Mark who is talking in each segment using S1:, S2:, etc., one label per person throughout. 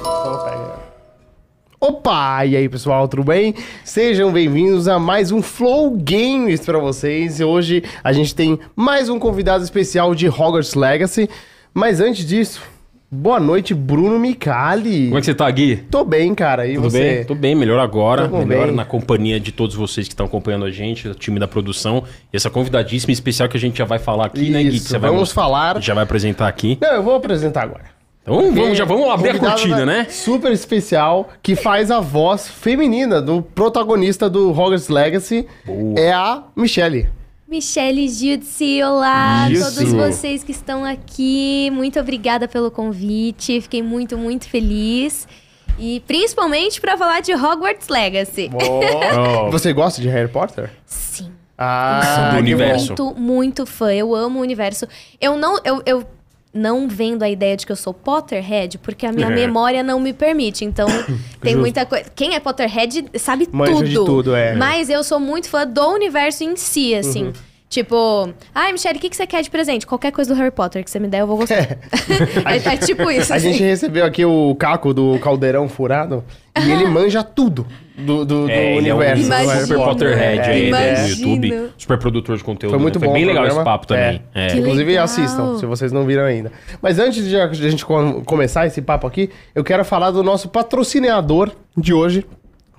S1: Então pega. Opa! E aí, pessoal, tudo bem? Sejam bem-vindos a mais um Flow Games pra vocês. E hoje a gente tem mais um convidado especial de Hogwarts Legacy. Mas antes disso, boa noite, Bruno Micali.
S2: Como é que você tá, Gui?
S1: Tô bem, cara. E
S2: Tudo
S1: você?
S2: bem? Tô bem, melhor agora.
S1: Tamo
S2: melhor
S1: bem.
S2: na companhia de todos vocês que estão acompanhando a gente, o time da produção. E essa convidadíssima especial que a gente já vai falar aqui, né, Gui? Que
S1: Isso, vamos falar.
S2: Já vai apresentar aqui.
S1: Não, eu vou apresentar agora.
S2: Então vamos, já vamos abrir a
S1: Convidada
S2: cortina, né?
S1: Super especial, que faz a voz feminina do protagonista do Hogwarts Legacy, é a Michelle.
S3: Michele Giudice, olá a todos
S2: Isso.
S3: vocês que estão aqui. Muito obrigada pelo convite. Fiquei muito, muito feliz. E principalmente pra falar de Hogwarts Legacy.
S1: Você gosta de Harry Potter?
S3: Sim.
S1: Ah,
S2: Do
S1: que
S2: universo.
S3: Muito, muito fã. Eu amo o universo. Eu não, eu, eu não vendo a ideia de que eu sou Potterhead, porque a minha
S2: É.
S3: memória não me permite. Então, tem
S2: Justo.
S3: muita coisa. Quem é Potterhead sabe
S1: Manja
S3: tudo.
S1: de tudo, é. Uhum.
S3: Mas eu sou muito fã do universo em si, assim. Tipo, ai, Michelle, o que, que você quer de presente? Qualquer coisa do Harry Potter que você me der, eu vou gostar. É, é tipo isso.
S1: A
S3: assim.
S1: gente recebeu aqui o Caco do Caldeirão Furado e ele manja tudo do, do, do
S2: É, ele é um
S1: universo. do
S3: Imagina.
S1: Harry
S2: super Potterhead
S1: É,
S2: aí, né,
S1: é.
S2: do YouTube.
S3: Imagino.
S2: Super produtor de conteúdo.
S1: Foi
S2: né?
S1: muito bom.
S2: bem
S1: o
S2: legal esse
S1: programa.
S2: papo também.
S1: É.
S2: É.
S3: Que
S1: Inclusive,
S3: legal.
S1: assistam, se vocês não viram ainda. Mas antes de a de a gente com- começar esse papo aqui, eu quero falar do nosso patrocinador de hoje,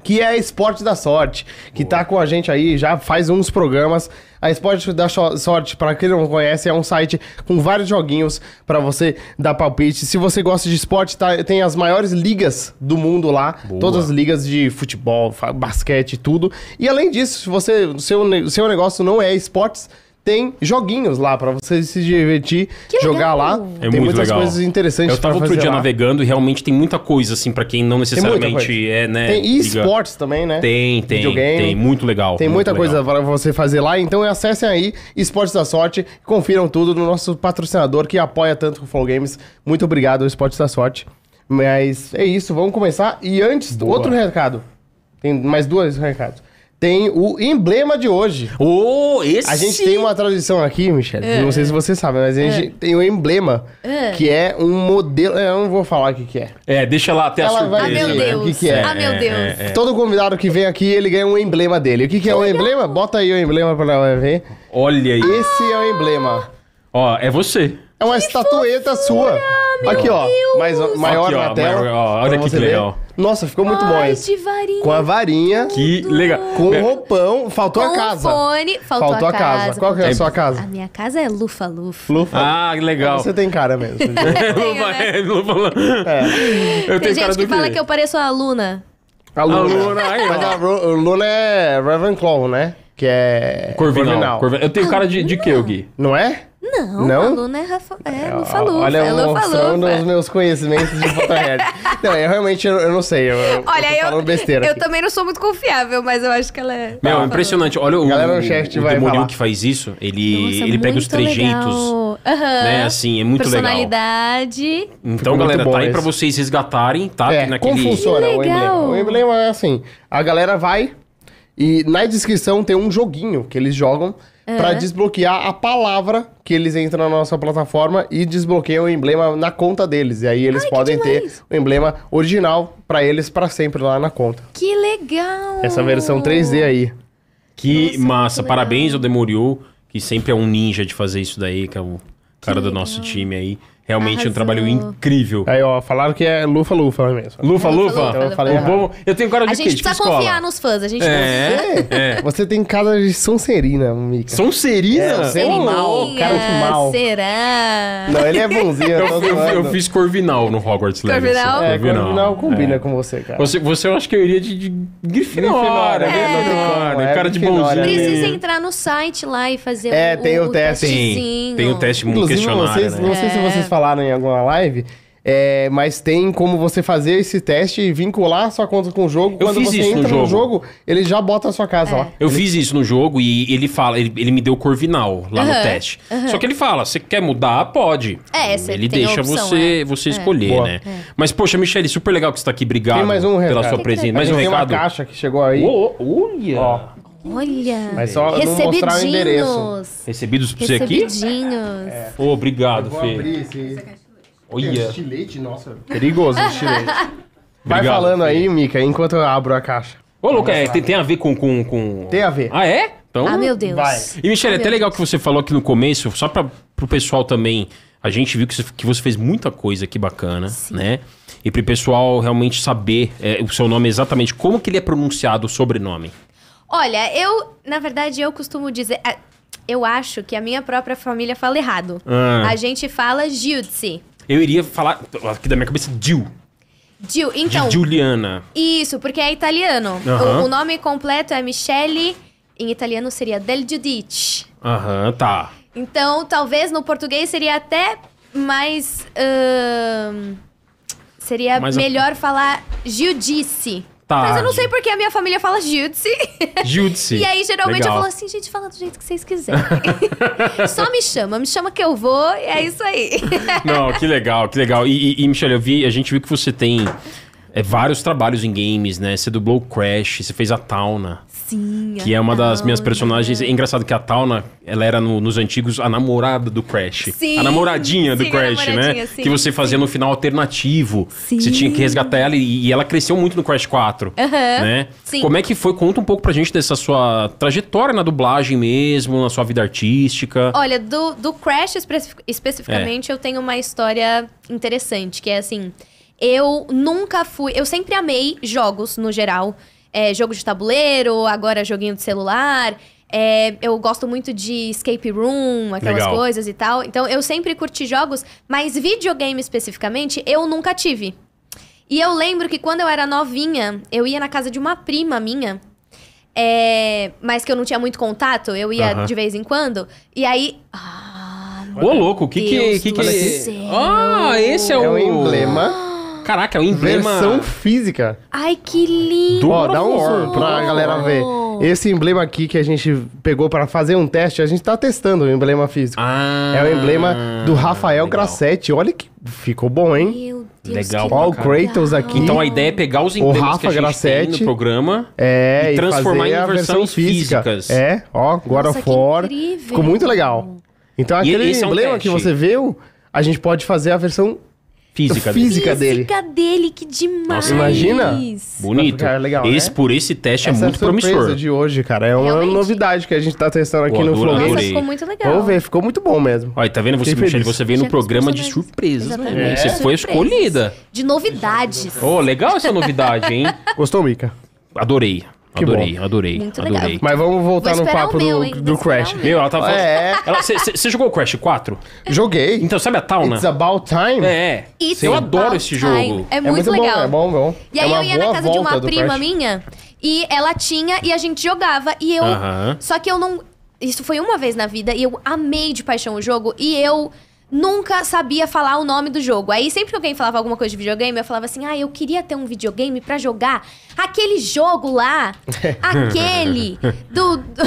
S1: que é a Esporte da Sorte, que tá com a gente aí já faz uns programas. A Esporte da Cho- Sorte, para quem não conhece, é um site com vários joguinhos para você dar palpite. Se você gosta de esporte, tá- tem as maiores ligas do mundo lá, todas as ligas de futebol, fa- basquete, e tudo. E além disso, se você seu ne- seu negócio não é esportes, tem joguinhos lá pra você se divertir,
S3: Que legal.
S1: jogar lá.
S2: É
S1: tem
S2: muito
S1: muitas
S2: legal.
S1: coisas interessantes
S2: Eu
S1: pra
S2: tava outro
S1: fazer
S2: dia
S1: lá.
S2: navegando e realmente tem muita coisa, assim, pra quem não
S1: Tem muita
S2: necessariamente
S1: coisa.
S2: é, né?
S1: Tem e
S2: liga-
S1: esportes também, né?
S2: Tem, tem,
S1: Videogame.
S2: tem. Muito legal.
S1: Tem muita
S2: muito legal.
S1: coisa pra você fazer lá, então acessem aí Esportes da Sorte, confiram tudo no nosso patrocinador que apoia tanto o Flow Games. Muito obrigado, Esportes da Sorte. Mas é isso, vamos começar. E antes, outro recado. Tem mais dois recados. Tem o emblema de hoje.
S2: Ô, esse...
S1: A gente tem uma tradição aqui, Michelle. Não sei se você sabe, mas a gente tem um emblema que é um modelo. Eu não vou falar o que, que é.
S2: É, deixa lá até
S1: Ela
S2: a surpresa,
S1: vai-
S3: Ah, meu
S2: né?
S3: Deus.
S1: O que que é?
S3: Ah, meu
S2: É,
S3: Deus.
S2: é, é.
S1: Todo convidado que vem aqui, ele ganha um emblema dele. O que, que é o emblema? Bota aí o emblema pra ela ver.
S2: Olha aí.
S1: Esse é o emblema.
S2: Ó, é você.
S1: É uma estatueta sua. aqui, ó. Mais, um, maior
S2: Aqui, ó,
S1: na tela.
S2: maior, ó, olha
S1: pra
S2: aqui
S1: você
S2: que
S1: ver.
S2: legal.
S1: Nossa, ficou é muito bom
S3: Ai,
S1: esse.
S3: de varinha.
S1: Com a varinha,
S2: Que legal.
S1: com o
S2: É,
S1: roupão. Faltou
S3: Com
S1: a casa.
S3: fone. Faltou,
S1: Faltou a casa. Qual que é a
S2: É.
S1: sua casa?
S3: A minha casa é lufa-lufa.
S1: Lufa.
S2: Ah, que legal.
S1: Você tem cara mesmo.
S2: Não vai- não
S1: É.
S2: fala- Eu
S3: tá né? Tem
S2: tenho cara do
S3: gente que fala
S2: quê?
S3: que eu pareço a Luna.
S1: A
S2: A
S1: Luna.
S2: Luna, aí,
S1: Mas
S2: ó.
S1: a Ro- o Luna é Ravenclaw, né? Que é...
S2: Corvinal. Corvi- Eu tenho cara de, de quê, Gui?
S1: Não é?
S3: Não,
S1: Não?
S3: a Luna é, Rafa... é Lufa Lufa.
S1: Olha,
S3: é
S1: eu
S3: Lufa
S1: mostrando os
S3: Lufa.
S1: meus conhecimentos de Potterhead. não, eu realmente eu, eu não sei. Eu, eu
S3: Olha,
S1: tô
S3: eu,
S1: falando besteira
S3: eu
S1: aqui.
S3: também não sou muito confiável, mas eu acho que ela é.
S2: Meu,
S3: Lufa
S2: impressionante. Olha o,
S1: Galera,
S2: o,
S1: o chefe
S2: o
S1: vai
S2: Demolil
S1: falar.
S2: que faz isso. Ele,
S3: Lufa. Nossa,
S2: ele pega os
S3: muito legal.
S2: trejeitos.
S3: Aham.
S2: né, assim, é muito legal.
S3: Personalidade.
S2: Então,
S1: muito
S2: galera,
S1: bom
S2: tá aí
S1: esse.
S2: pra vocês resgatarem, tá?
S1: É, como funciona
S3: Que
S1: o emblema?
S3: legal.
S1: O emblema é assim, a galera vai e na descrição tem um joguinho que eles jogam
S3: É.
S1: pra desbloquear a palavra que eles entram na nossa plataforma e desbloqueiam o emblema na conta deles. E aí eles
S3: Ai, que
S1: podem ter
S3: demais.
S1: o emblema original pra eles pra sempre lá na conta.
S3: Que legal.
S1: Essa versão 3D aí.
S2: Que
S3: Nossa,
S2: massa.
S3: muito
S2: Parabéns ao Demoril, que sempre é um ninja de fazer isso daí, que é o cara do nosso time aí. Realmente um
S3: Arrasou.
S2: trabalho incrível.
S1: Aí, ó, falaram que é lufa-lufa mesmo.
S2: Lufa, lufa.
S3: Então eu
S1: falei
S2: O
S1: errado.
S2: bom- eu tenho
S1: é
S2: cara de quê?
S3: A gente
S2: De
S3: precisa
S2: escola?
S3: confiar nos fãs. A gente não-
S2: É, é.
S1: Você tem cara de Sonserina, Mica. É,
S2: Sonserina?
S1: Sonserina.
S2: Ô, louco.
S1: mal, cara de mal.
S3: Será?
S1: Não, ele é bonzinho, eu tô
S2: Eu, eu- eu
S1: zoando.
S2: fiz Corvinal no Hogwarts Legacy.
S3: Corvinal?
S1: É, Corvinal combina com você, cara.
S2: Você, você eu acho que eu iria de, de
S1: Grifinória,
S2: Grifinória. né?
S1: é,
S2: Grifinória,
S1: é,
S2: cara de
S1: Grifinória.
S2: bonzinho.
S3: Precisa entrar no site lá e fazer
S1: É, tem o teste.
S2: Tem,
S3: testezinho.
S2: tem o teste muito
S1: Inclusive,
S2: questionário,
S1: vocês,
S2: né?
S1: não sei se vocês falaram em alguma live, é, mas tem como você fazer esse teste e vincular a sua conta com o jogo.
S2: Eu
S1: Quando
S2: fiz
S1: você
S2: isso no
S1: entra no
S2: jogo.
S1: jogo, ele já bota a sua casa lá.
S2: Eu fiz isso no jogo e ele fala, ele, ele me deu Corvinal lá no
S3: Aham,
S2: teste. Só que ele fala, você quer mudar? Pode.
S3: É, você
S2: Ele
S3: tem
S2: deixa
S3: a opção, é.
S2: você, você escolher,
S1: Boa.
S2: né? Mas, poxa, Michele, super legal que você tá aqui. Obrigado
S1: Tem mais um
S2: pela
S1: recado.
S2: sua presença.
S1: A
S2: Mais
S1: gente
S2: um
S1: tem
S2: recado.
S1: uma caixa que chegou aí.
S2: Ô, ô, olha!
S1: Ó.
S3: Olha.
S1: Mas só não mostrar o endereço. É.
S3: Recebidinhos.
S2: Recebidos pra você aqui?
S3: Recebidinhos.
S2: Ô, obrigado, Fê.
S1: esse...
S2: Olha.
S1: estilete, nossa. Perigoso esse estilete. Vai
S2: Obrigado,
S1: falando
S2: Fê.
S1: aí, Mica, enquanto eu abro a caixa.
S2: Ô, Luca, é, tem, tem a ver com, com, com-
S1: Tem a ver.
S2: Ah, é? Então...
S3: Ah, meu Deus.
S1: Vai.
S2: E, Michele,
S3: Ah,
S2: é até
S3: meu
S2: legal que você falou aqui no começo, só para pro pessoal também. A gente viu que você, que você fez muita coisa aqui bacana, né? E pro pessoal realmente saber é, o seu nome exatamente, como que ele é pronunciado, o sobrenome.
S3: Olha, eu, na verdade, eu costumo dizer. ah, Eu acho que a minha própria família fala errado.
S2: Ah.
S3: A gente fala Giudice.
S2: Eu iria falar, aqui da minha cabeça, Dil.
S3: Gil,
S2: De
S3: então.
S2: Juliana.
S3: Isso, porque é italiano.
S2: Aham.
S3: O, o nome completo é Michele. Em italiano seria Del Giudice.
S2: Aham, tá.
S3: Então, talvez no português seria até mais. ahn, seria
S2: Mais a-
S3: melhor falar Giudice.
S2: Tá.
S3: Mas eu não sei porque a minha família fala Giudice.
S2: Judice.
S3: E aí, geralmente, eu falo
S2: Legal.
S3: assim, gente, fala do jeito que vocês quiserem. Só me chama, me chama que eu vou, e é isso aí.
S2: Não, que legal, que legal. E, e, e, Michele, eu vi, a gente viu que você tem é, vários trabalhos em games, né? Você dublou o Crash, você fez a Tauna.
S3: Sim.
S2: Que é uma das minhas
S3: Tauna.
S2: personagens. É engraçado que a Tauna, ela era no- nos antigos a namorada do Crash.
S3: Sim.
S2: A namoradinha do
S3: Sim, a
S2: Crash, né?
S3: namoradinha, sim,
S2: que você fazia no final alternativo.
S3: Sim.
S2: Você tinha que resgatar ela e, e ela cresceu muito no Crash 4. Né?
S3: Sim.
S2: Como é que foi? Conta um pouco pra gente dessa sua trajetória na dublagem mesmo, na sua vida artística.
S3: Olha, do, do Crash especific-
S2: É.
S3: especificamente, eu tenho uma história interessante, que é assim. Eu nunca fui. Eu sempre amei jogos no geral. É, jogo de tabuleiro, agora joguinho de celular. É, eu gosto muito de escape room, aquelas
S2: Legal.
S3: coisas e tal. Então eu sempre curti jogos, mas videogame especificamente eu nunca tive. E eu lembro que quando eu era novinha, eu ia na casa de uma prima minha, é, mas que eu não tinha muito contato, eu ia
S2: Aham.
S3: de vez em quando. E aí. Ah,
S2: Ô, louco, o que que...
S3: Deus
S2: que,
S3: do
S2: que...
S3: céu.
S2: Ah, esse é o...
S1: É um emblema.
S2: Caraca, é um emblema...
S1: Versão física.
S3: ai, que lindo!
S2: Do
S1: Ó,
S2: God
S1: dá
S2: of
S1: um
S2: War.
S1: zoom pra
S3: Oh.
S1: galera ver. Esse emblema aqui que a gente pegou pra fazer um teste, a gente tá testando o emblema físico.
S2: Ah,
S1: é o emblema do Rafael
S2: legal.
S1: Grassetti. Olha que ficou bom, hein?
S3: Meu Deus,
S2: Legal.
S3: que
S2: Ó,
S1: Olha o
S2: bacana.
S1: Kratos aqui.
S2: Então a ideia é pegar os emblemas
S1: Rafa
S2: que a gente tem
S1: Grassetti.
S2: no programa
S1: É,
S2: e
S1: e
S2: transformar
S1: fazer
S2: em
S1: a
S2: versões físicas.
S1: É, ó, God
S3: Nossa,
S1: of
S3: que
S1: War.
S3: incrível.
S1: Ficou muito legal. Então
S2: E
S1: aquele
S2: esse é um
S1: emblema
S2: teste.
S1: que você viu, a gente pode fazer a versão
S2: física. dele.
S1: física dele.
S3: Física dele, que demais!
S2: Nossa,
S1: imagina?
S2: Bonito.
S1: Vai ficar legal,
S2: esse,
S1: né?
S2: Por esse teste
S1: Essa
S2: é muito
S1: a surpresa
S2: promissor.
S1: de hoje, cara. É uma
S3: Realmente.
S1: novidade que a gente tá testando aqui
S2: Pô,
S1: no
S2: adoro,
S1: Flow
S3: Nossa,
S1: Games.
S3: ficou muito legal.
S1: Vamos ver, ficou muito bom mesmo.
S2: Olha, tá vendo você,
S1: Fiquei
S2: Michele?
S1: feliz.
S2: Você veio
S3: Já
S2: no
S3: com
S2: programa de
S3: personagens.
S2: surpresas,
S3: Exatamente. É.
S2: moleque. Você
S3: Surpresas.
S2: foi escolhida.
S3: De novidades.
S2: Ô, legal essa novidade, hein?
S1: Gostou, Mica?
S2: Adorei.
S1: Que
S2: Adorei, adorei,
S3: Muito legal.
S2: adorei.
S1: Mas vamos voltar
S3: Vou
S1: no
S3: esperar
S1: papo
S3: o meu, hein?
S1: do,
S3: Vou
S1: do
S3: esperar
S1: Crash.
S3: o meu.
S2: Meu, ela tava
S1: É.
S2: falando... Você jogou o Crash 4?
S1: Joguei.
S2: Então, sabe a Tauna?
S1: It's about time.
S2: É.
S3: It's
S2: eu
S3: about
S2: adoro esse
S3: time.
S2: jogo.
S3: É muito, legal.
S1: bom, é bom, bom.
S3: E
S1: É
S3: aí
S1: uma
S3: eu ia na
S1: boa
S3: casa de uma
S1: volta do
S3: prima
S1: Crash.
S3: minha e ela tinha e a gente jogava e eu.
S2: Aham.
S3: Só que eu não. Isso foi uma vez na vida e eu amei de paixão o jogo e eu nunca sabia falar o nome do jogo. Aí sempre que alguém falava alguma coisa de videogame, eu falava assim: "Ah, eu queria ter um videogame pra jogar aquele jogo lá, aquele do do,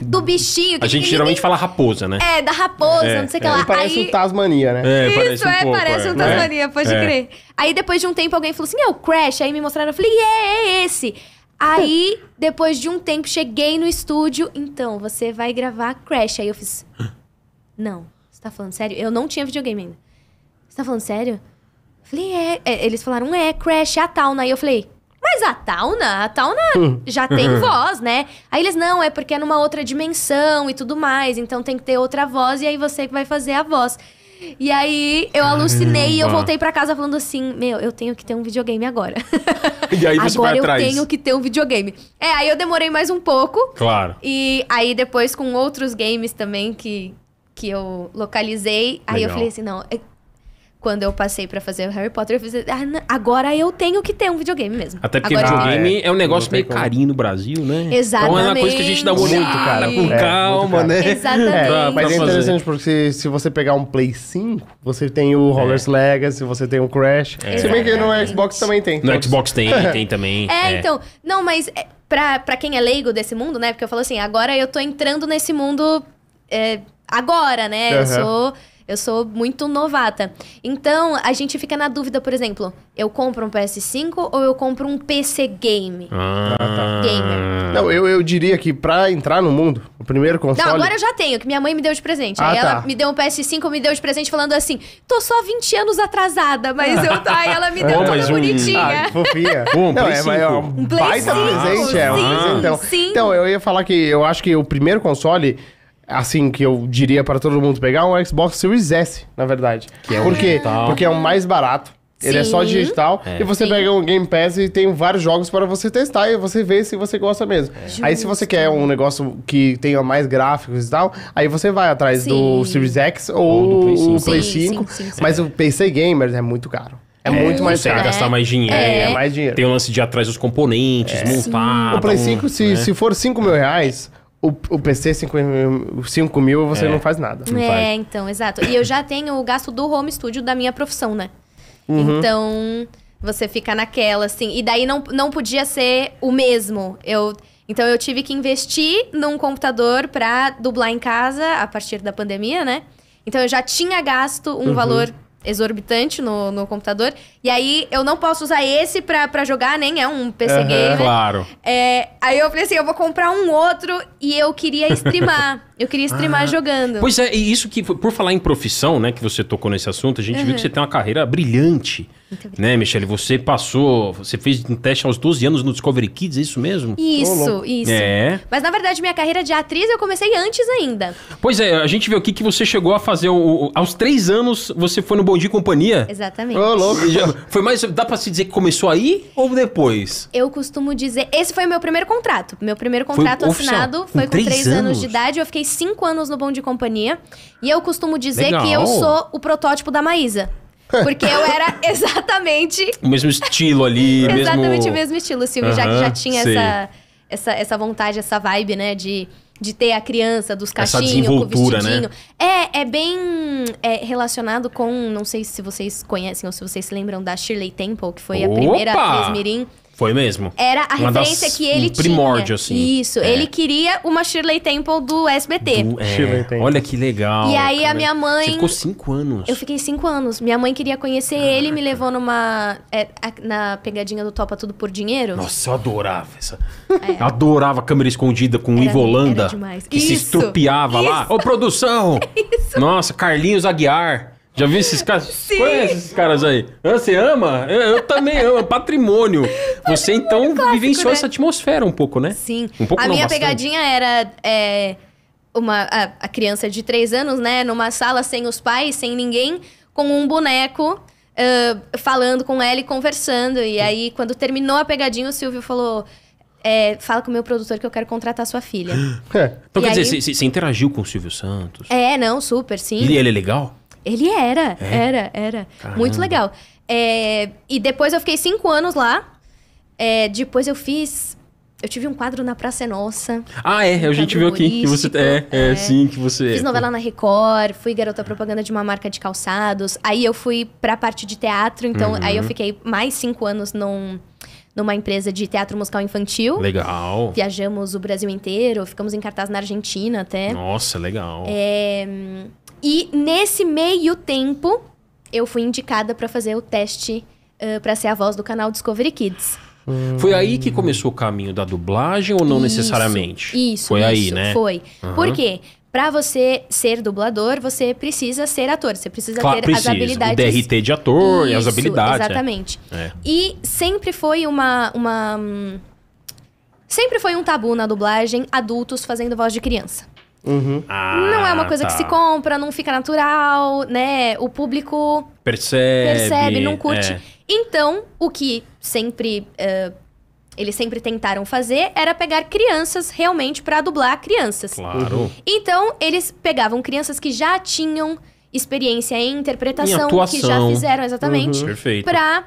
S3: do bichinho que
S2: A gente
S3: ninguém-
S2: geralmente fala raposa, né?
S3: é da raposa, não sei o que lá.
S1: Ele É. parece
S3: aí
S1: o Tasmania, né?
S2: É,
S3: Isso, é, parece um
S2: né?
S3: Tasmania, pode
S2: É.
S3: crer. Aí depois de um tempo alguém falou assim: é o Crash. Aí me mostraram, eu falei: é, é esse. Aí, depois de um tempo, cheguei no estúdio, então você vai gravar Crash. Aí eu fiz: não, você tá falando sério? Eu não tinha videogame ainda. Você tá falando sério? Eu Falei, é. É, Eles falaram, é, Crash, é a Tauna. Aí eu falei, mas a Tauna? A Tauna já tem voz, né? Aí eles, não, é porque é numa outra dimensão e tudo mais. Então tem que ter outra voz e aí você que vai fazer a voz. E aí eu alucinei e eu
S2: Caramba.
S3: voltei pra casa falando assim, meu, eu tenho que ter um videogame agora.
S2: E aí você
S3: agora
S2: vai
S3: eu
S2: atrás.
S3: tenho que ter um videogame. É, aí eu demorei mais um pouco.
S2: Claro.
S3: E aí depois com outros games também que, que eu localizei, aí eu
S2: Legal.
S3: falei assim, não, é- quando eu passei pra fazer o Harry Potter, eu fiz, ah, não, agora eu tenho que ter um videogame mesmo.
S2: Até porque
S3: agora eu tenho.
S2: videogame é um negócio
S1: Não tem
S2: meio
S1: como.
S2: carinho no Brasil, né?
S3: Exatamente.
S2: Então é uma coisa que a gente dá uma olhada
S1: Muito, cara.
S2: com
S1: É,
S2: calma,
S1: muito,
S2: né?
S1: cara.
S3: Exatamente.
S2: Pra- pra
S1: Mas é
S2: fazer.
S1: interessante porque se, se você pegar um Play 5, você tem
S2: É.
S1: o Hogwarts Legacy, você tem o Crash. Se bem que no Xbox também tem.
S2: No Xbox tem, tem também.
S3: É, então, não, mas é, pra, pra quem é leigo desse mundo, né? Porque eu falo assim, agora eu tô entrando nesse mundo é, agora, né? Eu
S1: Aham.
S3: sou. Eu sou muito novata. Então, a gente fica na dúvida, por exemplo, eu compro um PS5 ou eu compro um PC game?
S2: Ah, tá.
S3: Gamer.
S1: Não, eu, eu diria que pra entrar no mundo, o primeiro console.
S3: Não, agora eu já tenho, que minha mãe me deu de presente.
S1: Ah,
S3: aí ela
S1: tá.
S3: me deu um PS5, me deu de presente falando assim: tô só 20 anos atrasada, mas eu tô. Aí ela me deu
S2: Oh,
S3: toda
S2: mas um-
S1: É, Ah,
S3: bonitinha.
S1: que fofinha.
S2: Bom,
S1: não,
S2: Play
S1: é, mas é
S2: cinco.
S1: um
S3: Um Play
S1: baita
S3: cinco,
S1: presente. É, um
S3: sim,
S1: presentão.
S3: sim.
S1: Então, eu ia falar que eu acho que o primeiro console, assim, que eu diria pra todo mundo pegar, é um Xbox Series S, na verdade.
S2: é o
S1: Por quê?
S2: digital.
S1: Porque é o mais barato. Ele é só
S3: Sim.
S1: digital.
S2: É.
S1: E você
S3: Sim.
S1: pega um Game Pass e tem vários jogos para você testar e você vê se você gosta mesmo.
S3: É.
S1: Aí, se você quer um negócio que tenha mais gráficos e tal, aí você vai atrás do
S3: Sim.
S1: Series X ou,
S2: Ou do Play cinco.
S1: o Play
S3: Sim,
S1: 5.
S3: sim, sim, sim.
S1: Mas o PC Gamers é muito caro. É, muito mais
S2: Você
S1: caro.
S2: vai gastar mais dinheiro.
S1: É, mais dinheiro.
S2: Tem o lance de ir atrás dos componentes,
S3: É.
S2: montar.
S1: O Play
S2: tá um-
S1: 5, se, se for 5 mil reais, o, o PC 5 mil, 5 mil você não faz nada.
S2: Não
S3: É,
S2: faz.
S3: então, exato. E eu já tenho o gasto do home studio da minha profissão, né?
S2: Uhum.
S3: Então, você fica naquela, assim. E daí não, não podia ser o mesmo. Eu, então, eu tive que investir num computador pra dublar em casa a partir da pandemia, né? Então, eu já tinha gasto
S2: Uhum.
S3: um valor exorbitante no, no computador. E aí, eu não posso usar esse pra, pra jogar, nem é um PC
S1: Aham.
S3: gamer.
S2: Claro.
S3: É, aí eu falei assim, eu vou comprar um outro e eu queria streamar. Eu queria streamar jogando.
S2: Pois é, e isso que, por falar em profissão, né, que você tocou nesse assunto, a gente
S3: Uhum.
S2: viu que você tem uma carreira brilhante. Né, Michele? Você passou, você fez um teste aos 12 anos no Discovery Kids, é isso mesmo?
S1: Ô,
S3: Isso,
S1: louco.
S3: isso.
S2: É.
S3: Mas na verdade, minha carreira de atriz eu comecei antes ainda.
S2: Pois é, a gente viu aqui que você chegou a fazer. o- o- aos três anos, você foi no Bom Dia e Companhia.
S3: Exatamente.
S1: Ô, louco.
S2: E já- Foi mais. Dá pra se dizer que começou aí ou depois?
S3: Eu costumo dizer. Esse foi o meu primeiro contrato. Meu primeiro contrato
S2: oficial?
S3: assinado
S2: Com
S3: foi com
S2: três
S3: 3 anos.
S2: anos?
S3: de idade. Eu fiquei 5 anos no Bom de Companhia. E eu costumo dizer
S2: Legal.
S3: que eu sou o protótipo da Maísa. Porque eu era exatamente
S2: O mesmo estilo ali, mesmo.
S3: Exatamente o mesmo estilo, o Silvio, já que
S2: Aham,
S3: já tinha
S2: sei.
S3: essa, essa, essa vontade, essa vibe, né? De, de ter a criança, dos
S2: Essa
S3: cachinhos, com o
S2: desenvoltura, né?
S3: vestidinho. É, é bem é, relacionado com. Não sei se vocês conhecem ou se vocês se lembram da Shirley Temple, que foi a primeira
S2: Opa!
S3: atriz Mirim.
S2: Foi mesmo.
S3: Era a
S2: Uma das-
S3: referência que ele
S2: um primórdio,
S3: tinha.
S2: assim.
S3: Isso,
S2: É.
S3: ele queria uma Shirley Temple do SBT.
S2: Do- é,
S1: Estilo, entende?
S2: olha que legal.
S3: E aí a minha mãe-
S2: Você ficou cinco anos.
S3: Eu fiquei cinco anos. Minha mãe queria conhecer ele, me levou numa. é, a- na pegadinha do Topa Tudo por Dinheiro.
S2: Nossa, eu adorava essa. Adorava câmera escondida com o
S3: É. Era-
S2: Ivolanda.
S3: era demais.
S2: Que se
S3: Isso,
S2: estrupiava lá. Ô, produção! Nossa, Carlinhos Aguiar. Já viu esses caras? Conhece esses caras aí? Hã, Você ama? Eu, eu também amo. é um Patrimônio. Você então vivenciou
S3: né?
S2: essa atmosfera um pouco, né?
S3: Sim.
S2: Um pouco
S3: a
S2: não,
S3: minha
S2: bastante.
S3: pegadinha era é, uma, a, a criança de três anos, né? Numa sala sem os pais, sem ninguém, com um boneco. ãh, falando com ela e conversando. E aí, quando terminou a pegadinha, o Silvio falou: é, Fala com o meu produtor que eu quero contratar sua filha.
S1: É.
S2: Então,
S3: E
S2: quer dizer,
S3: aí-
S2: você- você interagiu com o Silvio Santos.
S3: é, não, super, sim.
S2: E ele é legal?
S3: Ele era, era, era. Muito legal. É, e depois eu fiquei cinco anos lá. É, depois eu fiz. Eu tive um quadro na Praça é Nossa.
S2: Ah, é. A gente viu aqui que você. É, é, sim, que você.
S3: Fiz novela na Record, fui garota propaganda de uma marca de calçados. Aí eu fui pra parte de teatro, então aí eu
S2: Uhum.
S3: fiquei mais cinco anos num, numa empresa de teatro musical infantil.
S2: Legal.
S3: Viajamos o Brasil inteiro, ficamos em cartaz na Argentina até.
S2: Nossa, legal.
S3: É, E nesse meio tempo, eu fui indicada pra fazer o teste eh, pra ser a voz do canal Discovery Kids.
S2: Foi aí que começou o caminho da dublagem ou não necessariamente?
S3: Isso,
S2: Foi aí,
S3: isso,
S2: né?
S3: Foi.
S2: Aham.
S3: Por quê? Pra você ser dublador, você precisa ser ator, você precisa
S2: Claro,
S3: ter
S2: precisa.
S3: as habilidades.
S2: O DRT de ator e as
S3: Isso,
S2: habilidades. né?
S3: Exatamente.
S2: É.
S3: E sempre foi uma. uma hum, sempre foi um tabu na dublagem adultos fazendo voz de criança.
S1: Uhum.
S2: Ah,
S3: não é uma coisa
S2: tá.
S3: que se compra, não fica natural, né? O público
S2: Percebe.
S3: percebe, não curte.
S2: é.
S3: Então, o que sempre. eh, eles sempre tentaram fazer era pegar crianças realmente pra dublar crianças.
S2: Claro.
S1: Uhum.
S3: Então, eles pegavam crianças que já tinham experiência em interpretação,
S2: Em
S3: que já
S2: atuação.
S3: fizeram exatamente,
S2: Uhum. Perfeito.
S3: pra,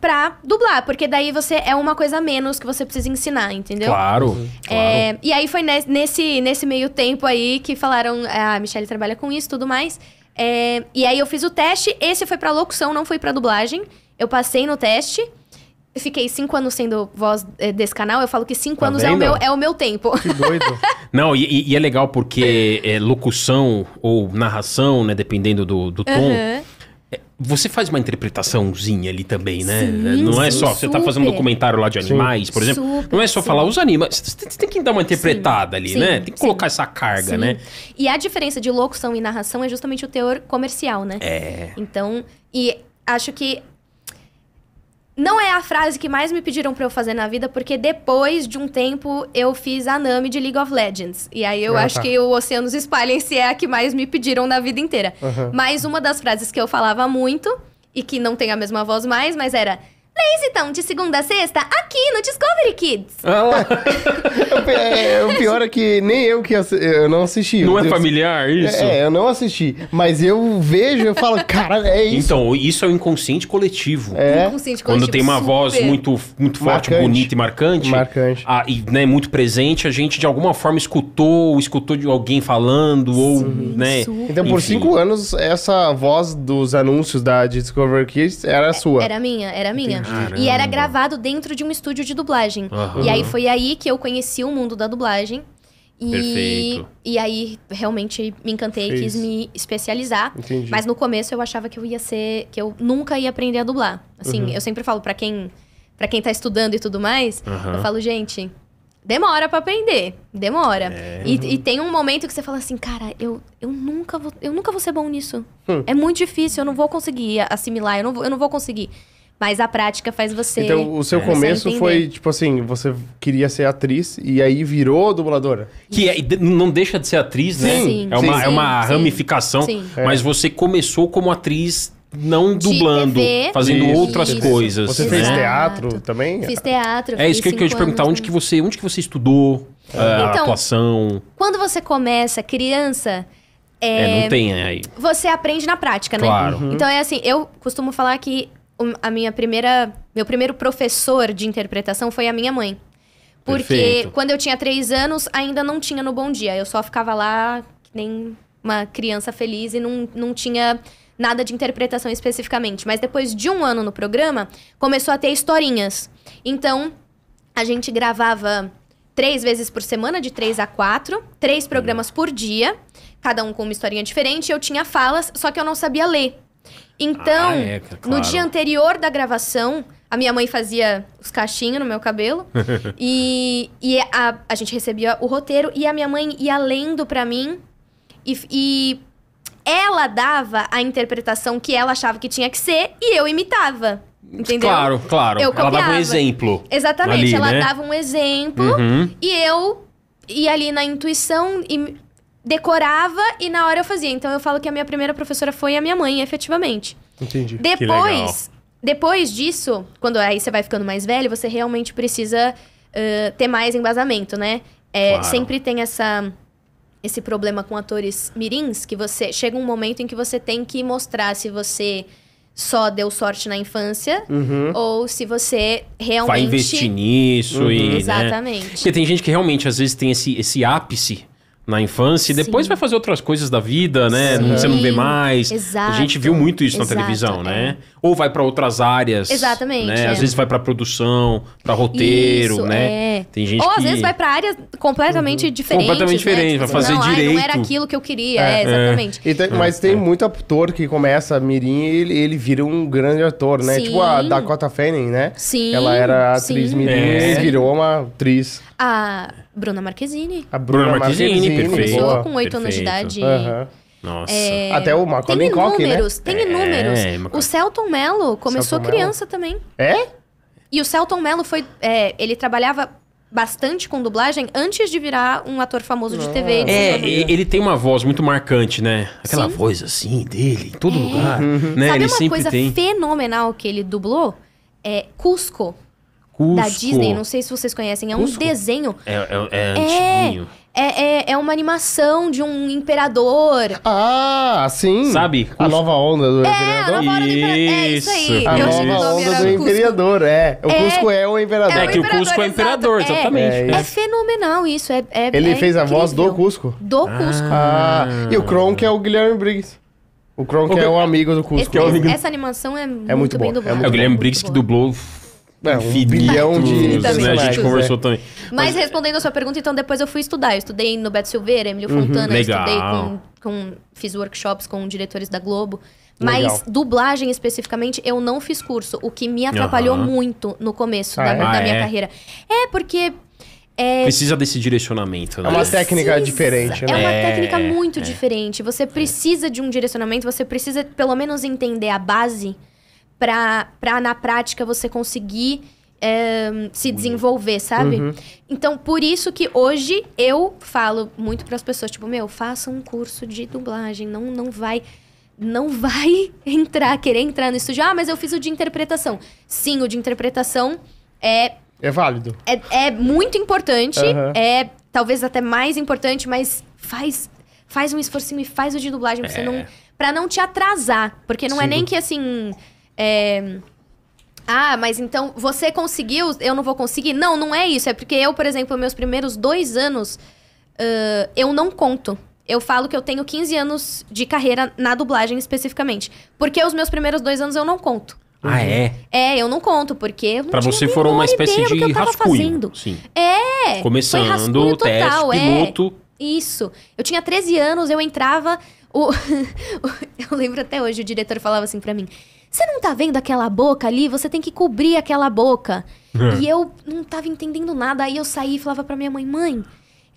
S3: pra dublar. Porque daí você é uma coisa a menos que você precisa ensinar, entendeu?
S2: Claro. claro.
S3: É, e aí foi nes- nesse, nesse meio tempo aí que falaram, "Ah, a Michelle trabalha com isso e tudo mais. É, e aí eu fiz o teste, esse foi pra locução, não foi pra dublagem. Eu passei no teste. eu fiquei cinco anos sendo voz eh, desse canal, eu falo que cinco
S1: Tá
S3: anos é
S1: vendo?
S3: o, meu, é o meu tempo.
S1: Que doido.
S2: Não, e- e, e é legal porque é, locução ou narração, né? Dependendo do, do tom.
S3: Aham.
S2: Você faz uma interpretaçãozinha ali também, né?
S3: Sim,
S2: não é
S3: sim,
S2: só. Você tá fazendo um
S3: super.
S2: documentário lá de animais, por exemplo.
S3: Super,
S2: não é só
S3: sim.
S2: falar os animais. Você tem que dar uma interpretada ali,
S3: sim,
S2: né? Tem que
S3: sim.
S2: colocar essa carga,
S3: Sim.
S2: né?
S3: E a diferença de locução e narração é justamente o teor comercial, né? É. Então, e acho que não é a frase que mais me pediram pra eu fazer na vida, porque depois de um tempo eu fiz a Nami de League of Legends. E aí eu
S1: Ah,
S3: acho
S1: tá.
S3: que o Oceanos Espalhem-se é a que mais me pediram na vida inteira.
S1: Aham.
S3: Mas uma das frases que eu falava muito, e que não tem a mesma voz mais, mas era... Lazy Town, de segunda a sexta, aqui no Discovery Kids.
S1: O pi- é, o pior é que nem eu que assi- eu não assisti.
S2: Não
S1: Eu-
S2: é familiar isso?
S1: É, eu não assisti. Mas eu vejo, eu falo, cara, é isso.
S2: Então, isso é o inconsciente coletivo.
S1: é.
S3: Inconsciente
S2: Quando
S3: coletivo,
S2: tem uma voz
S3: tipo, super.
S2: muito, muito forte,
S1: Marcante.
S2: bonita e marcante,
S1: Marcante.
S2: ah, e né, muito presente, a gente de alguma forma escutou, ou escutou de alguém falando, ou né.
S3: super.
S1: Então, por
S2: Enfim.
S1: cinco anos, essa voz dos anúncios da Discover Kids era sua.
S3: Era minha, era minha.
S2: Entendi.
S3: E era
S2: Caramba.
S3: gravado dentro de um estúdio de dublagem.
S2: Aham.
S3: E aí foi aí que eu conheci o mundo da dublagem. E,
S2: Perfeito.
S3: e aí realmente me encantei e
S1: Fez.
S3: quis me especializar.
S1: Entendi.
S3: Mas no começo eu achava que eu ia ser. que eu nunca ia aprender a dublar. Assim,
S2: Uhum.
S3: eu sempre falo pra quem para quem tá estudando e tudo mais,
S2: Aham.
S3: eu falo, gente, demora pra aprender. Demora.
S2: É.
S3: E, e tem um momento que você fala assim, cara, eu, eu, nunca, vou, eu nunca vou ser bom nisso.
S2: Hum.
S3: É muito difícil, eu não vou conseguir assimilar, eu não vou, eu não vou conseguir. Mas a prática faz você.
S1: Então, o seu
S3: você
S1: começo
S3: entender.
S1: foi, tipo assim, você queria ser atriz e aí virou dubladora.
S2: Que é- de- não deixa de ser atriz, né?
S1: Sim,
S2: é
S1: sim,
S2: uma,
S1: sim,
S2: é uma
S3: sim.
S2: ramificação,
S3: Sim.
S2: mas você começou como atriz não
S3: De
S2: dublando,
S3: TV.
S2: fazendo
S1: Isso,
S2: outras
S3: isso.
S2: coisas.
S1: Você
S2: né?
S1: fez
S3: Exato.
S1: teatro também?
S3: Fiz teatro.
S2: É isso que eu queria te perguntar, onde que você, onde que você estudou a
S3: Então,
S2: atuação?
S3: Quando você começa criança,
S2: É, não tem é, aí.
S3: você aprende na prática, né?
S2: Claro. Uhum.
S3: Então é assim, eu costumo falar que o- a minha primeira, meu primeiro professor de interpretação foi a minha mãe. Porque
S2: Perfeito.
S3: quando eu tinha três anos, ainda não tinha no Bom Dia. Eu só ficava lá que nem uma criança feliz e não, não tinha nada de interpretação especificamente. Mas depois de um ano no programa, começou a ter historinhas. Então, a gente gravava três vezes por semana, de três a quatro, três programas por dia, cada um com uma historinha diferente. Eu tinha falas, só que eu não sabia ler. Então,
S2: Ah, é,
S3: no
S2: claro.
S3: dia anterior da gravação, a minha mãe fazia os cachinhos no meu cabelo. e e a, a gente recebia o roteiro e a minha mãe ia lendo pra mim. E, f- e ela dava a interpretação que ela achava que tinha que ser e eu imitava. Entendeu?
S2: Claro, claro.
S3: Eu
S2: Ela dava um
S3: copiava.
S2: exemplo.
S3: Exatamente,
S2: Ali,
S3: ela
S2: né?
S3: dava um exemplo
S2: Uhum.
S3: e eu ia ali na intuição e decorava e na hora eu fazia. Então eu falo que a minha primeira professora foi a minha mãe, efetivamente.
S1: Entendi.
S2: legal.
S3: Depois, depois disso, quando aí você vai ficando mais velho, você realmente precisa ãh, ter mais embasamento, né? É,
S2: Claro.
S3: Sempre tem essa esse problema com atores mirins que você chega um momento em que você tem que mostrar se você só deu sorte na infância
S1: Uhum.
S3: ou se você realmente
S2: Vai investir nisso e. né?
S3: Uhum. Exatamente.
S2: Porque tem gente que realmente, às vezes, tem esse, esse ápice na infância e depois
S3: Sim.
S2: vai fazer outras coisas da vida, né?
S3: Sim.
S2: Não- Você não vê mais.
S3: Exato.
S2: A gente viu muito isso na
S3: Exato,
S2: televisão,
S3: é.
S2: né? Ou vai pra outras áreas.
S3: Exatamente,
S2: né?
S3: é.
S2: Às vezes vai pra produção, pra roteiro,
S3: Isso,
S2: né?
S3: é.
S2: Tem gente
S3: Ou às
S2: que- Uhum.
S3: vezes vai pra áreas completamente diferentes.
S2: Completamente diferente,
S3: né?
S2: vai
S3: Tipo
S2: fazer
S3: assim, não, ai, não era
S2: direito.
S3: aquilo que eu queria, é, exatamente.
S1: E tem- mas
S2: É.
S1: tem muito ator que começa mirim e ele, ele vira um grande ator, né?
S3: Sim.
S1: Tipo a Dakota Fanning, né?
S3: Sim.
S1: Ela era atriz
S3: sim.
S1: mirim
S2: É.
S1: e virou uma atriz.
S3: A Bruna Marquezine.
S1: A
S2: Bruna Marquezine, perfeito.
S1: boa.
S3: Começou com 8 anos de
S2: Perfeito.
S3: idade. É,
S1: Aham.
S2: Nossa.
S1: Até o Macaulay
S3: Tem
S1: Culkin, né?
S3: inúmeros,
S2: É,
S3: tem inúmeros.
S2: Macaulay.
S3: o Celton Mello começou
S1: Selton Mello.
S3: criança também.
S1: É?
S3: E o Celton Mello foi. é, ele trabalhava bastante com dublagem antes de virar um ator famoso de TV. de
S2: É,
S3: cinema.
S2: e- ele tem uma voz muito marcante, né? Aquela voz assim dele, em todo lugar. Né?
S3: É. Sabe
S2: ele
S3: uma
S2: sempre
S3: coisa
S2: tem.
S3: fenomenal que ele dublou? É Cusco, da
S2: Cusco.
S3: Disney. Não sei se vocês conhecem. É um
S1: Cusco?
S3: desenho.
S2: É, é, é
S3: É.
S2: antiguinho.
S3: É, é, é uma animação de um imperador.
S1: Ah, sim.
S2: Sabe?
S1: A nova onda do
S3: É, a
S1: imperador.
S3: nova hora do imperador. É isso
S2: Isso.
S3: aí.
S1: A
S3: Eu achei que o
S1: nova
S3: nome
S1: onda
S3: era
S1: do
S3: Cusco.
S1: imperador, é. O Cusco é o imperador.
S2: É,
S3: o
S2: que o
S3: imperador,
S2: Cusco é o
S3: exato.
S2: imperador,
S3: É.
S2: exatamente.
S1: É
S2: É,
S3: É fenomenal isso. É, é-
S1: Ele
S3: é
S1: fez a voz do
S3: incrível.
S1: Cusco.
S3: Do Cusco.
S1: Ah, e o Kronk é o Guilherme Briggs. O Kronk
S2: O
S1: é
S2: Gui-
S1: o amigo do Cusco.
S3: Esse- essa animação é, muito,
S1: muito
S3: bem
S1: bom, é
S3: dublada.
S1: muito
S2: o Guilherme Briggs que
S3: boa.
S2: dublou
S1: É, um
S2: Infinitos,
S1: bilhão de
S2: né? A
S3: personagens,
S2: gente
S1: é.
S2: conversou também.
S3: Mas respondendo a sua pergunta, então depois eu fui estudar. Eu estudei no Beto Silveira, Emílio
S1: Uhum,
S3: Fontana, eu
S2: Legal.
S3: estudei com, com- Fiz workshops com diretores da Globo. Mas
S1: Legal.
S3: dublagem especificamente, eu não fiz curso, o que me atrapalhou
S2: Aham.
S3: muito no começo
S1: Ah,
S3: da,
S1: é?
S3: da
S2: Ah,
S3: minha
S2: é?
S3: carreira. É, porque. é,
S2: Precisa desse direcionamento,
S1: É
S2: né?
S1: uma
S3: precisa-
S1: técnica diferente, né?
S3: É uma
S2: É,
S3: técnica muito
S2: é.
S3: diferente. Você precisa de um direcionamento, você precisa pelo menos entender a base pra, pra na prática você conseguir eh, se desenvolver, sabe?
S1: Uhum.
S3: Então, por isso que hoje eu falo muito pras pessoas, tipo, meu, faça um curso de dublagem, não, não vai... Não vai entrar, querer entrar no estúdio. Ah, mas eu fiz o de interpretação. Sim, o de interpretação é
S1: É válido.
S3: é, é muito importante,
S1: Aham.
S3: é talvez até mais importante, mas faz faz um esforcinho e faz o de dublagem
S2: É.
S3: pra, você não, pra não te atrasar. Porque não é
S1: Sim.
S3: nem que assim. é, Ah, mas então você conseguiu, eu não vou conseguir? Não, não é isso. É porque eu, por exemplo, meus primeiros dois anos, ãh, eu não conto. Eu falo que eu tenho 15 anos de carreira na dublagem especificamente. Porque os meus primeiros dois anos eu não conto.
S2: Ah, é?
S3: É, eu não conto, porque. eu não
S2: Pra
S3: tinha
S2: você foram uma
S3: menor
S2: espécie
S3: ideia do que
S2: de
S3: eu tava
S2: rascunho.
S3: fazendo.
S2: Sim.
S3: É, foi
S2: Começando
S3: rascunho
S2: o teste,
S3: total,
S2: piloto.
S3: É, isso. Eu tinha 13 anos, eu entrava. o- eu lembro até hoje, o diretor falava assim pra mim: Você não tá vendo aquela boca ali? Você tem que cobrir aquela boca.
S2: É.
S3: E eu não tava entendendo nada. Aí eu saí e falava pra minha mãe: Mãe,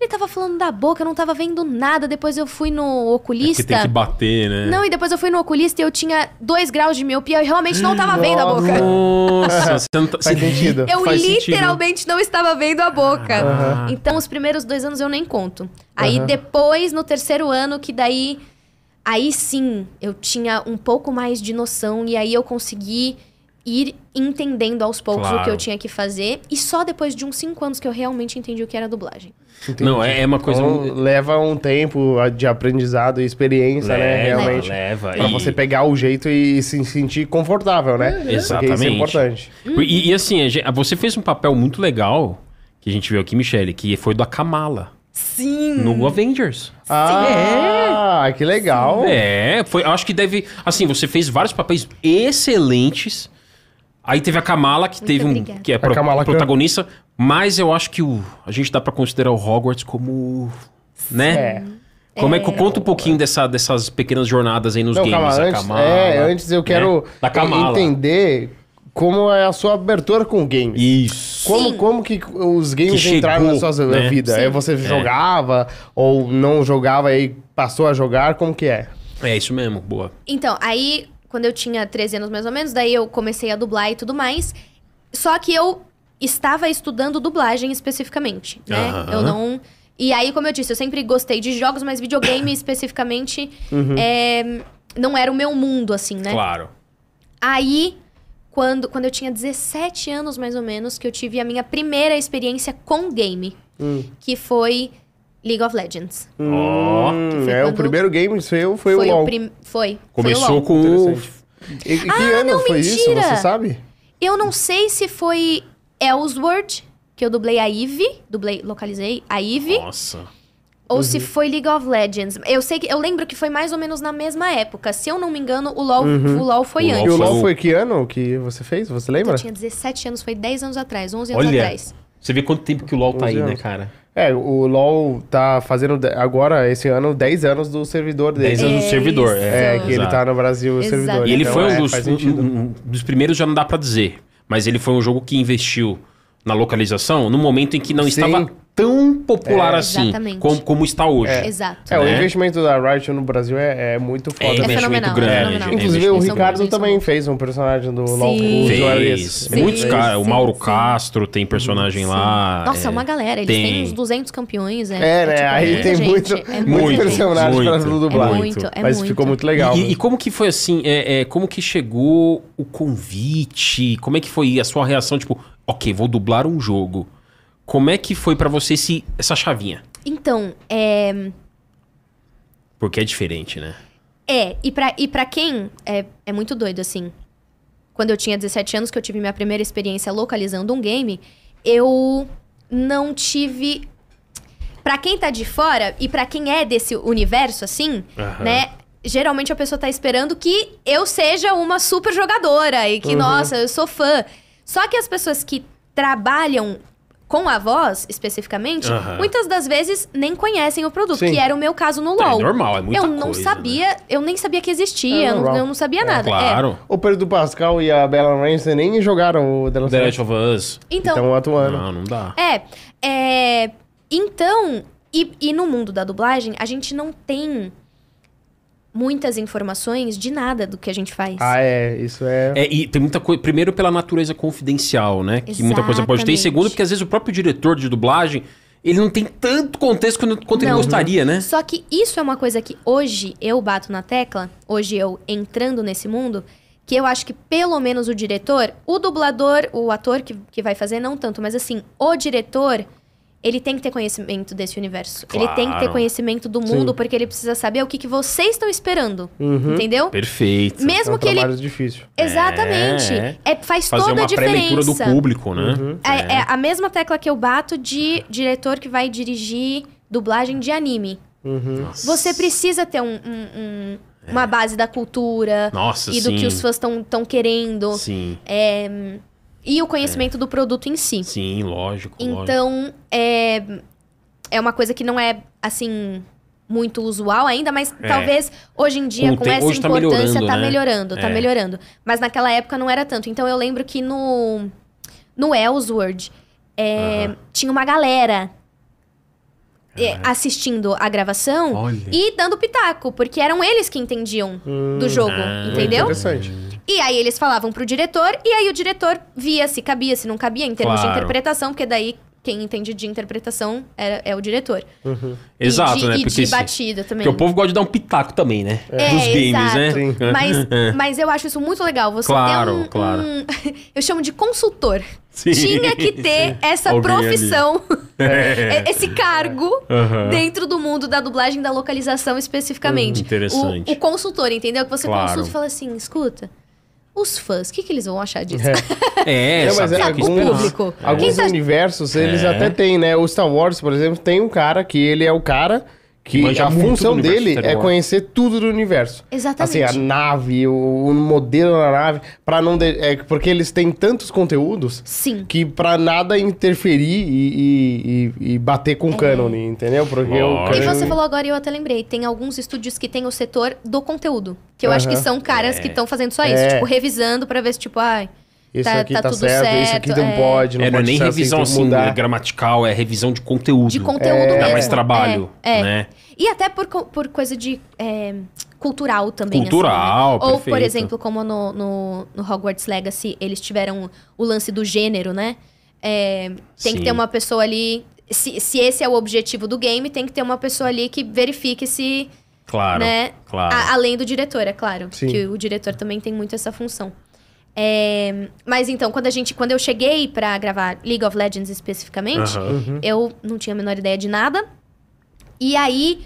S3: ele tava falando da boca, eu não tava vendo nada. Depois eu fui no
S2: É Porque
S3: oculista.
S2: tem que bater, né?
S3: Não, e depois eu fui no oculista e eu tinha 2 graus de miopia e realmente não tava vendo a boca.
S2: Nossa, você não tá...
S1: Faz
S2: você-
S1: sentido.
S3: Eu
S2: Faz sentido. Ah.
S3: literalmente não estava vendo a boca.
S2: Aham.
S3: Então, os primeiros dois anos eu nem conto. Aí,
S1: Aham.
S3: depois, no terceiro ano, que daí. Aí sim, eu tinha um pouco mais de noção e aí eu consegui ir entendendo aos poucos o que
S2: Claro.
S3: eu tinha que fazer. E só depois de uns cinco anos que eu realmente entendi o que era dublagem.
S2: Não, é, é uma coisa...
S1: Então, leva um tempo a- de aprendizado e experiência, né? Realmente.
S2: leva.
S1: Pra
S2: e-
S1: você pegar o jeito e se sentir confortável, né? Porque isso é
S2: Exatamente.
S1: importante.
S2: E, e assim, a gente- você fez um papel muito legal, que a gente viu aqui, Michele, que foi da Kamala,
S3: Sim!
S2: no Avengers.
S1: Ah, que legal.
S2: É, foi, acho que deve. Assim, você fez vários papéis excelentes. Aí teve a Kamala, que
S3: Muito
S2: teve um.
S3: obrigada.
S2: que é pro-
S1: Kamala Khan.
S2: protagonista. Mas eu acho que o, a gente dá pra considerar o Hogwarts como. Né?
S1: É.
S2: Como é que conta um pouquinho dessa, dessas pequenas jornadas aí nos
S1: Não,
S2: games?
S1: calma,
S2: a
S1: antes,
S2: Kamala,
S1: é, antes eu
S2: né?
S1: quero
S2: Da Kamala.
S1: entender como é a sua abertura com games.
S2: Isso.
S1: Como,
S3: Sim.
S1: como que os games
S2: Que
S1: entraram na
S2: chegou,
S1: sua
S2: né?
S1: vida?
S3: Sim.
S1: É, você jogava ou não jogava e aí passou a jogar? Como que é?
S2: É isso mesmo, boa.
S3: Então, aí, quando eu tinha 13 anos mais ou menos, daí eu comecei a dublar e tudo mais. Só que eu estava estudando dublagem especificamente, né?
S2: Aham.
S3: Eu não. E aí, como eu disse, eu sempre gostei de jogos, mas videogame especificamente
S1: Uhum.
S3: é, não era o meu mundo, assim, né?
S2: Claro.
S3: Aí, quando, quando eu tinha 17 anos mais ou menos, que eu tive a minha primeira experiência com game,
S1: Hum.
S3: que foi League of Legends.
S2: Ó.
S1: Hum,
S3: foi
S1: é, o
S3: quando-
S1: primeiro game seu foi, o LoL.
S3: prim- foi. foi o
S2: Começou
S3: LOL.
S2: com o.
S1: Interessante. E, e que ano foi isso?
S3: mentira!
S1: Você sabe?
S3: Eu não sei se foi Ellsworth, que eu dublei a Eve, dublei, localizei a Eve,
S2: Nossa.
S3: ou se
S1: Uhum.
S3: foi League of Legends. Eu sei que eu lembro que foi mais ou menos na mesma época. Se eu não me engano, o LoL, o LoL foi
S2: O LoL
S1: E Uhum. o
S3: antes.
S2: foi
S1: LoL
S2: o-
S1: foi que ano que você fez? Você lembra?
S3: Eu tinha 17 anos, foi 10 anos atrás, 11 anos
S2: Olha.
S3: atrás.
S2: Você vê quanto tempo que o LOL tá aí,
S1: 11
S2: né,
S1: anos.
S2: cara?
S1: É, o LoL tá fazendo de- agora, esse ano, 10 anos do servidor dele.
S2: 10 anos do
S3: É
S2: servidor.
S3: isso.
S1: É, que ele
S2: exato.
S1: tá no Brasil, o
S3: Exato.
S1: servidor.
S2: E ele
S1: então,
S2: foi um,
S1: é,
S2: dos,
S1: faz sentido.
S2: um- um dos primeiros, já não dá pra dizer. Mas ele foi um jogo que investiu na localização no momento em que não
S1: Sim.
S2: estava tão popular assim
S3: É. Exatamente.
S2: como, como está hoje.
S3: Exato.
S1: É, o
S2: né?
S1: investimento da Riot no Brasil é, é muito
S2: É
S1: foda.
S2: investimento
S3: fenomenal,
S2: grande.
S3: é
S2: é
S3: fenomenal.
S1: Inclusive, o
S2: investimento
S3: são
S1: Ricardo
S3: bons, são
S1: também
S3: bons.
S1: fez um personagem do LoL.
S3: Sim.
S1: o
S2: Fez. É
S1: Juarez.
S3: Sim.
S2: Muitos caras. O
S3: Sim,
S2: Mauro
S3: sim.
S2: Castro tem personagem
S3: Sim.
S2: lá.
S3: Nossa, é uma galera. Eles
S2: tem.
S3: têm uns 200 campeões. É,
S1: É, né?
S3: tipo,
S1: Aí
S3: muita
S1: tem
S3: gente,
S1: muito,
S3: é
S1: muito,
S3: muita
S2: muito
S3: gente.
S1: personagem pra
S2: muito,
S1: dublar.
S3: É muito, é
S1: Mas
S3: muito.
S1: ficou muito
S2: E-
S1: legal.
S2: E,
S1: né?
S2: e como que foi assim? É, é, como que chegou o convite? Como é que foi a sua reação? Tipo, ok, vou dublar um jogo. Como é que foi pra você esse, essa chavinha?
S3: Então, é,
S2: Porque é diferente, né?
S3: É, e pra, e pra quem é, é muito doido, assim. Quando eu tinha 17 anos, que eu tive minha primeira experiência localizando um game, eu não tive. Pra quem tá de fora e pra quem é desse universo, assim,
S2: Aham.
S3: né? Geralmente
S2: Uhum.
S3: a pessoa tá esperando que eu seja uma super jogadora e que, nossa, eu sou fã. Só que as pessoas que trabalham com a voz, especificamente,
S2: Aham.
S3: muitas das vezes nem conhecem o produto,
S1: Sim.
S3: que era o meu caso no
S2: Tá, é
S3: LOL.
S2: normal, é muita
S3: Eu não
S2: coisa, Tá
S3: sabia, eu nem sabia que
S1: É
S3: existia, eu, não,
S1: normal.
S3: eu não sabia nada. É.
S2: Claro.
S1: O Pedro Pascal e a Bella Ramsey nem jogaram o The Last
S2: The
S1: Night.
S2: Last Ah. of Us.
S3: Então,
S1: Estão atuando.
S2: Não, não dá.
S3: É, é, então, e, e no mundo da dublagem, a gente não tem muitas informações de nada do que a gente faz.
S1: Ah, é. Isso é...
S2: É, e tem muita coisa. Primeiro, pela natureza confidencial, né? Que muita coisa pode ter. E
S3: Exatamente.
S2: segundo, porque às vezes o próprio diretor de dublagem ele não tem tanto contexto quanto, quanto ele
S3: Não.
S2: gostaria, né?
S3: Só que isso é uma coisa que hoje eu bato na tecla, hoje eu entrando nesse mundo, que eu acho que pelo menos o diretor, o dublador, o ator que, que vai fazer, não tanto, mas assim, o diretor, ele tem que ter conhecimento desse universo. Ele tem que ter
S2: Claro.
S3: conhecimento do mundo, porque ele precisa saber o que, que vocês estão esperando.
S2: É.
S1: Uhum.
S3: Entendeu?
S2: Perfeito.
S1: É
S3: Mesmo
S1: um
S3: que ele.
S1: trabalho difícil.
S3: Exatamente.
S2: É.
S3: É, faz
S2: Fazer
S3: toda a
S2: uma pré-leitura do
S3: diferença.
S2: público, né?
S1: Uhum.
S3: É, é a mesma tecla que eu bato de diretor que vai dirigir dublagem de anime.
S1: Uhum.
S2: Nossa.
S3: Você precisa ter um- um- um- uma base da cultura
S2: Nossa,
S3: e do
S2: É. sim.
S3: que os fãs É. estão querendo.
S2: Sim,
S3: E o conhecimento do produto em si.
S2: sim, É. lógico. lógico.
S3: Então, é, é uma coisa que não é, assim, muito usual ainda, mas
S2: É.
S3: talvez hoje em dia,
S2: Com o
S3: com
S2: tempo-
S3: essa
S2: hoje tá
S3: importância,
S2: melhorando,
S3: tá
S2: né?
S3: melhorando, tá
S2: É.
S3: melhorando. Mas naquela época não era tanto. Então eu lembro que no, no Ellsworth é,
S2: Aham.
S3: tinha uma galera é, assistindo a gravação
S2: Olha.
S3: e dando pitaco, porque eram eles que entendiam do jogo,
S2: Ah.
S3: entendeu?
S1: Hum. Interessante.
S3: E aí eles falavam pro diretor, e aí o diretor via se cabia, se não cabia, em termos
S2: Claro.
S3: de interpretação, porque daí quem entende de interpretação é, é o diretor.
S2: Exato,
S3: e de,
S2: né?
S3: E
S2: Porque,
S3: de
S2: se-
S3: batida também.
S2: porque o povo gosta de dar um pitaco também, né?
S3: É,
S2: Dos games,
S3: exato.
S2: né?
S1: Sim.
S3: Mas, mas eu acho isso muito legal. Você
S2: Claro,
S3: ter um,
S2: claro.
S3: um- eu chamo de consultor.
S2: Sim.
S3: Tinha que ter essa
S2: Alguém ali.
S3: profissão, esse cargo
S2: É. Aham.
S3: dentro do mundo da dublagem e da localização especificamente.
S2: Hum, interessante.
S3: O, o consultor, entendeu? Que você
S2: Claro.
S3: consulta e fala assim, escuta, os fãs, o que, que eles vão achar disso?
S1: É,
S2: É,
S1: mas
S2: sabe?
S1: é,
S2: Tem que
S1: alguns-
S2: esperar.
S3: público. Quem
S1: Alguns
S3: tá-
S1: universos, eles
S2: É.
S1: até têm, né? O Star Wars, por exemplo, tem um cara que ele é o cara que
S2: Manja
S1: a
S2: muito
S1: função
S2: do universo
S1: dele
S2: Star
S1: é
S2: Wars.
S1: conhecer tudo do universo.
S3: Exatamente.
S1: Assim, a nave, o, o modelo da nave, para não de- é porque eles têm tantos conteúdos
S3: Sim.
S1: que pra nada interferir e, e- e- e bater com o cânone, entendeu? Porque o
S2: Lógico.
S3: É. E
S1: cânone...
S3: você falou agora e eu até lembrei, tem alguns estúdios que tem o setor do conteúdo, que eu acho que
S1: Aham.
S3: são caras que estão fazendo só isso,
S1: É.
S3: tipo revisando pra ver se tipo, ai,
S1: Isso
S3: tá-
S1: aqui
S3: tá
S1: tá,
S3: tudo
S1: certo, isso
S3: certo,
S1: aqui não
S3: é.
S1: pode, não
S2: É, não é
S1: pode
S2: nem
S1: ser assim,
S2: revisão
S1: tem que
S2: assim,
S1: mudar.
S2: gramatical, é revisão de conteúdo.
S1: Uhum.
S3: de conteúdo
S2: Dá
S3: mesmo.
S2: mais trabalho,
S3: É, é.
S2: né?
S3: E até por, co- por coisa de é, cultural também. assim,
S2: Cultural,
S3: né? Ou, por
S2: perfeito.
S3: exemplo, como no, no, no Hogwarts Legacy, eles tiveram o lance do gênero, né? É, tem
S2: Sim.
S3: que ter uma pessoa ali. Se, se esse é o objetivo do game, tem que ter uma pessoa ali que verifique se.
S2: Claro,
S3: né?
S2: claro.
S3: a- além do diretor, é claro.
S1: Sim.
S3: Que o diretor também tem muito essa função. É, mas então, quando a gente. Quando eu cheguei pra gravar League of Legends especificamente,
S2: Aham.
S3: eu não tinha a menor ideia de nada. E aí,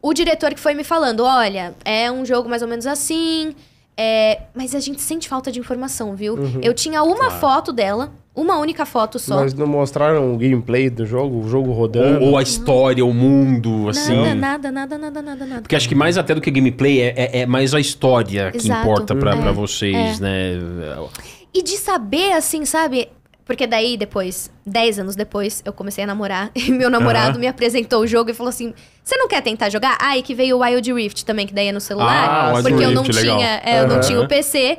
S3: o diretor que foi me falando: olha, é um jogo mais ou menos assim. é, mas a gente sente falta de informação, viu? Eu tinha uma foto dela, uma única foto só.
S1: Mas não mostraram o gameplay do jogo, o jogo rodando.
S2: Ou, ou a história, o mundo, assim.
S3: Nada, nada, nada, nada, nada, nada.
S2: Porque acho que mais até do que gameplay é, é- é mais a história que
S3: Exato.
S2: importa pra,
S3: É,
S2: pra vocês, né?
S3: E de saber, assim, sabe? Porque daí, depois, 10 anos depois, eu comecei a namorar. E meu namorado
S2: Aham.
S3: me apresentou o jogo e falou assim: Você não quer tentar jogar? Ah, e que veio o Wild Rift também, que daí é no celular.
S2: Ah, Wild
S3: porque eu não
S2: Rift, legal.
S3: tinha, é, eu não
S2: Aham.
S3: tinha o PC.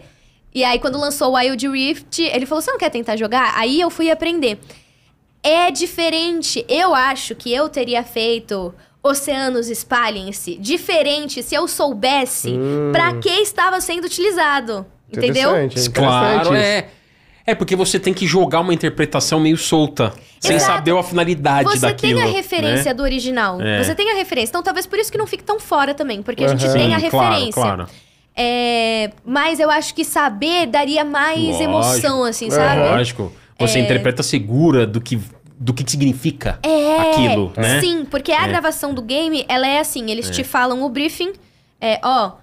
S3: E aí, quando lançou o Wild Rift, ele falou: Você não quer tentar jogar? Aí eu fui aprender. É diferente. Eu acho que eu teria feito Oceanos Espalhem-se diferente se eu soubesse pra
S2: Hum.
S3: que estava sendo utilizado. Entendeu?
S1: Interessante, é
S2: Claro,
S1: interessante
S2: é. É porque você tem que jogar uma interpretação meio solta, sem
S3: Exato.
S2: saber a finalidade
S3: Você
S2: daquilo.
S3: tem a referência
S2: né?
S3: do original.
S2: É.
S3: Você tem a referência. Então, talvez por isso que não fique tão fora também, porque a gente
S1: Aham.
S3: tem a
S2: Sim,
S3: referência.
S2: Claro, claro.
S3: É, mas eu acho que saber daria mais
S2: Lógico.
S3: emoção, assim, sabe?
S2: É
S3: É.
S2: Lógico. Você interpreta segura do que, do que significa aquilo, né?
S3: É, Sim, porque a gravação do game, ela é assim, eles te falam o briefing, é, ó,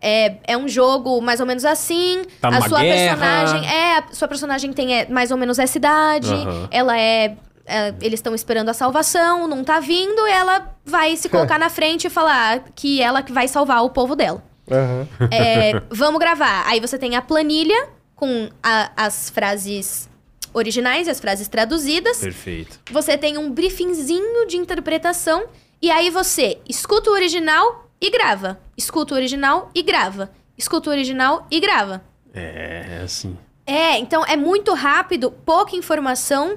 S3: é, é um jogo mais ou menos assim,
S2: Tá
S3: a
S2: numa
S3: sua
S2: guerra.
S3: personagem é, a sua personagem tem é, mais ou menos essa idade,
S2: Aham.
S3: ela é, é, eles estão esperando a salvação, não tá vindo, ela vai se colocar na frente e falar que ela que vai salvar o povo dela.
S1: Aham.
S3: É, vamos gravar. Aí você tem a planilha com a- as frases originais e as frases traduzidas.
S2: Perfeito.
S3: Você tem um briefinzinho de interpretação e aí você escuta o original e grava. Escuta o original e grava. Escuta o original e grava.
S2: É, assim.
S3: É, então é muito rápido, pouca informação.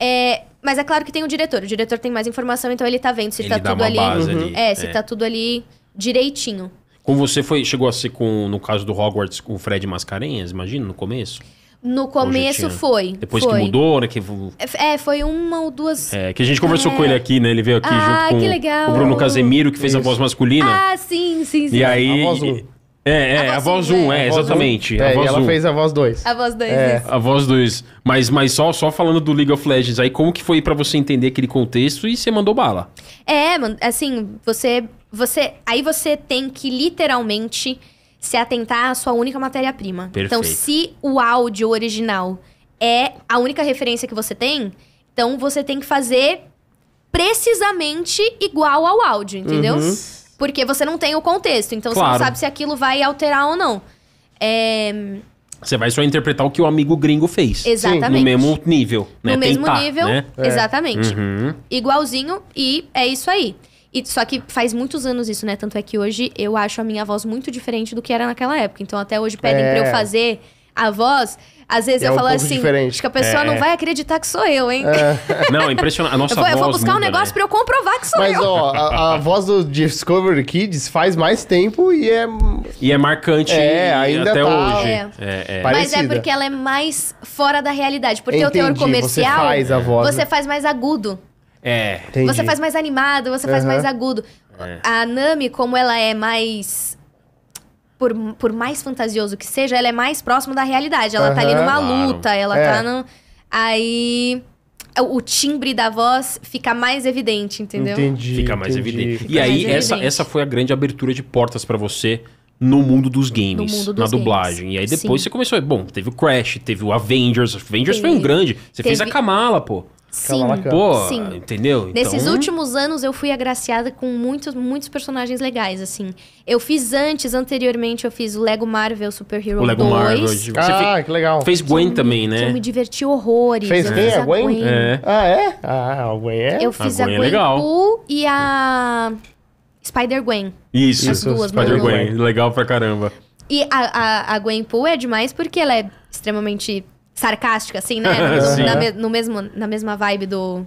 S3: é, mas é claro que tem o diretor. O diretor tem mais informação, então ele tá vendo se
S2: Ele
S3: tá
S2: dá
S3: tudo
S2: uma
S3: ali.
S2: base ali,
S3: É, se
S2: é.
S3: tá tudo ali direitinho.
S2: Com você foi, chegou a ser com, no caso do Hogwarts, com o Fred Mascarenhas, imagina, no começo?
S3: No começo
S2: tinha.
S3: foi.
S2: Depois que
S3: foi.
S2: mudou, né? Que, vo-
S3: É, foi uma ou duas.
S2: é, que a gente conversou com ele aqui, né? Ele veio aqui
S3: Ah,
S2: junto
S3: que
S2: com
S3: legal.
S2: o Bruno Casemiro, que fez a
S1: Isso.
S2: voz masculina.
S3: Ah, sim, sim, sim.
S2: e aí.
S1: A voz um.
S2: É, é,
S3: A
S2: a
S3: voz
S2: voz
S3: um,
S2: 1, é,
S1: A voz um.
S2: exatamente.
S1: É,
S2: a voz
S1: e ela
S2: um.
S1: fez a voz 2.
S3: A voz dois.
S1: É.
S3: né?
S2: A voz 2. Mas, mas só, só falando do League of Legends, aí como que foi pra você entender aquele contexto e você mandou bala?
S3: É, mano, assim, você, você. Aí você tem que literalmente se atentar à sua única matéria-prima. Então,
S2: Perfeito.
S3: se o áudio original é a única referência que você tem, então você tem que fazer precisamente igual ao áudio, entendeu?
S1: Uhum.
S3: Porque você não tem o contexto, então você
S2: Claro.
S3: não sabe se aquilo vai alterar ou não. É,
S2: Você vai só interpretar o que o amigo gringo fez.
S3: exatamente.
S2: No mesmo nível, né?
S3: No mesmo
S2: Tentar,
S3: nível,
S2: né?
S3: exatamente.
S2: Uhum.
S3: igualzinho e é isso aí. E, só que faz muitos anos isso, né? Tanto é que hoje eu acho a minha voz muito diferente do que era naquela época. Então até hoje pedem
S1: É.
S3: pra eu fazer a voz. Às vezes
S1: É
S3: eu
S1: um
S3: falo
S1: pouco
S3: assim,
S1: diferente. É.
S3: acho que a pessoa
S2: É.
S3: não vai acreditar que sou eu, hein?
S2: Não, é impressionante. A nossa
S3: eu, vou, eu
S2: voz
S3: vou buscar um
S2: muda, né?
S3: negócio pra eu comprovar que sou
S1: Mas,
S3: eu.
S1: ó, a, a voz do Discovery Kids faz mais tempo e é.
S2: E é marcante
S1: É,
S2: e-
S1: ainda
S2: até
S1: tá-
S2: hoje.
S3: É.
S2: É,
S1: Parece-
S2: é.
S3: Mas é
S1: parecida.
S3: porque ela é mais fora da realidade. Porque o teor
S1: Entendi,
S3: comercial,
S1: Você faz a voz. né?
S3: você faz mais agudo.
S2: É.
S1: Entendi.
S3: Você faz mais animado, você faz
S1: Aham.
S3: mais agudo.
S2: É.
S3: A Nami, como ela é mais. Por, por mais fantasioso que seja, ela é mais próxima da realidade. Ela tá ali
S1: Aham.
S3: numa
S2: Claro.
S3: luta, ela
S1: É.
S3: tá no. Aí. O o timbre da voz fica mais evidente, entendeu?
S1: Entendi.
S2: Fica mais
S1: entendi.
S2: evidente.
S3: mais
S2: E aí, essa,
S3: evidente.
S2: essa foi a grande abertura de portas pra você no mundo dos games,
S3: No
S2: na
S3: mundo dos games.
S2: dublagem. E aí depois
S3: Sim.
S2: você começou, bom, teve o Crash, teve o Avengers, Avengers foi um
S3: Teve-
S2: grande. Você fez a
S3: teve-
S2: Kamala, pô.
S3: Sim.
S1: Cavalaca.
S2: Pô,
S3: Sim.
S2: entendeu?
S3: Nesses
S2: Então-
S3: últimos anos eu fui agraciada com muitos, muitos personagens legais, assim. Eu fiz antes, anteriormente, eu fiz o Lego Marvel Super Hero
S2: O Lego
S3: 2.
S2: Marvel. Você
S1: Ah,
S2: fe-
S1: que legal.
S3: é,
S2: fez Gwen
S3: um,
S2: também,
S3: Que eu
S2: né?
S3: me diverti horrores.
S1: Fez
S3: eu
S1: quem?
S3: fiz
S1: A Gwen?
S2: É.
S1: Ah, é? Ah, alguém é?
S3: Eu fiz
S2: A
S3: a
S2: Gwen
S3: Gwen,
S2: é legal.
S3: Pooh e a Spider-Gwen.
S2: Isso.
S1: As duas,
S3: é.
S2: Spider-Gwen.
S1: mano.
S2: Legal pra caramba.
S3: E a, a, a Gwen Pooh é demais porque ela é extremamente sarcástica, assim, né?
S2: Sim.
S3: No, na, me- no mesmo, na mesma vibe do,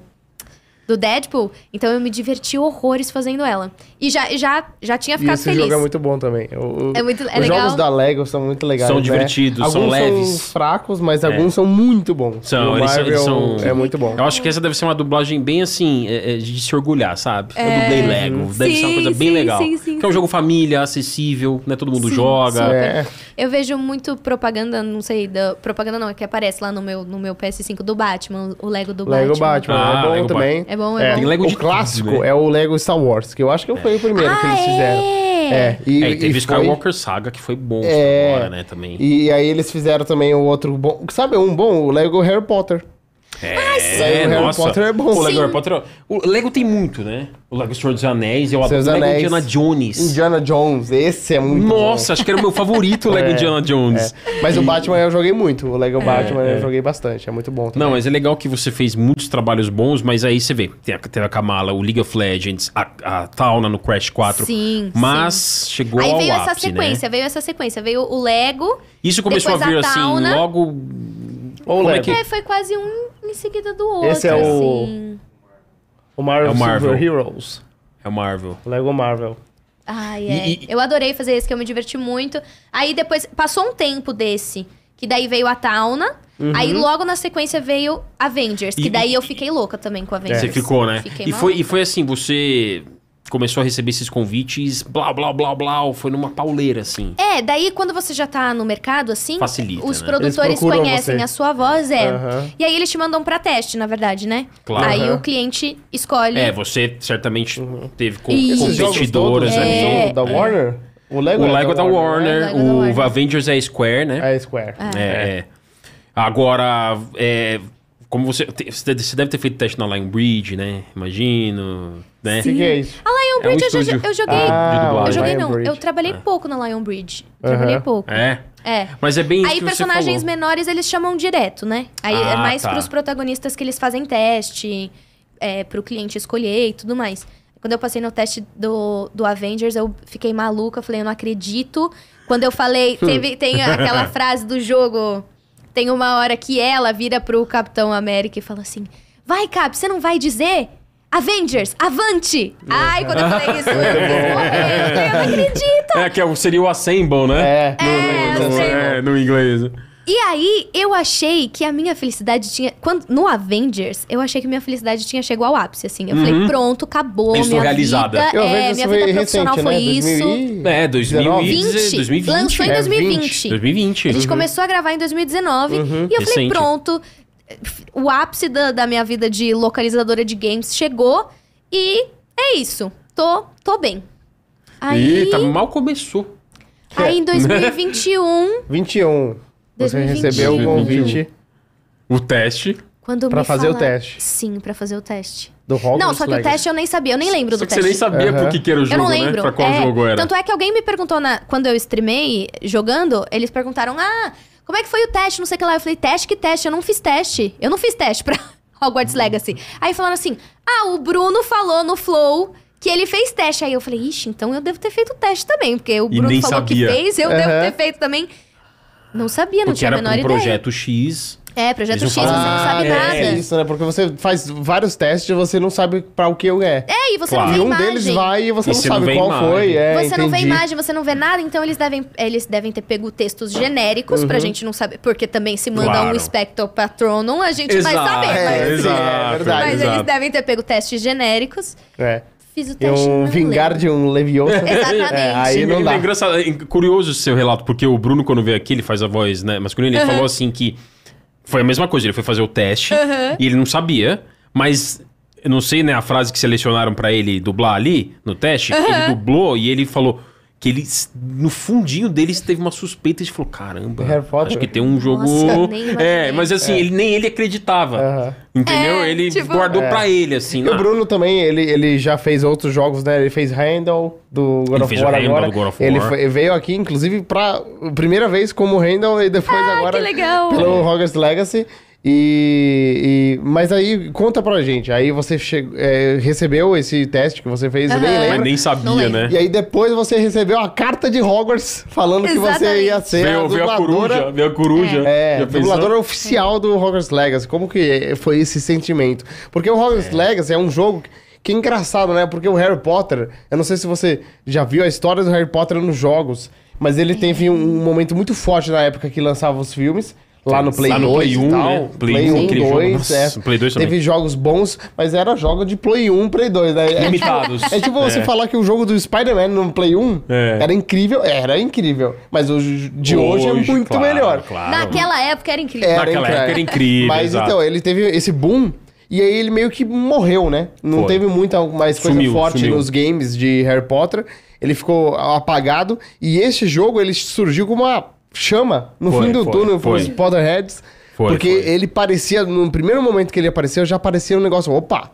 S3: do Deadpool. Então eu me diverti horrores fazendo ela. E já, já, já tinha
S1: E
S3: ficado
S1: esse
S3: feliz.
S1: jogo é muito bom também. O- o-
S3: É muito- é
S1: os jogos
S3: legal.
S1: da Lego são muito legais.
S2: São
S1: né?
S2: divertidos,
S1: alguns
S2: são leves. É.
S1: São fracos, mas alguns são muito bons.
S2: São,
S1: o
S2: eles são-
S1: Marvel
S2: eles são-
S1: é muito bom.
S2: Eu acho que essa deve ser uma dublagem bem assim, é, é, de se orgulhar, sabe? Eu dublei Lego. Deve ser uma
S3: É. Uhum. Sim,
S2: coisa bem
S3: sim,
S2: legal.
S3: sim, sim,
S2: que é um jogo família, acessível, né? Todo mundo joga.
S3: sim.
S1: É.
S3: Eu vejo muito propaganda, não sei, da, propaganda não, é que aparece lá no meu, no meu PS5 do Batman, o Lego do
S1: Lego Batman,
S3: Batman.
S2: Ah,
S1: é bom
S2: Lego
S1: também.
S3: É bom, é,
S2: Tem
S3: bom.
S2: Lego de
S1: o
S2: tudo,
S1: clássico
S2: né?
S1: é o Lego Star Wars, que eu acho que foi o primeiro que
S3: Ah,
S1: eles fizeram. É, e,
S2: É, e teve
S1: e foi-
S2: Skywalker Saga, que foi bom
S1: É.
S2: agora, né? Também.
S1: E aí eles fizeram também o outro bom. Sabe um bom? O Lego Harry Potter.
S2: É,
S1: Lego Ah, Harry Potter é bom.
S2: O Lego
S1: Sim.
S2: Harry Potter. O Lego tem muito, né? O Lego Senhor dos Anéis, eu adoro
S1: Seus
S2: o Lego
S1: Anéis.
S2: Indiana Jones.
S1: Indiana Jones, esse é muito bom.
S2: Nossa, acho que era o meu favorito, o Lego
S1: É,
S2: Indiana Jones.
S1: É. Mas o Batman eu joguei muito. O Lego Batman eu joguei bastante. É muito bom também.
S3: Né?
S2: Não, mas é legal que você fez muitos trabalhos bons, mas aí você vê, tem a, teve a Kamala, o League of Legends, a, a Tauna no Crash 4.
S3: Sim,
S2: Mas
S3: sim.
S2: chegou
S3: Aí
S2: ao
S3: veio essa
S2: ápice, né?
S3: sequência, veio essa sequência. Veio o Lego.
S2: Isso começou
S3: depois
S2: a vir
S3: a
S2: assim,
S3: Tauna.
S2: logo...
S1: Ou
S2: Como é
S1: Lego.
S2: que-
S3: É, foi quase um em seguida do outro.
S1: Esse é o-
S3: assim.
S1: O Marvel,
S2: É o Marvel.
S1: Super Heroes.
S2: É o Marvel.
S1: Lego Marvel.
S3: Ai,
S2: E-
S3: é.
S2: e-
S3: Eu adorei fazer esse, que eu me diverti muito. Aí depois, passou um tempo desse, que daí veio a Tauna.
S1: Uhum.
S3: Aí logo na sequência veio Avengers, que
S2: E-
S3: daí eu fiquei louca também com Avengers.
S2: Você ficou, né?
S3: Fiquei
S2: E foi, e foi assim, você começou a receber esses convites, blá, blá, blá, blá, foi numa pauleira, assim.
S3: É, daí quando você já tá no mercado, assim,
S2: Facilita,
S3: os
S2: né?
S1: Eles
S3: produtores
S1: procuram
S3: conhecem
S1: você.
S3: a sua voz, é.
S1: Aham.
S3: E aí eles te mandam pra teste, na verdade, né?
S2: Claro.
S3: Aí
S1: Aham.
S3: o cliente escolhe.
S2: É, você certamente teve com,
S3: Isso.
S1: Esses jogos
S2: competidoras
S1: todos,
S2: ali. É.
S1: o da Warner? O Lego,
S2: O
S1: é
S2: Lego é da Warner,
S1: né?
S3: É, o Lego é da
S2: o
S3: Warner.
S2: Avengers é Square, né?
S1: É Square.
S2: É. é. Agora, é, como você, te- você deve- você deve ter feito teste na Lionbridge, né? Imagino, né?
S1: O que, que é isso?
S3: A Lionbridge
S2: É um
S3: Ah, eu, já-
S2: estúdio.
S3: eu joguei.
S2: Ah,
S3: eu
S2: dublagem.
S3: joguei, não.
S1: Lionbridge.
S3: Eu trabalhei pouco na Lionbridge. Trabalhei pouco.
S2: É?
S3: É.
S2: Mas é bem isso
S3: Aí
S2: que
S3: personagens
S2: você falou.
S3: menores eles chamam direto, né? Aí é
S2: Ah,
S3: mais
S2: tá.
S3: pros protagonistas que eles fazem teste, é, pro cliente escolher e tudo mais. Quando eu passei no teste do, do Avengers, eu fiquei maluca, falei, eu não acredito. Quando eu
S2: Hum.
S3: falei, teve, tem aquela frase do jogo, tem uma hora que ela vira pro Capitão América e fala assim, vai Cap, você não vai dizer? Avengers, avante!
S2: Uhum.
S3: Ai, quando eu falei isso, eu quis morrer, eu falei, eu não acredito!
S2: É, que é o- seria o Assemble, né?
S1: É.
S3: É,
S2: No,
S3: Assemble.
S2: é, no inglês.
S3: E aí, eu achei que a minha felicidade tinha. Quando, no Avengers, eu achei que minha felicidade tinha chegado ao ápice, assim. Eu
S2: Uhum.
S3: falei, pronto, acabou.
S2: Eu estou
S3: minha
S2: realizada.
S3: Vida,
S1: Eu
S3: é,
S1: vejo
S3: minha
S1: isso
S3: vida
S1: foi
S3: profissional
S1: recente,
S3: foi
S1: né?
S3: isso.
S1: 2000 e-
S2: É, 2020.
S3: 20.
S2: 2020.
S3: Lançou em
S1: É, Uhum.
S3: 2020.
S2: 2020.
S3: A gente começou a gravar em 2019 e eu falei,
S2: Uhum. Recente.
S3: pronto. O ápice da, da minha vida de localizadora de games chegou e é isso. Tô, tô bem. Aí,
S2: Eita, tá, mal começou.
S3: aí em 2021,
S1: 21. Você
S3: 2021.
S1: recebeu o convite
S2: O teste.
S3: quando
S1: Pra
S3: me
S1: fazer o
S3: falaram-
S1: teste.
S3: Sim, pra fazer o teste.
S1: do Hogwarts
S3: Não, só que o
S1: Legacy.
S3: teste eu nem sabia, eu nem lembro
S2: Só
S3: do
S2: que
S3: teste.
S2: você nem sabia
S1: Aham.
S2: pro que, que era o
S3: eu
S2: jogo,
S3: não
S2: né?
S3: lembro.
S2: Pra qual
S3: É,
S2: jogo era.
S3: Tanto é que alguém me perguntou na- quando eu streamei jogando, eles perguntaram: Ah, como é que foi o teste? Não sei o que lá. Eu falei, teste que teste, eu não fiz teste. Eu não fiz teste pra Hogwarts Legacy. Aí falaram assim: Ah, o Bruno falou no Flow. Que ele fez teste. Aí eu falei, ixi, então eu devo ter feito o teste também. Porque o
S2: E
S3: Bruno
S2: nem
S3: falou
S2: sabia.
S3: que fez, eu
S1: Aham.
S3: devo ter feito também. Não sabia, não
S2: Porque
S3: tinha a
S2: era
S3: menor
S2: pra um
S3: ideia.
S2: projeto X.
S3: É, projeto
S2: Eles "Ah, não
S3: X, você não
S2: falam
S3: sabe
S2: nada.
S3: nada.
S1: É isso, né? Porque você faz vários testes e você não sabe pra o que é.
S3: É, e você
S2: Claro.
S3: não
S1: E
S3: vê
S1: um
S3: imagem.
S1: deles vai e você
S2: E
S1: não
S2: você não
S1: sabe
S2: vê
S1: qual
S2: imagem.
S1: foi. É,
S3: você não vê
S1: entendi.
S3: imagem, você não vê nada, então eles devem, eles devem ter pego textos genéricos
S1: Uhum.
S3: pra gente não saber. Porque também se manda
S2: Claro.
S3: um Spectral Patronum, a gente vai saber.
S1: é,
S3: Mas, assim, né?
S1: exato,
S2: é verdade.
S3: mas
S2: exato.
S3: eles devem ter pego testes genéricos.
S1: É.
S3: Fiz o
S1: E
S3: teste.
S1: um
S3: não
S1: vingar
S3: lembro.
S1: de um leviosa.
S3: tá Exatamente.
S1: É, aí
S2: Sim,
S1: não
S2: é
S1: dá.
S2: engraçado, é curioso esse seu relato, porque o Bruno, quando veio aqui, ele faz a voz né, masculina, ele falou assim que foi a mesma coisa, ele foi fazer o teste e ele não sabia, mas eu não sei, né, a frase que selecionaram pra ele dublar ali no teste, ele dublou e ele falou que ele, no fundinho dele, teve uma suspeita e falou, caramba,
S1: Harry Potter.
S2: acho que tem um jogo...
S3: Nossa, nem
S2: é,
S3: imaginei.
S2: mas assim, ele, nem ele acreditava,
S1: Aham.
S2: entendeu?
S3: É,
S2: ele
S3: tipo-
S2: guardou
S1: É.
S2: pra ele, assim,
S1: E o
S2: na-
S1: Bruno também, ele, ele já fez outros jogos, né? Ele fez Handle do God
S2: Ele
S1: of
S2: fez o
S1: War
S2: Handle
S1: agora.
S2: do God of
S1: Ele
S2: War.
S1: foi- veio aqui, inclusive, pra primeira vez como Handle e depois agora
S3: que legal.
S1: pelo Hogwarts Legacy. E, e- mas aí conta pra gente. Aí você che- é, recebeu esse teste que você fez, eu nem
S3: Aham.
S1: lembro.
S2: mas nem
S3: Não
S2: sabia,
S3: lembro.
S2: né?
S1: E aí depois você recebeu a carta de Hogwarts falando que você
S3: Exatamente.
S1: ia ser a
S2: Veio, veio a
S1: dubladora.
S2: coruja, veio a coruja.
S1: É,
S2: Já né? pensou?
S1: dubladora oficial do Hogwarts Legacy. Como que foi esse sentimento? Porque o Hogwarts Legacy é um jogo que é engraçado, né? Porque o Harry Potter, eu não sei se você já viu a história do Harry Potter nos jogos, mas ele teve um, um momento muito forte na época que lançava os filmes. Lá no Play
S2: Lá Tá no
S1: 2
S2: Play
S1: e
S2: 1,
S1: tal.
S2: né? Play
S1: Play,
S2: 1,
S1: 1,
S2: aquele jogo.
S1: 2,
S2: Nossa,
S1: é.
S2: Play 2 também.
S1: Teve jogos bons, mas era jogo de Play 1, Play 2, né? É-
S2: Limitados.
S1: É tipo você falar que o jogo do Spider-Man no Play 1
S2: É.
S1: era incrível, era incrível. Mas o j- de hoje, é muito
S2: claro,
S1: melhor.
S2: Claro.
S3: Naquela época era incrível.
S1: Era
S2: Naquela
S1: incrível.
S2: época era incrível,
S1: Mas
S2: exato.
S1: então, ele teve esse boom e aí ele meio que morreu, né? Não
S2: Foi.
S1: teve muita mais coisa
S2: Sumiu,
S1: forte
S2: sumiu.
S1: nos games de Harry Potter. Ele ficou apagado e esse jogo ele surgiu como uma chama no
S2: Foi,
S1: fim do
S2: foi,
S1: túnel para os
S2: foi.
S1: Potterheads.
S2: Foi,
S1: porque
S2: foi.
S1: ele parecia, no primeiro momento que ele apareceu, já parecia um negócio, opa,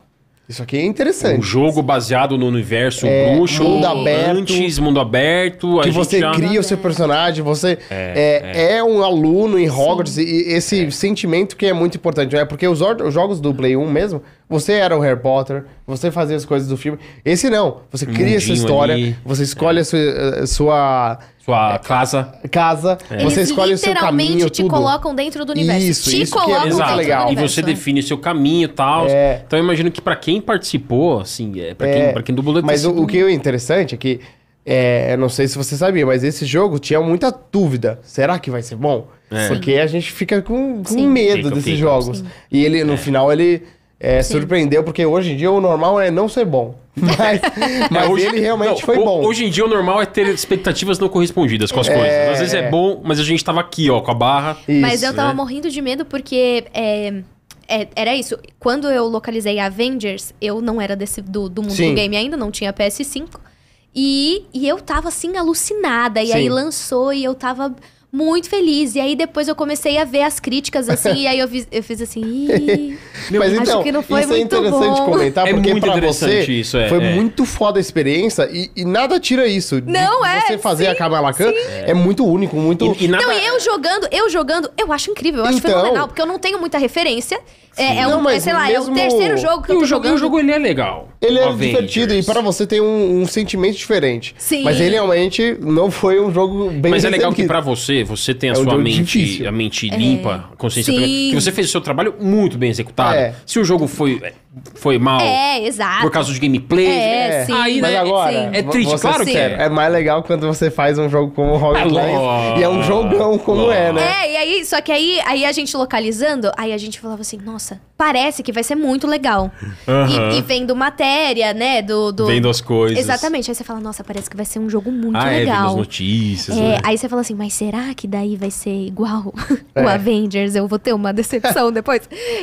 S1: isso aqui é interessante.
S2: Um jogo baseado no universo
S1: É,
S2: bruxo,
S1: mundo aberto.
S2: antes, mundo aberto. a
S1: que
S2: gente
S1: você
S2: já- né?
S1: cria o seu personagem, você é, é um aluno em Hogwarts, e e esse sentimento que é muito importante, né? Porque os, or- os jogos do Play 1 mesmo, você era o Harry Potter, você fazia as coisas do filme. Esse não, você cria essa
S2: Um mundinho
S1: história,
S2: ali. É.
S1: você escolhe a sua, a sua
S2: Sua casa.
S1: casa,
S3: Eles
S2: É.
S1: você escolhe o seu
S3: literalmente
S1: caminho,
S3: te
S1: tudo.
S3: colocam dentro do universo.
S1: Isso,
S3: te
S1: isso que é
S3: colocam
S1: muito
S3: dentro
S1: legal.
S3: do
S2: E
S3: universo.
S2: você
S3: né?
S2: define seu caminho e tal.
S1: É.
S2: Então eu imagino que pra quem participou, assim, é, pra,
S1: É,
S2: quem, pra quem dublou... deve
S1: Mas
S2: ter
S1: o,
S2: sido-
S1: o que é interessante é que, é, eu não sei se você sabia, mas esse jogo tinha muita dúvida. Será que vai ser bom?
S2: É.
S1: Porque a gente fica com, com
S3: Sim.
S1: medo
S2: Fica,
S1: desses
S2: fica.
S1: jogos.
S3: Sim.
S1: E ele, no final, ele é, surpreendeu, porque hoje em dia o normal é não ser bom. Mas, mas
S2: É, hoje-
S1: ele realmente
S2: não,
S1: foi
S2: ho-
S1: bom.
S2: Hoje em dia o normal é ter expectativas não correspondidas com as coisas. Às vezes é bom, mas a gente tava aqui, ó, com a barra.
S3: Mas
S1: Isso. é.
S3: eu tava
S2: né?
S3: morrendo de medo porque é, é, era isso. Quando eu localizei Avengers, eu não era desse, do, do mundo
S1: Sim.
S3: do game ainda, não tinha PS5. E, e eu tava assim, alucinada. E
S1: Sim.
S3: aí lançou e eu tava muito feliz. E aí depois eu comecei a ver as críticas, assim, e aí eu fiz, eu fiz assim. "Ih,
S1: Mas
S3: acho
S1: então,
S3: que não foi
S1: isso
S3: muito
S1: é interessante
S3: bom."
S1: comentar,
S2: É
S1: porque
S2: muito
S1: pra
S2: interessante
S1: você
S2: isso, é,
S1: foi
S2: é.
S1: muito foda a experiência e, e nada tira isso. De
S3: Não, é,
S1: Você fazer a Kamala Khan é. muito único, muito...
S2: E, e nada...
S3: Não, e eu jogando, eu jogando, eu acho incrível, eu acho
S1: Então.
S3: fenomenal, porque eu não tenho muita referência. É, é
S1: Não,
S3: um,
S1: mas
S3: é, sei lá, é o
S1: mesmo- um
S3: terceiro jogo que
S2: E
S3: eu tô
S2: o jogo, e
S3: jogando.
S2: o jogo ele é legal.
S1: Ele é
S2: Avengers.
S1: divertido e pra você tem um, um sentimento diferente.
S3: Sim.
S1: Mas ele realmente não foi um jogo bem
S2: Mas é legal que
S1: recebido.
S2: pra você, você tem a
S1: É um
S2: sua
S1: jogo
S2: mente,
S1: difícil.
S2: a mente limpa, a consciência
S3: É. Sim.
S2: tranquila, que você fez o seu trabalho muito bem executado.
S1: É.
S2: Se o jogo foi foi mal
S3: É, exato.
S2: por causa de gameplay,
S3: É, sim.
S2: aí
S1: Mas
S2: né,
S1: agora,
S2: é
S1: vou-
S2: triste,
S1: vou ser
S2: claro que
S1: sincero,
S2: é.
S1: é. mais legal quando você faz um jogo como o
S2: É
S1: Rocket
S2: lógico.
S1: Clans. E é um jogão como é, né?
S3: É, e aí, só que aí, aí a gente localizando, aí a gente falava assim, nossa, parece que vai ser muito legal.
S2: Aham.
S3: E, e vendo matéria, né? Do, do...
S2: Vendo as coisas.
S3: Exatamente. Aí você fala, nossa, parece que vai ser um jogo muito
S2: Ah, é, vendo as
S3: legal.
S2: notícias.
S3: É,
S2: né?
S3: aí você fala assim, mas será que daí vai ser igual o
S1: É.
S3: Avengers? Eu vou ter uma decepção depois.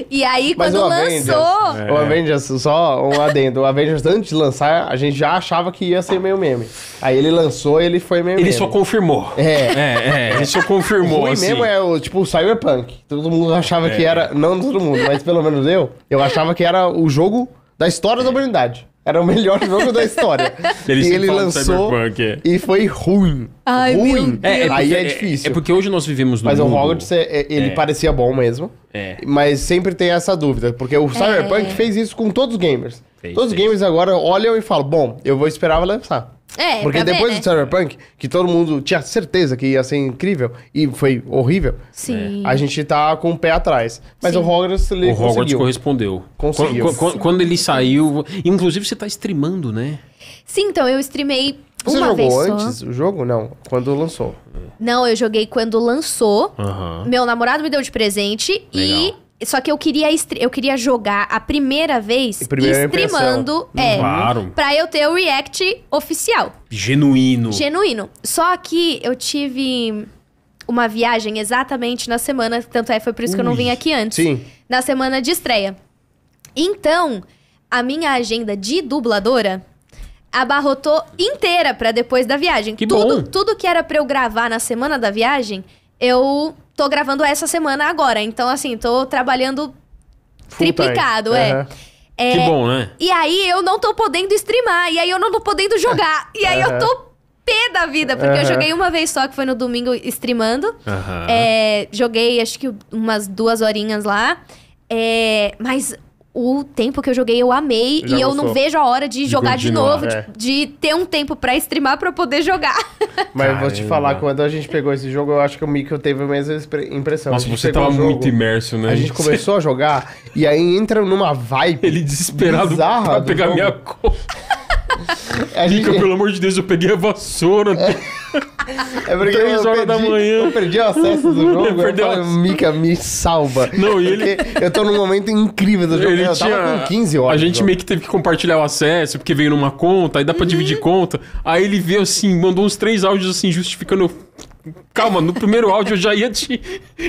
S3: E aí,
S1: Mas
S3: quando
S1: o
S3: lançou.
S1: Avengers, né? o Avengers, só um adendo. O Avengers, antes de lançar, a gente já achava que ia ser meio meme. Aí ele lançou e ele foi meio
S2: Ele
S1: meme.
S2: só confirmou.
S1: É.
S2: é, é, ele só confirmou,
S1: ruim
S2: assim. É.
S1: mesmo é o tipo o Cyberpunk. Todo mundo achava que era. Não todo mundo, mas pelo menos eu. Eu achava que era o jogo da história da humanidade. Era o melhor jogo da história.
S2: Ele
S1: e
S2: É. sempre
S1: ele
S2: fala do
S1: lançou
S2: Cyberpunk, é.
S1: e foi ruim.
S3: Ai, meu
S1: ruim.
S3: Deus.
S2: É, é
S1: Aí
S2: porque-
S1: é difícil.
S2: É porque hoje nós vivemos no
S1: Mas o
S2: mundo...
S1: Hogwarts, é- é- ele
S2: É.
S1: parecia bom mesmo.
S2: É.
S1: Mas sempre tem essa dúvida. Porque
S3: É.
S1: o Cyberpunk fez isso com todos os gamers.
S2: Fez,
S1: todos os
S2: fez.
S1: gamers agora olham e falam, bom, eu vou esperar ela lançar.
S3: É,
S1: porque
S3: pra ver,
S1: depois
S3: né?
S1: do Cyberpunk, que todo mundo tinha certeza que ia ser incrível, e foi horrível,
S3: Sim.
S1: a gente tá com o pé atrás. Mas
S3: Sim.
S1: o Hogwarts, ele
S2: O Hogwarts
S1: conseguiu.
S2: correspondeu.
S1: Conseguiu.
S2: Quan- quan- Quando, ele saiu. Inclusive, você tá streamando, né?
S3: Sim, então eu streamei
S1: Você
S3: uma vez
S1: jogou
S3: só.
S1: antes o jogo? Não, quando lançou.
S3: Não, eu joguei quando lançou.
S2: Aham.
S3: Meu namorado me deu de presente
S2: Legal.
S3: e só que eu queria estre- eu queria jogar a primeira vez
S1: E primeira
S3: streamando,
S1: impressão.
S3: é,
S2: Claro.
S3: pra eu ter o react oficial,
S2: Genuíno.
S3: genuíno. Só que eu tive uma viagem exatamente na semana, tanto é foi por isso que eu não
S2: Ui,
S3: vim aqui antes.
S1: sim.
S3: Na semana de estreia. Então, a minha agenda de dubladora abarrotou inteira pra depois da viagem.
S2: Que bom.
S3: tudo, tudo que era pra eu gravar na semana da viagem, eu tô gravando essa semana agora. Então, assim, tô trabalhando
S1: Full time.
S3: triplicado, é.
S1: Aham.
S2: Que bom, né?
S3: E aí eu não tô podendo streamar, e aí eu não tô podendo jogar. E aí eu tô pé da vida, porque eu
S1: Aham.
S3: joguei uma vez só, que foi no domingo streamando.
S2: Aham.
S3: É, joguei acho que umas duas horinhas lá. É, mas o tempo que eu joguei eu amei
S1: Já
S3: e eu
S1: gostou.
S3: não vejo a hora de jogar de
S2: continuar,
S3: novo, de-
S1: é.
S3: de, ter um tempo pra streamar pra eu poder jogar.
S1: Mas eu vou te
S2: Caramba.
S1: falar, quando a gente pegou esse jogo, eu acho que o Mikkel teve a mesma expre- impressão.
S2: Nossa,
S1: A gente
S2: você
S1: pegou
S2: tava
S1: o jogo,
S2: muito imerso, né?
S1: A gente começou a jogar e aí entra numa vibe.
S2: Ele desesperado
S1: Bizarra
S2: pra
S1: do
S2: pegar
S1: jogo.
S2: minha conta.
S1: A gente-
S2: Mica, pelo amor de Deus, eu peguei a vassoura.
S1: É porque
S2: Três
S1: eu
S2: horas
S1: perdi,
S2: da manhã.
S1: Eu perdi o acesso do jogo.
S2: Perdeu
S1: eu
S2: o
S1: falei,
S2: acesso.
S1: Mica, me salva.
S2: Não, e ele-
S1: Porque eu tô num momento incrível do jogo. né?
S2: Ele
S1: eu
S2: tinha...
S1: tava com 15 horas.
S2: A
S1: do
S2: gente
S1: jogo.
S2: meio que teve que compartilhar o acesso, porque veio numa conta, aí dá
S3: Uhum.
S2: pra dividir conta. Aí ele veio assim, mandou uns três áudios assim, justificando. Calma, no primeiro áudio eu já ia te.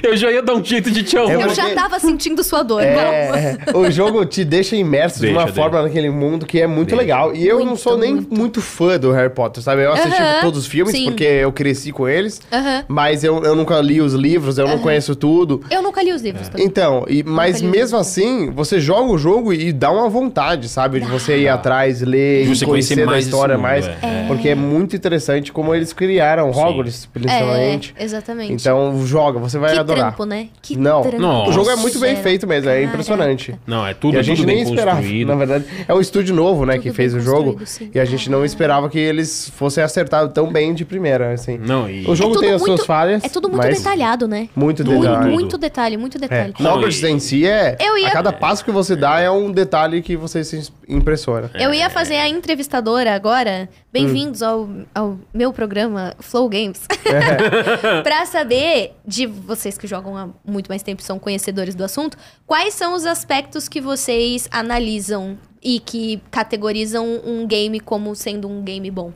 S2: Eu já ia dar um jeito de te
S1: É
S2: arrumar.
S3: eu
S1: porque-
S3: já tava sentindo sua dor. calma.
S1: É, é. o jogo te deixa imerso de uma
S2: Deixa,
S1: forma naquele mundo que é muito legal. E eu não sou nem muito. fã do Harry Potter, sabe? Eu assisti
S3: Aham,
S1: todos os filmes
S3: sim.
S1: porque eu cresci com eles,
S3: Aham.
S1: mas eu, eu nunca li os livros, eu não conheço tudo.
S3: Eu nunca li os livros. tá?
S1: Então, e, mas
S3: li os
S1: mesmo assim, você joga o jogo e dá uma vontade, sabe? De você ir atrás, ler,
S2: De você
S1: e conhecer,
S2: conhecer
S1: da
S2: mais
S1: história
S2: esse mundo,
S1: mais.
S2: é.
S1: Porque é muito interessante como eles criaram Hogwarts,
S3: É,
S1: principalmente.
S3: exatamente.
S1: Então, joga, você vai
S3: que
S1: adorar.
S3: trampo, né? Ah, Que
S1: Não.
S3: trampo.
S2: Não,
S1: O jogo é muito bem
S3: Nossa,
S1: feito mesmo, é
S3: caraca.
S1: impressionante.
S2: Não, é tudo,
S1: e a
S2: tudo
S1: gente
S2: bem
S1: nem esperava,
S2: construído.
S1: na verdade. É um estúdio novo, né,
S3: Tudo
S1: que
S3: bem
S1: fez o jogo.
S3: construído, sim.
S1: E a gente não esperava que eles fossem acertar tão bem de primeira, assim.
S2: Não, e-
S1: O jogo
S3: tudo
S1: tem as
S3: muito-
S1: suas falhas.
S3: É tudo muito
S1: mas
S3: detalhado, né?
S1: Muito
S3: Muito,
S1: detalhe.
S3: muito detalhe, muito detalhe.
S1: É. Hogwarts
S2: Não, e-
S1: em si é.
S3: Eu ia-
S1: A cada passo que você dá é um detalhe que você se ins- impressiona.
S2: é,
S3: Eu ia fazer a entrevistadora agora. Bem-vindos
S2: Hum.
S3: ao, ao meu programa Flow Games.
S2: É.
S3: pra saber de vocês que jogam há muito mais tempo, e são conhecedores do assunto, quais são os aspectos que vocês analisam e que categorizam um game como sendo um game bom?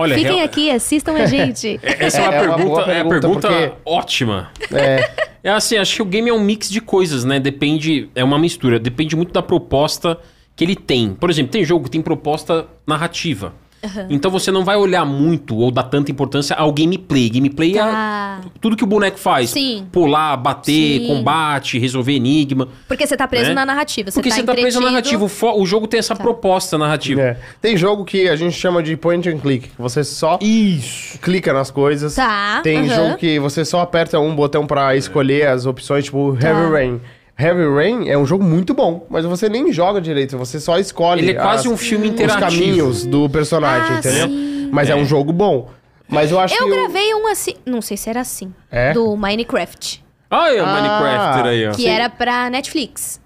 S2: Olha,
S3: Fiquem
S2: É, real-
S3: aqui, assistam a gente.
S2: Essa é, uma
S1: É uma
S2: pergunta,
S1: boa
S2: é uma pergunta
S1: pergunta,
S2: ótima.
S1: É,
S2: É assim, acho que o game é um mix de coisas, né? Depende, é uma mistura, depende muito da proposta que ele tem. Por exemplo, tem jogo que tem proposta narrativa. Então você não vai olhar muito ou dar tanta importância ao gameplay. Gameplay
S3: Tá.
S2: é tudo que o boneco faz.
S3: Sim.
S2: Pular, bater,
S3: Sim.
S2: combate, resolver enigma.
S3: Porque você tá preso
S2: Né?
S3: na narrativa. Você
S2: Porque
S3: tá
S2: você tá preso na
S3: entretido.
S2: narrativa.
S3: Tá.
S2: O, fo- o jogo tem essa proposta narrativa.
S1: É. Tem jogo que a gente chama de point and click. que Você só
S2: Isso.
S1: clica nas coisas.
S3: Tá,
S1: Tem
S3: aham.
S1: jogo que você só aperta um botão pra escolher as opções, tipo Heavy Rain. Heavy Rain é um jogo muito bom, mas você nem joga direito, você só escolhe
S2: Ele é quase
S1: as-
S2: um filme
S1: os
S2: interativo.
S1: caminhos do personagem,
S3: Ah,
S1: entendeu?
S3: sim.
S1: Mas é. um jogo bom. Mas eu acho
S3: Eu
S1: que. o-
S3: gravei um assim. Não sei se era assim.
S1: É?
S3: Do Minecraft.
S2: Olha o
S1: Ah,
S2: Minecraft aí, ó.
S3: Que era pra Netflix.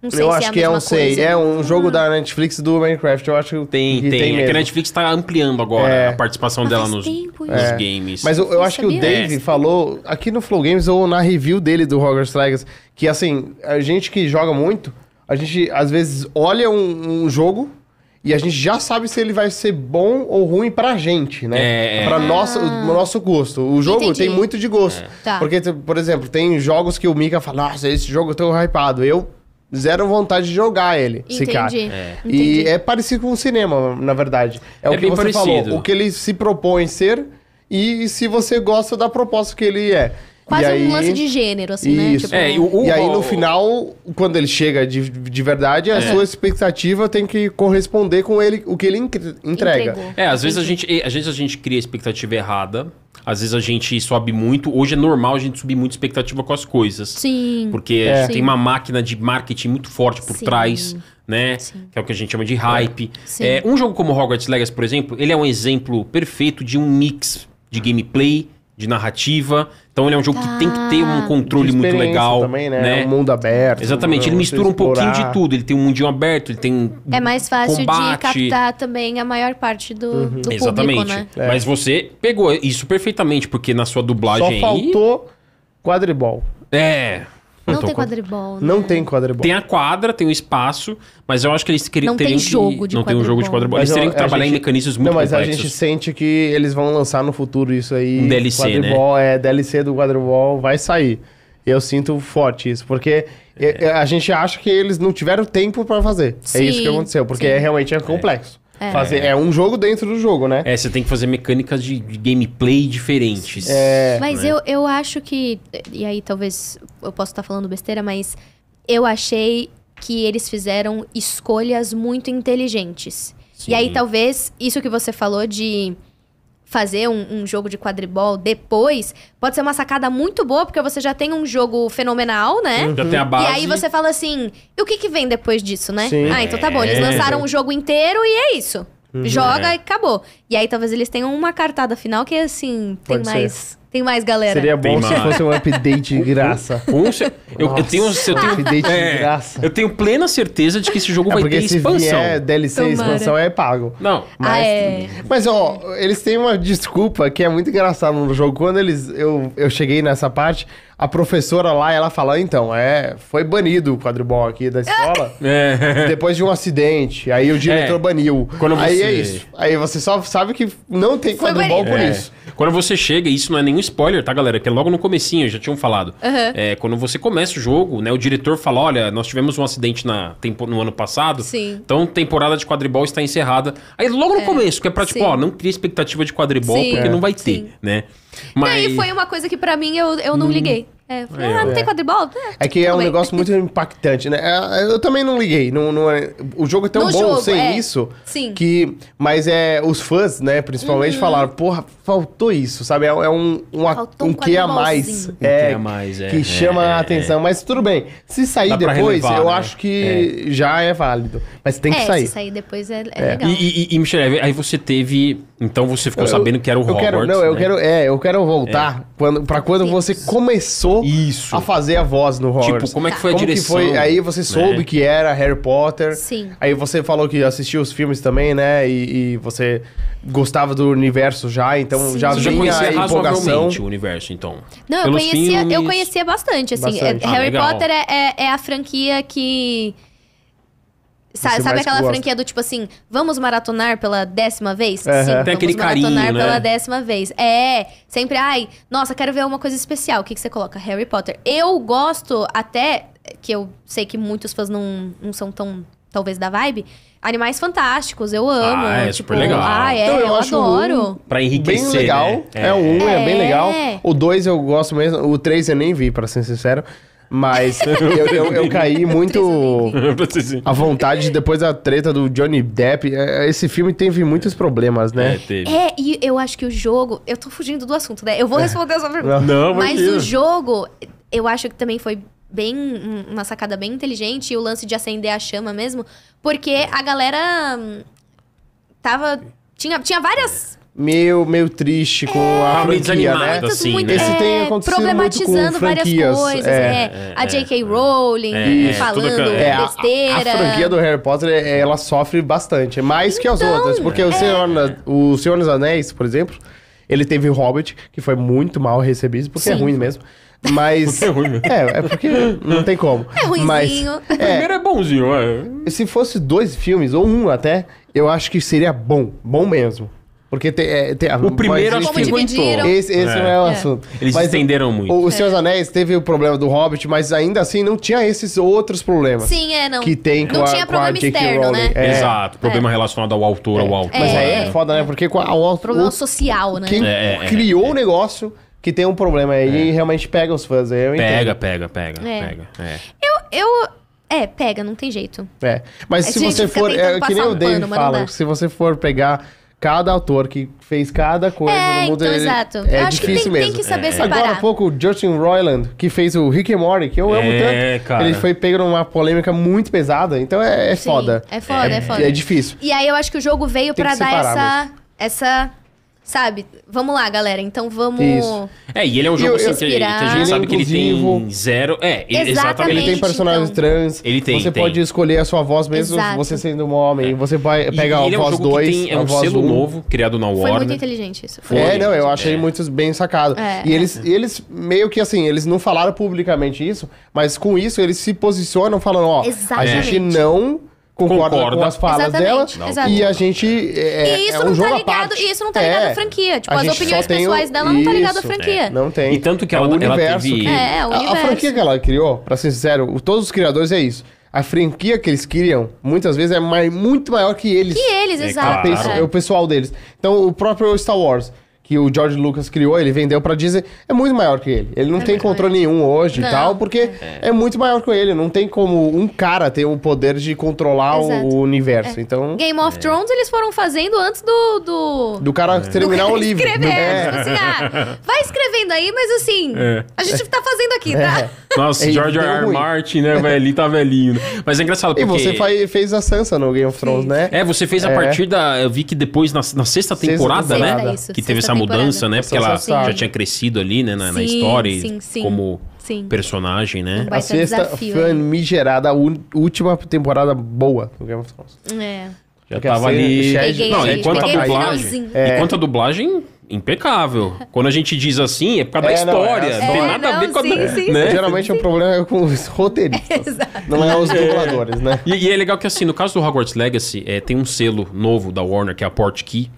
S3: Não sei
S1: Eu
S3: se é
S1: acho
S3: a
S1: que é
S3: mesma
S1: um sei.
S3: coisa. Ah.
S1: É um jogo da Netflix do Minecraft. Eu acho que
S2: Tem,
S1: que
S2: tem. É que a
S1: mesmo.
S2: Netflix tá ampliando agora
S1: É.
S2: a participação
S3: Mas
S2: dela
S3: faz
S2: nos,
S3: tempo
S2: nos
S3: isso.
S2: games.
S1: Mas eu, eu
S3: Você
S1: acho que o
S3: sabia?
S1: Dave
S2: É.
S1: falou aqui no Flow Games ou na review dele do Hogwarts Legacy que, assim, a gente que joga muito, a gente às vezes olha um, um jogo e a gente já sabe se ele vai ser bom ou ruim pra gente, né?
S2: É.
S1: Pra nossa, o nosso gosto. O jogo
S3: Ah.
S1: tem
S3: Entendi.
S1: muito de gosto.
S3: Tá.
S1: Porque, t- por exemplo, tem jogos que o Mika fala, nossa, esse jogo eu tô hypado. Eu zero vontade de jogar ele, se cara.
S3: Entendi.
S1: E é parecido com o cinema, na verdade. É,
S2: É
S1: o que
S2: bem
S1: você
S2: parecido.
S1: falou, o que ele se propõe ser e se você gosta da proposta que ele é.
S3: Quase
S1: e
S3: um
S1: aí,
S3: lance de gênero, assim, né?
S1: Isso.
S3: Tipo,
S2: É, e o- É.
S1: E aí, no final, quando ele chega de, de verdade, a sua expectativa tem que corresponder com ele, o que ele entre- entrega.
S3: entregou.
S2: É, às vezes a gente, às vezes a gente cria expectativa errada, às vezes a gente sobe muito. Hoje é normal a gente subir muito expectativa com as coisas.
S3: Sim.
S2: Porque
S1: É.
S2: a gente
S3: Sim.
S2: tem uma máquina de marketing muito forte por
S3: Sim.
S2: trás, né?
S3: Sim.
S2: Que é o que a gente chama de hype.
S3: Sim.
S2: É, um jogo como Hogwarts Legacy, por exemplo, ele é um exemplo perfeito de um mix de gameplay, de narrativa. Então ele é um jogo
S3: Tá.
S2: que tem que ter um
S1: De
S2: controle muito
S1: experiência
S2: legal.
S1: Também, né?
S2: né?
S1: Um mundo aberto.
S2: Exatamente,
S1: né?
S2: ele mistura
S1: Você
S2: um pouquinho
S1: explorar.
S2: de tudo. Ele tem um mundinho aberto, ele tem. um
S3: É mais fácil de
S2: combate.
S3: captar também a maior parte do,
S1: Uhum.
S3: do público,
S2: Exatamente.
S1: É.
S3: né?
S2: Mas você pegou isso perfeitamente, porque na sua
S1: Só
S2: dublagem aí.
S1: faltou quadribol.
S2: É.
S3: Não
S2: Então,
S3: tem quadribol, né?
S1: Não tem quadribol.
S2: Tem a quadra, tem o espaço, mas eu acho que eles queriam
S3: Não tem
S2: teriam que-
S3: jogo de
S2: Não tem um jogo de
S3: quadribol.
S2: quadribol. Eles
S1: Mas
S2: teriam
S1: eu-
S2: que
S1: a
S2: trabalhar em
S1: gente-
S2: mecanismos muito
S1: Não, mas
S2: complexos.
S1: a gente sente que eles vão lançar no futuro isso aí.
S2: Um DLC, né?
S1: quadribol, É, DLC do quadribol vai sair. Eu sinto forte isso, porque é- é, a gente acha que eles não tiveram tempo pra fazer. é isso que
S3: Sim,
S1: aconteceu, porque
S3: sim.
S1: é, realmente é complexo. É. Fazer, é um jogo dentro do jogo, né?
S2: É, você tem que fazer mecânicas de, de gameplay diferentes.
S1: É.
S3: Mas
S2: né?
S3: eu, eu acho que. E aí talvez eu possa estar falando besteira, mas eu achei que eles fizeram escolhas muito inteligentes.
S2: Sim.
S3: E aí talvez isso que você falou de fazer um, um jogo de quadribol depois pode ser uma sacada muito boa, porque você já tem um jogo fenomenal, né?
S1: Uhum.
S2: Já tem a
S3: E
S2: base.
S3: aí você fala assim, e o que que vem depois disso, né?
S1: Sim. Uhum,
S3: Ah, então tá bom, eles
S2: É.
S3: lançaram o jogo inteiro e é isso. Joga
S2: É.
S3: e acabou. E aí talvez eles tenham uma cartada final que assim, tem
S1: Pode ser.
S3: mais, tem mais galera.
S1: Seria bom
S2: Tem
S1: se
S2: mais.
S1: fosse um update de graça.
S2: Com cer- eu, eu tenho,
S1: Nossa,
S2: eu,
S1: update
S2: tenho,
S1: de
S2: é,
S1: graça.
S2: eu tenho plena certeza de que esse jogo
S1: É
S2: vai
S1: porque
S2: ter
S1: se
S2: expansão.
S1: vier DLC
S3: Tomara.
S1: expansão é pago.
S2: Não,
S3: Ah, é.
S1: Mas, ó, eles têm uma desculpa que é muito engraçada no jogo. Quando eles, eu, eu cheguei nessa parte, a professora lá, ela fala, então, é, foi banido o quadribol aqui da escola.
S2: é,
S1: Depois de um acidente, aí o diretor
S2: É.
S1: baniu.
S2: Quando
S1: Aí
S2: você-
S1: é isso. Aí você só sabe que não tem
S3: Foi
S1: quadribol
S3: banido.
S1: por
S2: É.
S1: isso.
S2: Quando você chega, e isso não é nenhum spoiler, tá, galera? Que é logo no comecinho, já tinham falado. É, quando você começa o jogo, né? O diretor fala: olha, nós tivemos um acidente na, tempo- no ano passado.
S3: Sim.
S2: Então, temporada de quadribol está encerrada. Aí logo no começo, que é pra, tipo,
S3: Sim.
S2: ó, não cria expectativa de quadribol,
S3: Sim.
S2: porque
S3: É.
S2: não vai ter,
S3: Sim.
S2: né?
S3: E aí foi um uma coisa que pra mim eu, eu não liguei. É, eu falei,
S2: Aí,
S3: ah,
S2: ó.
S3: não tem quadribol?
S1: Hum. É que é
S3: tudo
S1: um
S3: bem.
S1: negócio muito impactante, né? É, Eu também não liguei. Não, não é- o jogo é tão
S3: No
S1: bom
S3: jogo,
S1: sem
S3: é.
S1: isso.
S3: Sim. Uhum.
S1: Que, mas é os fãs, né, principalmente, falaram, porra, faltou isso, sabe? É, é um, um, a-
S3: Faltou um
S1: um que a mais.
S3: quadribolzinho.
S2: Um quê a mais, é,
S1: Que
S2: é,
S1: chama
S2: é,
S1: a atenção. Mas tudo bem. Se sair
S2: Dá pra
S1: depois,
S2: relevar,
S1: eu
S2: né?
S1: acho que já é válido. Mas tem que
S3: é,
S1: sair.
S3: se sair depois é, é legal.
S2: E, e, e, Michele, aí você teve. Então você ficou sabendo que era o
S1: eu
S2: Hogwarts.
S1: quero, não, eu
S2: né?
S1: quero, é, eu quero voltar quando, para quando você começou
S2: Isso.
S1: a fazer a voz no Hogwarts.
S2: Tipo, como é que foi a direção?
S1: Que foi? Aí você soube
S2: né?
S1: que era Harry Potter.
S3: Sim.
S1: Aí você falou que assistiu os filmes também, né? E, e você gostava do universo já, então
S3: Sim.
S1: já
S2: Você já
S1: vinha
S2: conhecia
S1: a empolgação.
S2: razoavelmente o universo, então.
S3: Não, eu
S2: Pelos
S3: conhecia, eu
S2: filmes.
S3: conhecia bastante, assim.
S1: Bastante.
S3: É,
S2: Ah,
S3: Harry
S2: legal.
S3: Potter é, é- é a franquia que. Sa-
S1: Você
S3: Sabe,
S1: mais
S3: aquela
S1: gosta.
S3: franquia do tipo assim, vamos maratonar pela décima vez?
S1: Aham.
S3: Sim,
S1: Tem
S3: vamos
S2: aquele
S3: maratonar
S2: carinho, né?
S3: pela décima vez. É, sempre, ai, nossa, quero ver uma coisa especial. O que, que você coloca? Harry Potter. Eu gosto até, que eu sei que muitos fãs não, não são tão, talvez da vibe, Animais Fantásticos, eu amo.
S2: Ah, é super legal.
S3: Ah, é,
S1: Então, eu
S3: eu,
S1: acho
S3: adoro.
S1: um-
S2: Pra
S1: Bem
S2: enriquecer.
S1: legal.
S2: né?
S1: É o 1, é.
S3: É.
S1: bem legal. O 2 eu gosto mesmo. O 3 eu nem vi, pra ser sincero. Mas eu, eu- eu caí muito
S2: Pra você se-
S1: à vontade depois da treta do Johnny Depp. É, Esse filme teve muitos problemas,
S2: É,
S1: né?
S2: teve.
S3: É, e eu acho que o jogo. Eu tô fugindo do assunto, né?
S1: É.
S3: Eu vou responder a sua pergunta.
S2: Não,
S3: Mas
S2: imagina.
S3: o jogo, eu acho que também foi bem um- uma sacada bem inteligente e o lance de acender a chama mesmo, porque a galera hum, tava tinha tinha
S2: É.
S3: várias
S1: Meio, meio triste com a
S3: É.
S2: Ah, meio
S1: franquia, né?
S2: desanimado, assim,
S3: muito,
S2: né?
S3: é,
S1: Esse tem acontecido muito com
S3: problematizando várias
S1: franquias,
S3: coisas,
S1: é,
S3: é, a J.K. Rowling
S2: é,
S3: falando
S2: tudo que-
S1: É, a, a-
S2: assim.
S1: a
S3: besteira. Então,
S1: franquia do Harry Potter, é- ela sofre bastante. é Mais que as outras. Porque
S3: é.
S1: o, Senhor, o Senhor dos Anéis, por exemplo, ele teve o Hobbit, que foi muito mal recebido, porque é
S3: Sim.
S1: ruim mesmo. Mas...
S2: Porque é ruim mesmo.
S1: É, é porque não tem como.
S3: É ruinzinho.
S1: Mas,
S2: O primeiro é bonzinho, é.
S1: se fosse dois filmes, ou um até, eu acho que seria bom. Bom mesmo. Porque tem... é, tem a-
S2: O primeiro
S1: mas
S2: acho que
S1: enfim,
S3: Como
S2: aguentou.
S3: dividiram.
S1: esse, esse
S2: É.
S1: não é o
S3: É.
S1: assunto.
S2: Eles
S1: Mas
S2: estenderam
S1: O,
S2: muito.
S1: o Senhor dos Anéis teve o problema do Hobbit, mas ainda assim não tinha esses outros problemas.
S3: Sim, é, não.
S1: Que tem com
S3: não
S1: a-
S3: tinha
S1: com a
S3: problema
S1: J.K.
S3: externo,
S1: Rowling.
S3: né?
S1: É.
S2: Exato. Problema relacionado ao autor, ao autor.
S1: Mas aí
S2: né?
S1: é foda, né? Porque com a, o,
S3: Problema
S1: o-
S3: social, né?
S1: quem
S2: É, é, é.
S1: criou o negócio que tem um problema aí e realmente pega os fãs. aí Eu
S2: Pega,
S1: entendo.
S2: pega, pega,
S3: É.
S2: pega. É.
S3: Eu, eu. É, pega, não tem jeito.
S1: É. Mas
S3: A
S1: se
S3: gente
S1: você
S3: fica
S1: for. É,
S3: tentando
S1: que nem
S3: passar
S1: o
S3: um
S1: David
S3: pano, mas não
S1: fala,
S3: dá.
S1: se você for pegar cada autor que fez cada coisa no
S3: É,
S1: mundo.
S3: então,
S1: ele-
S3: exato.
S1: É
S3: Eu acho que
S1: difícil
S3: tem- tem
S1: mesmo.
S3: que saber
S1: É.
S3: separar.
S1: Agora há pouco, o Justin Roiland, que fez o Rick and Morty, que eu amo
S2: É,
S1: tanto,
S2: cara.
S1: ele foi pego numa polêmica muito pesada. Então é, é
S3: Sim,
S1: foda.
S3: É foda, é, foda.
S1: E é difícil.
S3: E aí eu acho que o jogo veio
S1: Tem
S3: pra
S1: que
S3: dar
S1: separar
S3: essa. Essa. Sabe? Vamos lá, galera. Então vamos.
S1: Isso.
S2: É, e ele é um jogo
S1: eu-
S2: assim, que, que a
S3: Ele é
S2: gente sabe que ele tem
S1: inclusivo.
S2: zero. É, ele-
S3: Exatamente.
S1: Ele tem
S3: Gente,
S1: personagens
S3: então.
S1: trans.
S2: Ele tem,
S1: Você
S2: tem.
S1: pode escolher a sua voz mesmo,
S3: Exato.
S1: você sendo um homem. Você vai
S2: E
S1: pegar
S2: ele
S1: a voz 2,
S2: que tem, é
S1: a
S2: um
S1: voz
S2: selo
S1: um.
S2: novo criado na
S3: Foi muito
S2: Warner.
S3: inteligente isso.
S2: Foi.
S1: É,
S2: Foi.
S1: não, eu achei
S2: É.
S1: muito bem sacado.
S3: É.
S1: e eles, e eles meio que assim, eles não falaram publicamente isso, mas com isso eles se posicionam falando, ó, a
S3: Exatamente.
S1: gente não concorda,
S2: Concorda.
S1: com as falas dela
S3: Exatamente,
S1: e
S3: exatamente.
S1: a gente é,
S3: e isso
S1: é um
S3: não
S1: jogo
S3: tá
S1: à
S3: ligado.
S1: parte.
S3: E isso não tá
S1: É.
S3: ligado à franquia. Tipo,
S1: A
S3: as
S1: gente só
S3: opiniões
S1: tem o-
S3: pessoais dela não tá ligado à
S1: Isso,
S3: franquia.
S1: é. Não tem.
S2: E tanto que
S1: É
S2: ela-
S1: o
S2: ela
S1: universo
S2: teve-
S1: que-
S3: É, o
S1: a- A,
S3: universo.
S1: franquia que ela criou, pra ser sincero, o- todos os criadores é isso. A franquia que eles criam, muitas vezes, é mai- muito maior que eles.
S3: E eles,
S2: É,
S1: Ela
S3: exato.
S1: tem
S2: claro.
S1: isso, é o pessoal deles. Então, o próprio Star Wars, que o George Lucas criou, ele vendeu pra Disney, é muito maior que ele. Ele não tem
S3: É muito
S1: controle nenhum hoje e
S3: Não.
S1: tal, porque é. muito maior que ele. Não tem como um cara ter o poder de controlar o,
S3: Exato. É.
S1: o universo. Então,
S3: Game
S2: É.
S3: of Thrones eles foram fazendo antes do. do...
S1: do cara terminar o livro.
S3: Escrever,
S1: É.
S3: tipo assim, ah, vai escrevendo aí, mas assim,
S2: É.
S3: a gente tá fazendo aqui, tá?
S2: Nossa,
S1: É,
S2: George R.
S1: deu
S2: R.
S1: ruim.
S2: Martin, né, velho? Ele tá velhinho. né? Mas é engraçado porque...
S1: E você fa- fez a Sansa no Game of Thrones, né?
S2: É, você fez a
S1: É.
S2: partir da. Eu vi que depois, na, na sexta temporada,
S1: temporada.
S2: né?
S3: Isso,
S2: que teve
S3: sexta
S2: essa mudança,
S3: temporada.
S2: né? Porque ela
S1: Sim.
S2: já tinha crescido ali, né? Na, na
S3: Sim,
S2: história, e
S3: sim, sim.
S2: como
S3: Sim.
S2: personagem, né?
S3: Um
S1: A
S3: baita
S1: sexta
S3: desafio,
S1: foi
S3: hein?
S1: migerada, a un- última temporada boa do Game of Thrones.
S3: É.
S2: Já
S1: Porque
S2: tava
S1: a
S2: ali.
S1: cena-
S3: Peguei,
S2: Não,
S3: gente,
S2: enquanto a
S3: peguei o
S2: dublagem.
S3: finalzinho.
S1: É.
S2: Enquanto a dublagem, impecável. Quando a gente diz assim, é por causa da
S1: É, não, é
S2: história.
S1: a
S2: Não, tem
S3: história.
S2: nada a ver
S3: Não,
S2: com a.
S3: sim, sim.
S2: né?
S1: Geralmente o problema é com os roteiristas.
S3: Exato.
S1: Não é os dubladores, né?
S2: E, e é legal que, assim, no caso do Hogwarts Legacy, é, tem um selo novo da Warner, que é a Port Key.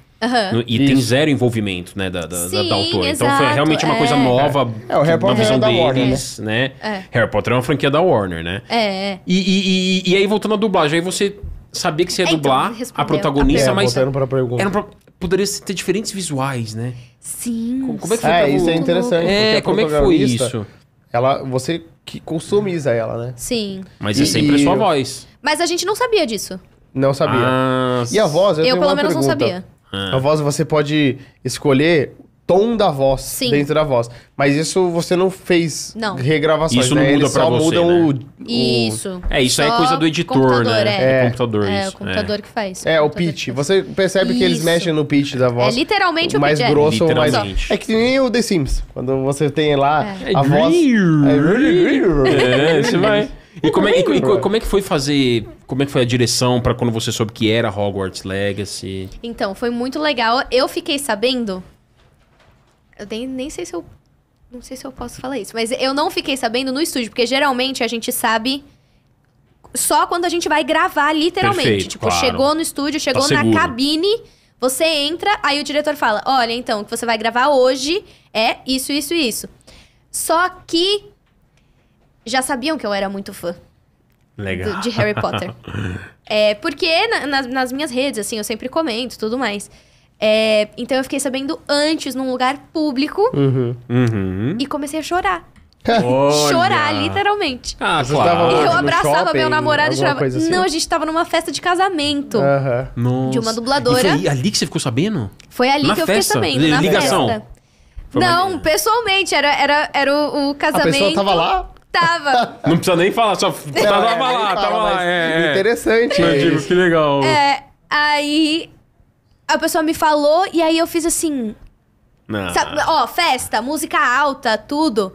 S2: no- e tem zero envolvimento, né, da, da, da- da
S3: Sim,
S2: autora. então foi
S3: exato,
S2: realmente uma
S3: é.
S2: coisa nova
S1: É, o Harry
S2: na
S1: Potter
S2: visão
S1: é da
S2: deles,
S1: Warner,
S2: né?
S3: É.
S2: Harry Potter é uma franquia da Warner, né?
S3: É, é.
S2: E, e- e- e aí, voltando à dublagem, aí você sabia que você ia
S3: É, então,
S2: dublar a
S3: respondeu
S2: protagonista,
S1: a pergunta.
S2: mas
S1: É, voltando pra pergunta.
S2: era um pro- poderia ter diferentes visuais, né?
S3: Sim.
S2: Como- como é que foi
S1: É,
S2: pra-
S1: isso é
S2: Muito
S1: interessante.
S2: louco.
S1: porque
S2: É,
S1: a
S2: como é que foi
S1: protagonista,
S2: isso?
S1: Ela, você que customiza ela, né?
S3: Sim.
S2: Mas
S1: E-
S2: é sempre a sua
S1: e-
S2: voz.
S3: Mas a gente não sabia disso.
S1: Não sabia.
S2: Ah,
S1: e a voz, eu,
S3: Eu,
S1: tenho
S3: pelo
S1: uma
S3: menos, não
S1: pergunta.
S3: sabia.
S2: Ah.
S1: A voz você pode escolher o tom da voz
S3: Sim.
S1: dentro da voz. Mas isso você não fez
S3: Não.
S1: regravações,
S2: Isso não
S1: né?
S2: muda
S1: Eles
S2: pra
S1: só
S2: você,
S1: mudam
S2: né?
S1: o, o-
S3: Isso.
S2: É, isso aí é
S3: Só
S2: coisa do editor,
S3: computador,
S2: né?
S3: É,
S2: Do computador,
S3: É,
S2: isso.
S3: o computador que faz.
S1: É, o
S3: computador
S1: pitch.
S3: que faz.
S1: Você percebe que eles
S3: Isso.
S1: mexem no pitch da voz.
S3: É literalmente o
S1: mais
S3: pitch, é.
S1: grosso, o mais.
S2: Literalmente.
S1: É que nem o The Sims. Quando você tem lá
S2: É.
S1: a voz.
S2: É, você vai. E como, é, e co- e co- como é que foi fazer. Como é que foi a direção pra quando você soube que era Hogwarts Legacy?
S3: Então, foi muito legal. Eu fiquei sabendo. Eu nem, nem sei se eu. Não sei se eu posso falar isso, mas eu não fiquei sabendo no estúdio, porque geralmente a gente sabe só quando a gente vai gravar, literalmente.
S2: Perfeito,
S3: tipo,
S2: claro. Tá
S3: chegou no estúdio, chegou na
S2: seguro.
S3: cabine, você entra, aí o diretor fala: Olha, então, o que você vai gravar hoje é isso, isso e isso. Só que já sabiam que eu era muito fã.
S2: Legal.
S3: do- de Harry Potter. É, porque na- nas, nas minhas redes, assim, eu sempre comento e tudo mais. É, então eu fiquei sabendo antes num lugar público
S2: Uhum.
S3: e comecei a chorar.
S2: Olha.
S3: Chorar, literalmente.
S2: Ah,
S1: Vocês
S2: claro.
S1: estavam
S3: eu
S1: no
S3: abraçava
S1: shopping,
S3: meu namorado e
S1: alguma
S3: chorava.
S1: coisa assim? É.
S3: Não, a gente tava numa festa de
S2: Tá,
S3: casamento.
S1: Aham.
S2: Nossa.
S3: de uma dubladora.
S2: E foi ali que você ficou sabendo?
S3: Foi ali
S2: Na
S3: que eu
S2: festa?
S3: fiquei sabendo,
S2: Li-
S3: na
S2: ligação?
S3: festa.
S2: Foi
S3: não,
S2: uma-
S3: pessoalmente, era, era, era o, o
S1: A
S3: casamento.
S1: pessoa tava lá?
S3: Tava.
S2: Não precisa nem falar, só tava
S1: Não, é,
S2: lá,
S1: ele
S2: tava
S1: fala,
S2: lá.
S1: mas
S2: É, é.
S1: Interessante.
S2: Eu digo,
S1: isso.
S2: que legal.
S3: É, aí a pessoa me falou e aí eu fiz assim.
S2: Não.
S3: sabe, ó, festa, música alta, tudo.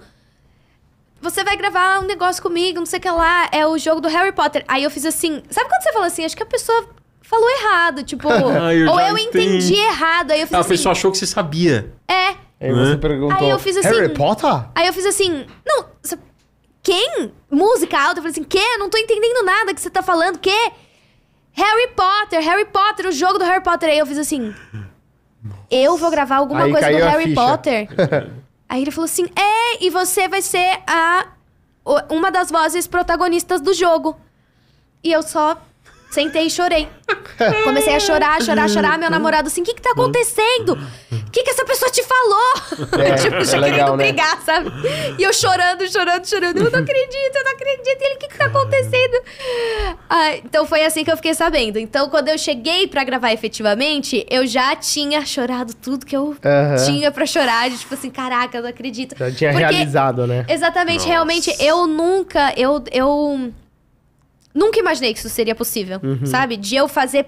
S3: Você vai gravar um negócio comigo, não sei o que lá. É o jogo do Harry Potter. Aí eu fiz assim. Sabe quando você fala assim? Acho que a pessoa falou errado. Tipo.
S2: Ai, Ah, eu
S3: ou
S2: já
S3: eu
S2: entendi.
S3: entendi errado. Aí eu fiz
S2: Ah, a
S3: assim.
S2: pessoa achou que você sabia.
S3: É.
S1: Aí
S2: Né?
S1: você perguntou.
S3: Aí eu fiz assim-
S1: Harry Potter?
S3: Aí eu fiz assim, não, cê- quem? Música alta? Eu falei assim, que? Eu Não tô entendendo nada que você tá falando, que? Harry Potter, Harry Potter, o jogo do Harry Potter. Aí eu fiz assim, eu vou gravar alguma
S1: Aí
S3: coisa do
S1: caiu a
S3: Harry
S1: ficha.
S3: Potter. Aí ele falou assim, é, e você vai ser a o- uma das vozes protagonistas do jogo. E eu só sentei e chorei. Comecei a chorar, chorar, chorar. Meu namorado assim, o que que tá acontecendo? O que que essa pessoa te falou?
S1: É,
S3: tipo, já
S1: é
S3: querendo
S1: legal, né?
S3: brigar, sabe? E eu chorando, chorando, chorando. Eu não acredito, eu não acredito. E ele, o que que tá acontecendo? Ah, então foi assim que eu fiquei sabendo. Então, quando eu cheguei pra gravar efetivamente, eu já tinha chorado tudo que eu
S1: Aham.
S3: tinha pra chorar. de Tipo assim, caraca, eu não acredito.
S1: Já tinha
S3: Porque-
S1: realizado, né?
S3: Exatamente,
S2: Nossa.
S3: realmente, eu nunca, eu, eu nunca imaginei que isso seria possível, sabe? De eu fazer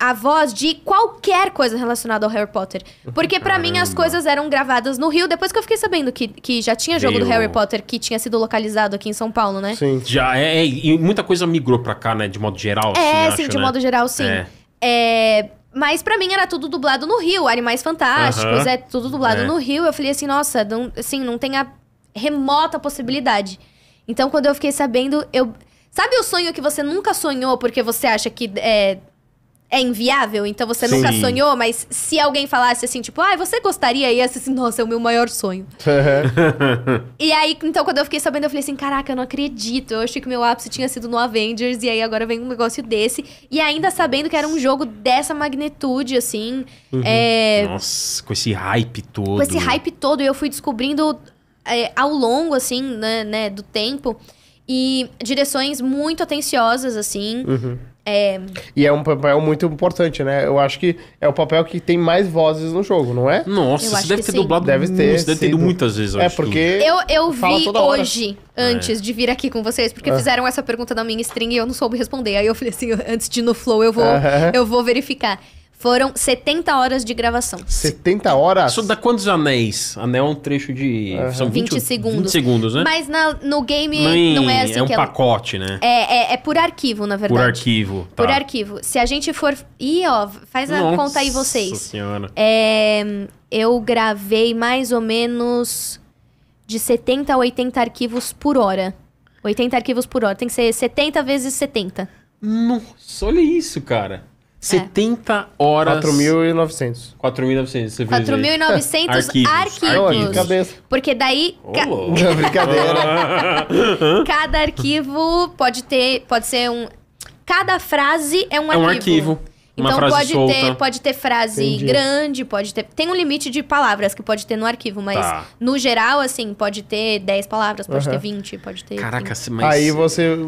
S3: a voz de qualquer coisa relacionada ao Harry Potter. Porque pra mim as coisas eram gravadas no Rio, depois que eu fiquei sabendo que, que já tinha jogo do
S2: Veio-
S3: Harry Potter que tinha sido localizado aqui em São Paulo, né?
S1: Sim.
S2: Já é, é, e muita coisa migrou pra cá, né? De modo geral.
S3: É,
S2: assim,
S3: sim,
S2: acho,
S3: de
S2: né?
S3: modo geral, sim.
S2: É.
S3: É, mas pra mim era tudo dublado no Rio, Animais Fantásticos,
S2: Aham.
S3: é tudo dublado
S2: É.
S3: no Rio. Eu falei assim, nossa, não, assim, não tem a remota possibilidade. Então, quando eu fiquei sabendo, eu... Sabe o sonho que você nunca sonhou porque você acha que é, é inviável? Então, você
S2: Sim.
S3: nunca sonhou, mas se alguém falasse assim, tipo, ah, você gostaria? E assim, nossa, é o meu maior sonho. E aí, então, quando eu fiquei sabendo, eu falei assim: caraca, eu não acredito. Eu achei que meu ápice tinha sido no Avengers, e aí agora vem um negócio desse. E ainda sabendo que era um jogo dessa magnitude, assim. é,
S2: Nossa, com esse hype todo.
S3: com esse hype todo, e eu fui descobrindo é, ao longo, assim, né, né, do tempo. E direções muito atenciosas, assim.
S1: E é um papel muito importante, né? Eu acho que é o papel que tem mais vozes no jogo, não é?
S2: Nossa,
S3: Eu
S2: você
S3: acho
S2: deve
S3: que
S2: ter
S3: sim.
S2: dublado
S1: Deve
S2: muito,
S1: ter
S2: Você deve ter ido
S1: sido.
S2: muitas vezes, eu
S1: É
S2: acho,
S1: porque.
S3: Eu, eu
S1: Fala
S3: vi
S1: toda hora.
S3: hoje, antes de vir aqui com vocês, porque fizeram essa pergunta na minha string e eu não soube responder. Aí eu falei assim, antes de ir no flow, eu vou,
S1: Aham.
S3: eu vou verificar. Foram 70 horas de gravação.
S1: 70 horas?
S2: Isso dá quantos anéis? Anel é um trecho de. São
S3: 20
S2: 20,
S3: segundos.
S2: 20 segundos, né?
S3: Mas na- no game
S2: Nem-
S3: não é assim
S2: É um
S3: que ela-
S2: pacote, né?
S3: é, é, é por arquivo, na
S2: Por
S3: verdade.
S2: arquivo.
S3: Por
S2: tá.
S3: arquivo. Se a gente for... Ih, ó, faz a
S2: Nossa
S3: conta aí vocês.
S2: senhora.
S3: É, eu gravei mais ou menos de 70 a 80 arquivos por hora. 80 arquivos por hora. Tem que ser 70 vezes 70.
S2: Nossa, olha isso,
S3: É.
S2: cara. 70 horas.
S1: 4.900.
S2: 4.900, você fez aí.
S3: 4.900
S2: Arquivos,
S3: arquivos.
S1: Não, é
S2: arquivos.
S1: de cabeça.
S3: Porque daí
S2: Ô,
S3: ca-
S2: louco.
S1: é
S2: Ah,
S1: Brincadeira.
S3: cada arquivo pode ter, pode ser um cada frase é um
S2: É
S3: arquivo.
S2: um arquivo. Uma
S3: Então
S2: frase
S3: pode
S2: solta.
S3: ter, pode ter frase
S1: Entendi.
S3: grande, pode ter. Tem um limite de palavras que pode ter no arquivo, mas
S2: Tá.
S3: no geral, assim, pode ter 10 palavras, pode
S1: Aham.
S3: ter 20, pode ter.
S2: Caraca, se- mas.
S1: aí você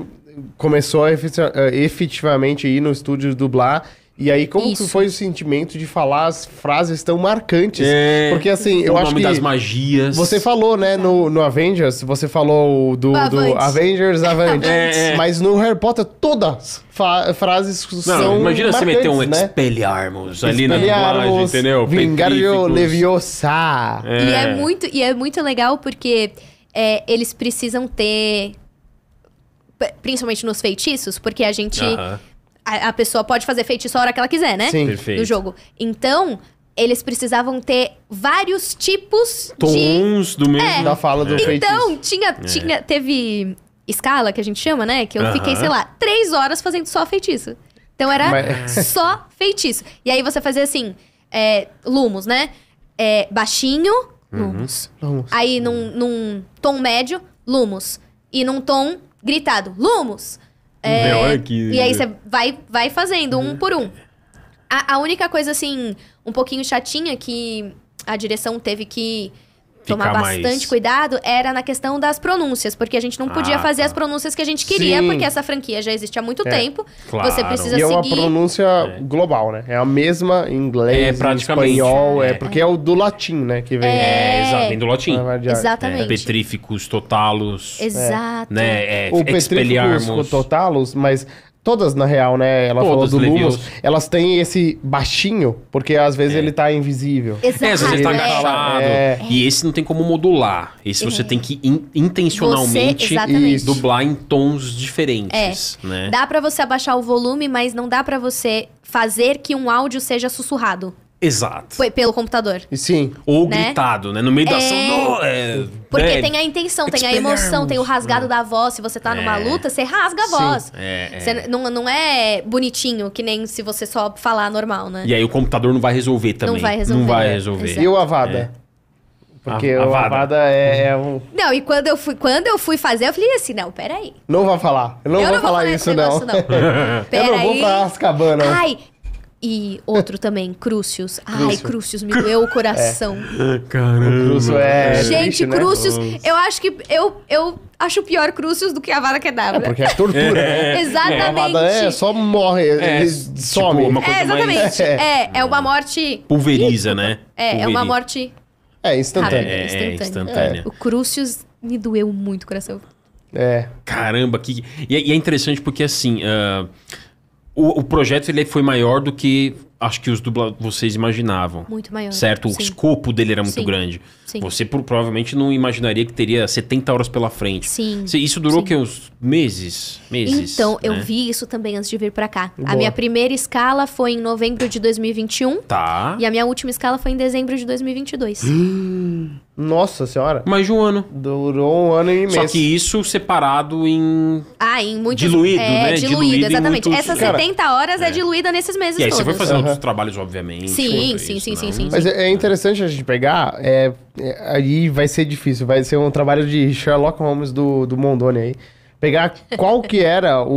S1: começou a efeti- eh, efetivamente ir no estúdio dublar. E aí, como
S3: Isso.
S1: que foi o sentimento de falar as frases tão marcantes?
S2: É.
S1: Porque assim, eu
S2: o
S1: acho
S2: nome
S1: que.
S2: das magias.
S1: Você falou, né, no, no Avengers, você falou do,
S3: O
S1: do
S3: Avante.
S1: Avengers Avante.
S2: É, é.
S1: Mas no Harry Potter, todas fa- frases
S2: Não,
S1: são.
S2: imagina você meter um
S1: marcantes, né?
S2: Expelliarmus ali na dublagem,
S1: Expelliarmus,
S2: entendeu?
S1: Wingardium
S2: Petrificus.
S1: Leviosa.
S3: E é muito, e é muito legal porque é, eles precisam ter. p- Principalmente nos feitiços, porque a gente.
S2: Aham.
S3: a, a pessoa pode fazer feitiço a hora que ela quiser, né?
S1: Sim.
S2: Perfeito.
S3: Do jogo. Então, eles precisavam ter vários tipos de.
S2: Tons do mesmo.
S1: Da fala do
S3: Então,
S1: feitiço.
S2: É.
S3: tinha, tinha. Teve escala que a gente chama, né? Que eu
S2: Aham.
S3: fiquei, sei lá, três horas fazendo só feitiço. Então era
S1: Mas-
S3: só feitiço. E aí você fazia assim: é, lumos, né? É, baixinho,
S2: Uhum.
S3: lumos.
S1: Vamos.
S3: Aí num, num tom médio, lumos. E num tom gritado, Lumos! É,
S2: Meu, olha que-
S3: E aí você vai, vai fazendo, um por um. A, a única coisa, assim, um pouquinho chatinha que a direção teve que tomar
S2: Ficar mais-
S3: bastante cuidado era na questão das pronúncias, porque a gente não podia
S2: Ah,
S3: fazer
S2: tá.
S3: as pronúncias que a gente queria,
S1: Sim.
S3: porque essa franquia já existe há muito
S1: É,
S3: tempo.
S2: claro.
S3: Você precisa
S1: E é uma
S3: seguir.
S1: pronúncia global, né? É a mesma em
S2: É,
S1: inglês, em
S2: praticamente.
S1: espanhol, é,
S2: É.
S1: porque é o do latim, né? Que vem.
S2: É, exato, vem do latim.
S1: Vai de-
S2: É,
S3: Exatamente.
S2: petríficos, totalos,
S3: Exato.
S2: né? É,
S1: o Petrificus com
S2: expelharmos.
S1: Totalus, mas todas, na real, né? Ela
S2: Todas,
S1: falou do Lumos,
S2: Levius.
S1: elas têm esse baixinho, porque às vezes ele tá invisível.
S3: Exato.
S2: É, às vezes ele tá
S1: É.
S2: agachado.
S1: É.
S2: E esse não tem como modular. Esse você tem que in- intencionalmente
S3: Você- exatamente. É.
S1: Isso.
S2: dublar em tons diferentes, né?
S3: Dá pra você abaixar o volume, mas não dá pra você fazer que um áudio seja sussurrado
S2: Exato.
S3: pe- pelo computador.
S1: E sim,
S2: Ou
S3: Né?
S2: gritado, né? No meio da
S3: É.
S2: ação. não, é,
S3: Porque
S2: né?
S3: tem a intenção, tem a emoção, tem o rasgado da voz. Se você tá numa luta, você rasga
S1: Hum.
S3: a
S1: É. Sim.
S3: voz.
S2: É, é.
S3: Você não, não é bonitinho, que nem se você só falar normal, né?
S2: E aí o computador não vai resolver também.
S3: vai resolver.
S2: Não vai
S3: É,
S2: resolver.
S3: exato.
S1: e o Avada? Porque
S2: É. A-
S1: o
S2: Avada.
S1: Avada, é, é um.
S3: Não, e quando eu fui, quando eu fui fazer, eu falei assim, não, peraí.
S1: Não vai falar. Eu não
S3: eu
S1: vou falar,
S3: esse
S1: isso, não.
S3: negócio, não.
S1: Eu não vou
S3: Peraí.
S1: pra Azkaban, não.
S3: Ai! E outro também, Crucius. Ai, Crucius, me doeu o coração.
S2: Caramba.
S1: Crucio é.
S3: Gente,
S1: triste, né?
S3: Crucius, eu acho que eu, eu acho pior Crucius do que a vara
S1: É
S3: quedabra.
S1: porque é tortura. né?
S3: Exatamente.
S1: O Avada é, só morre,
S2: É,
S1: ele
S2: tipo,
S1: some.
S2: uma coisa
S3: É, exatamente.
S2: mais-
S3: É, é uma morte.
S2: Pulveriza, né?
S3: É, é uma
S2: Pulveri-
S3: morte
S1: É,
S3: rápida,
S1: instantâneo.
S2: É, é,
S3: instantânea.
S2: instantânea.
S3: O Crucius me doeu muito o coração.
S1: É.
S2: Caramba, que. E, é- e é interessante porque assim. ah, o, o projeto ele foi maior do que acho que os dubla... vocês imaginavam.
S3: Muito maior.
S2: Certo? O
S3: Sim.
S2: escopo dele era muito
S3: Sim.
S2: grande.
S3: Sim.
S2: Você pro- provavelmente não imaginaria que teria 70 horas pela frente.
S3: Sim.
S2: Se- Isso durou
S3: Sim.
S2: que uns meses? Meses.
S3: Então, eu
S2: né?
S3: vi isso também antes de vir pra cá.
S1: Boa.
S3: A minha primeira escala foi em novembro de 2021
S2: Tá.
S3: e a minha última escala foi em dezembro de 2022.
S1: Nossa senhora.
S2: Mais de um ano.
S1: Durou um ano e meio.
S2: Só que isso separado em.
S3: Ah, em muitos...
S2: Diluído,
S3: é,
S2: né?
S3: Diluído,
S2: Diluído em
S3: exatamente.
S2: muitos-
S3: Essas
S1: Cara,
S3: 70 horas é, diluída nesses meses
S2: E aí
S3: todos.
S2: você foi fazendo
S1: Aham.
S2: outros trabalhos, obviamente.
S3: Sim,
S2: tudo
S3: sim,
S2: isso, né?
S3: sim,
S2: não?
S3: sim, sim,
S1: Mas é é interessante a gente pegar, é, é, aí vai ser difícil, vai ser um trabalho de Sherlock Holmes do, do Mondoni aí. Pegar qual que era o,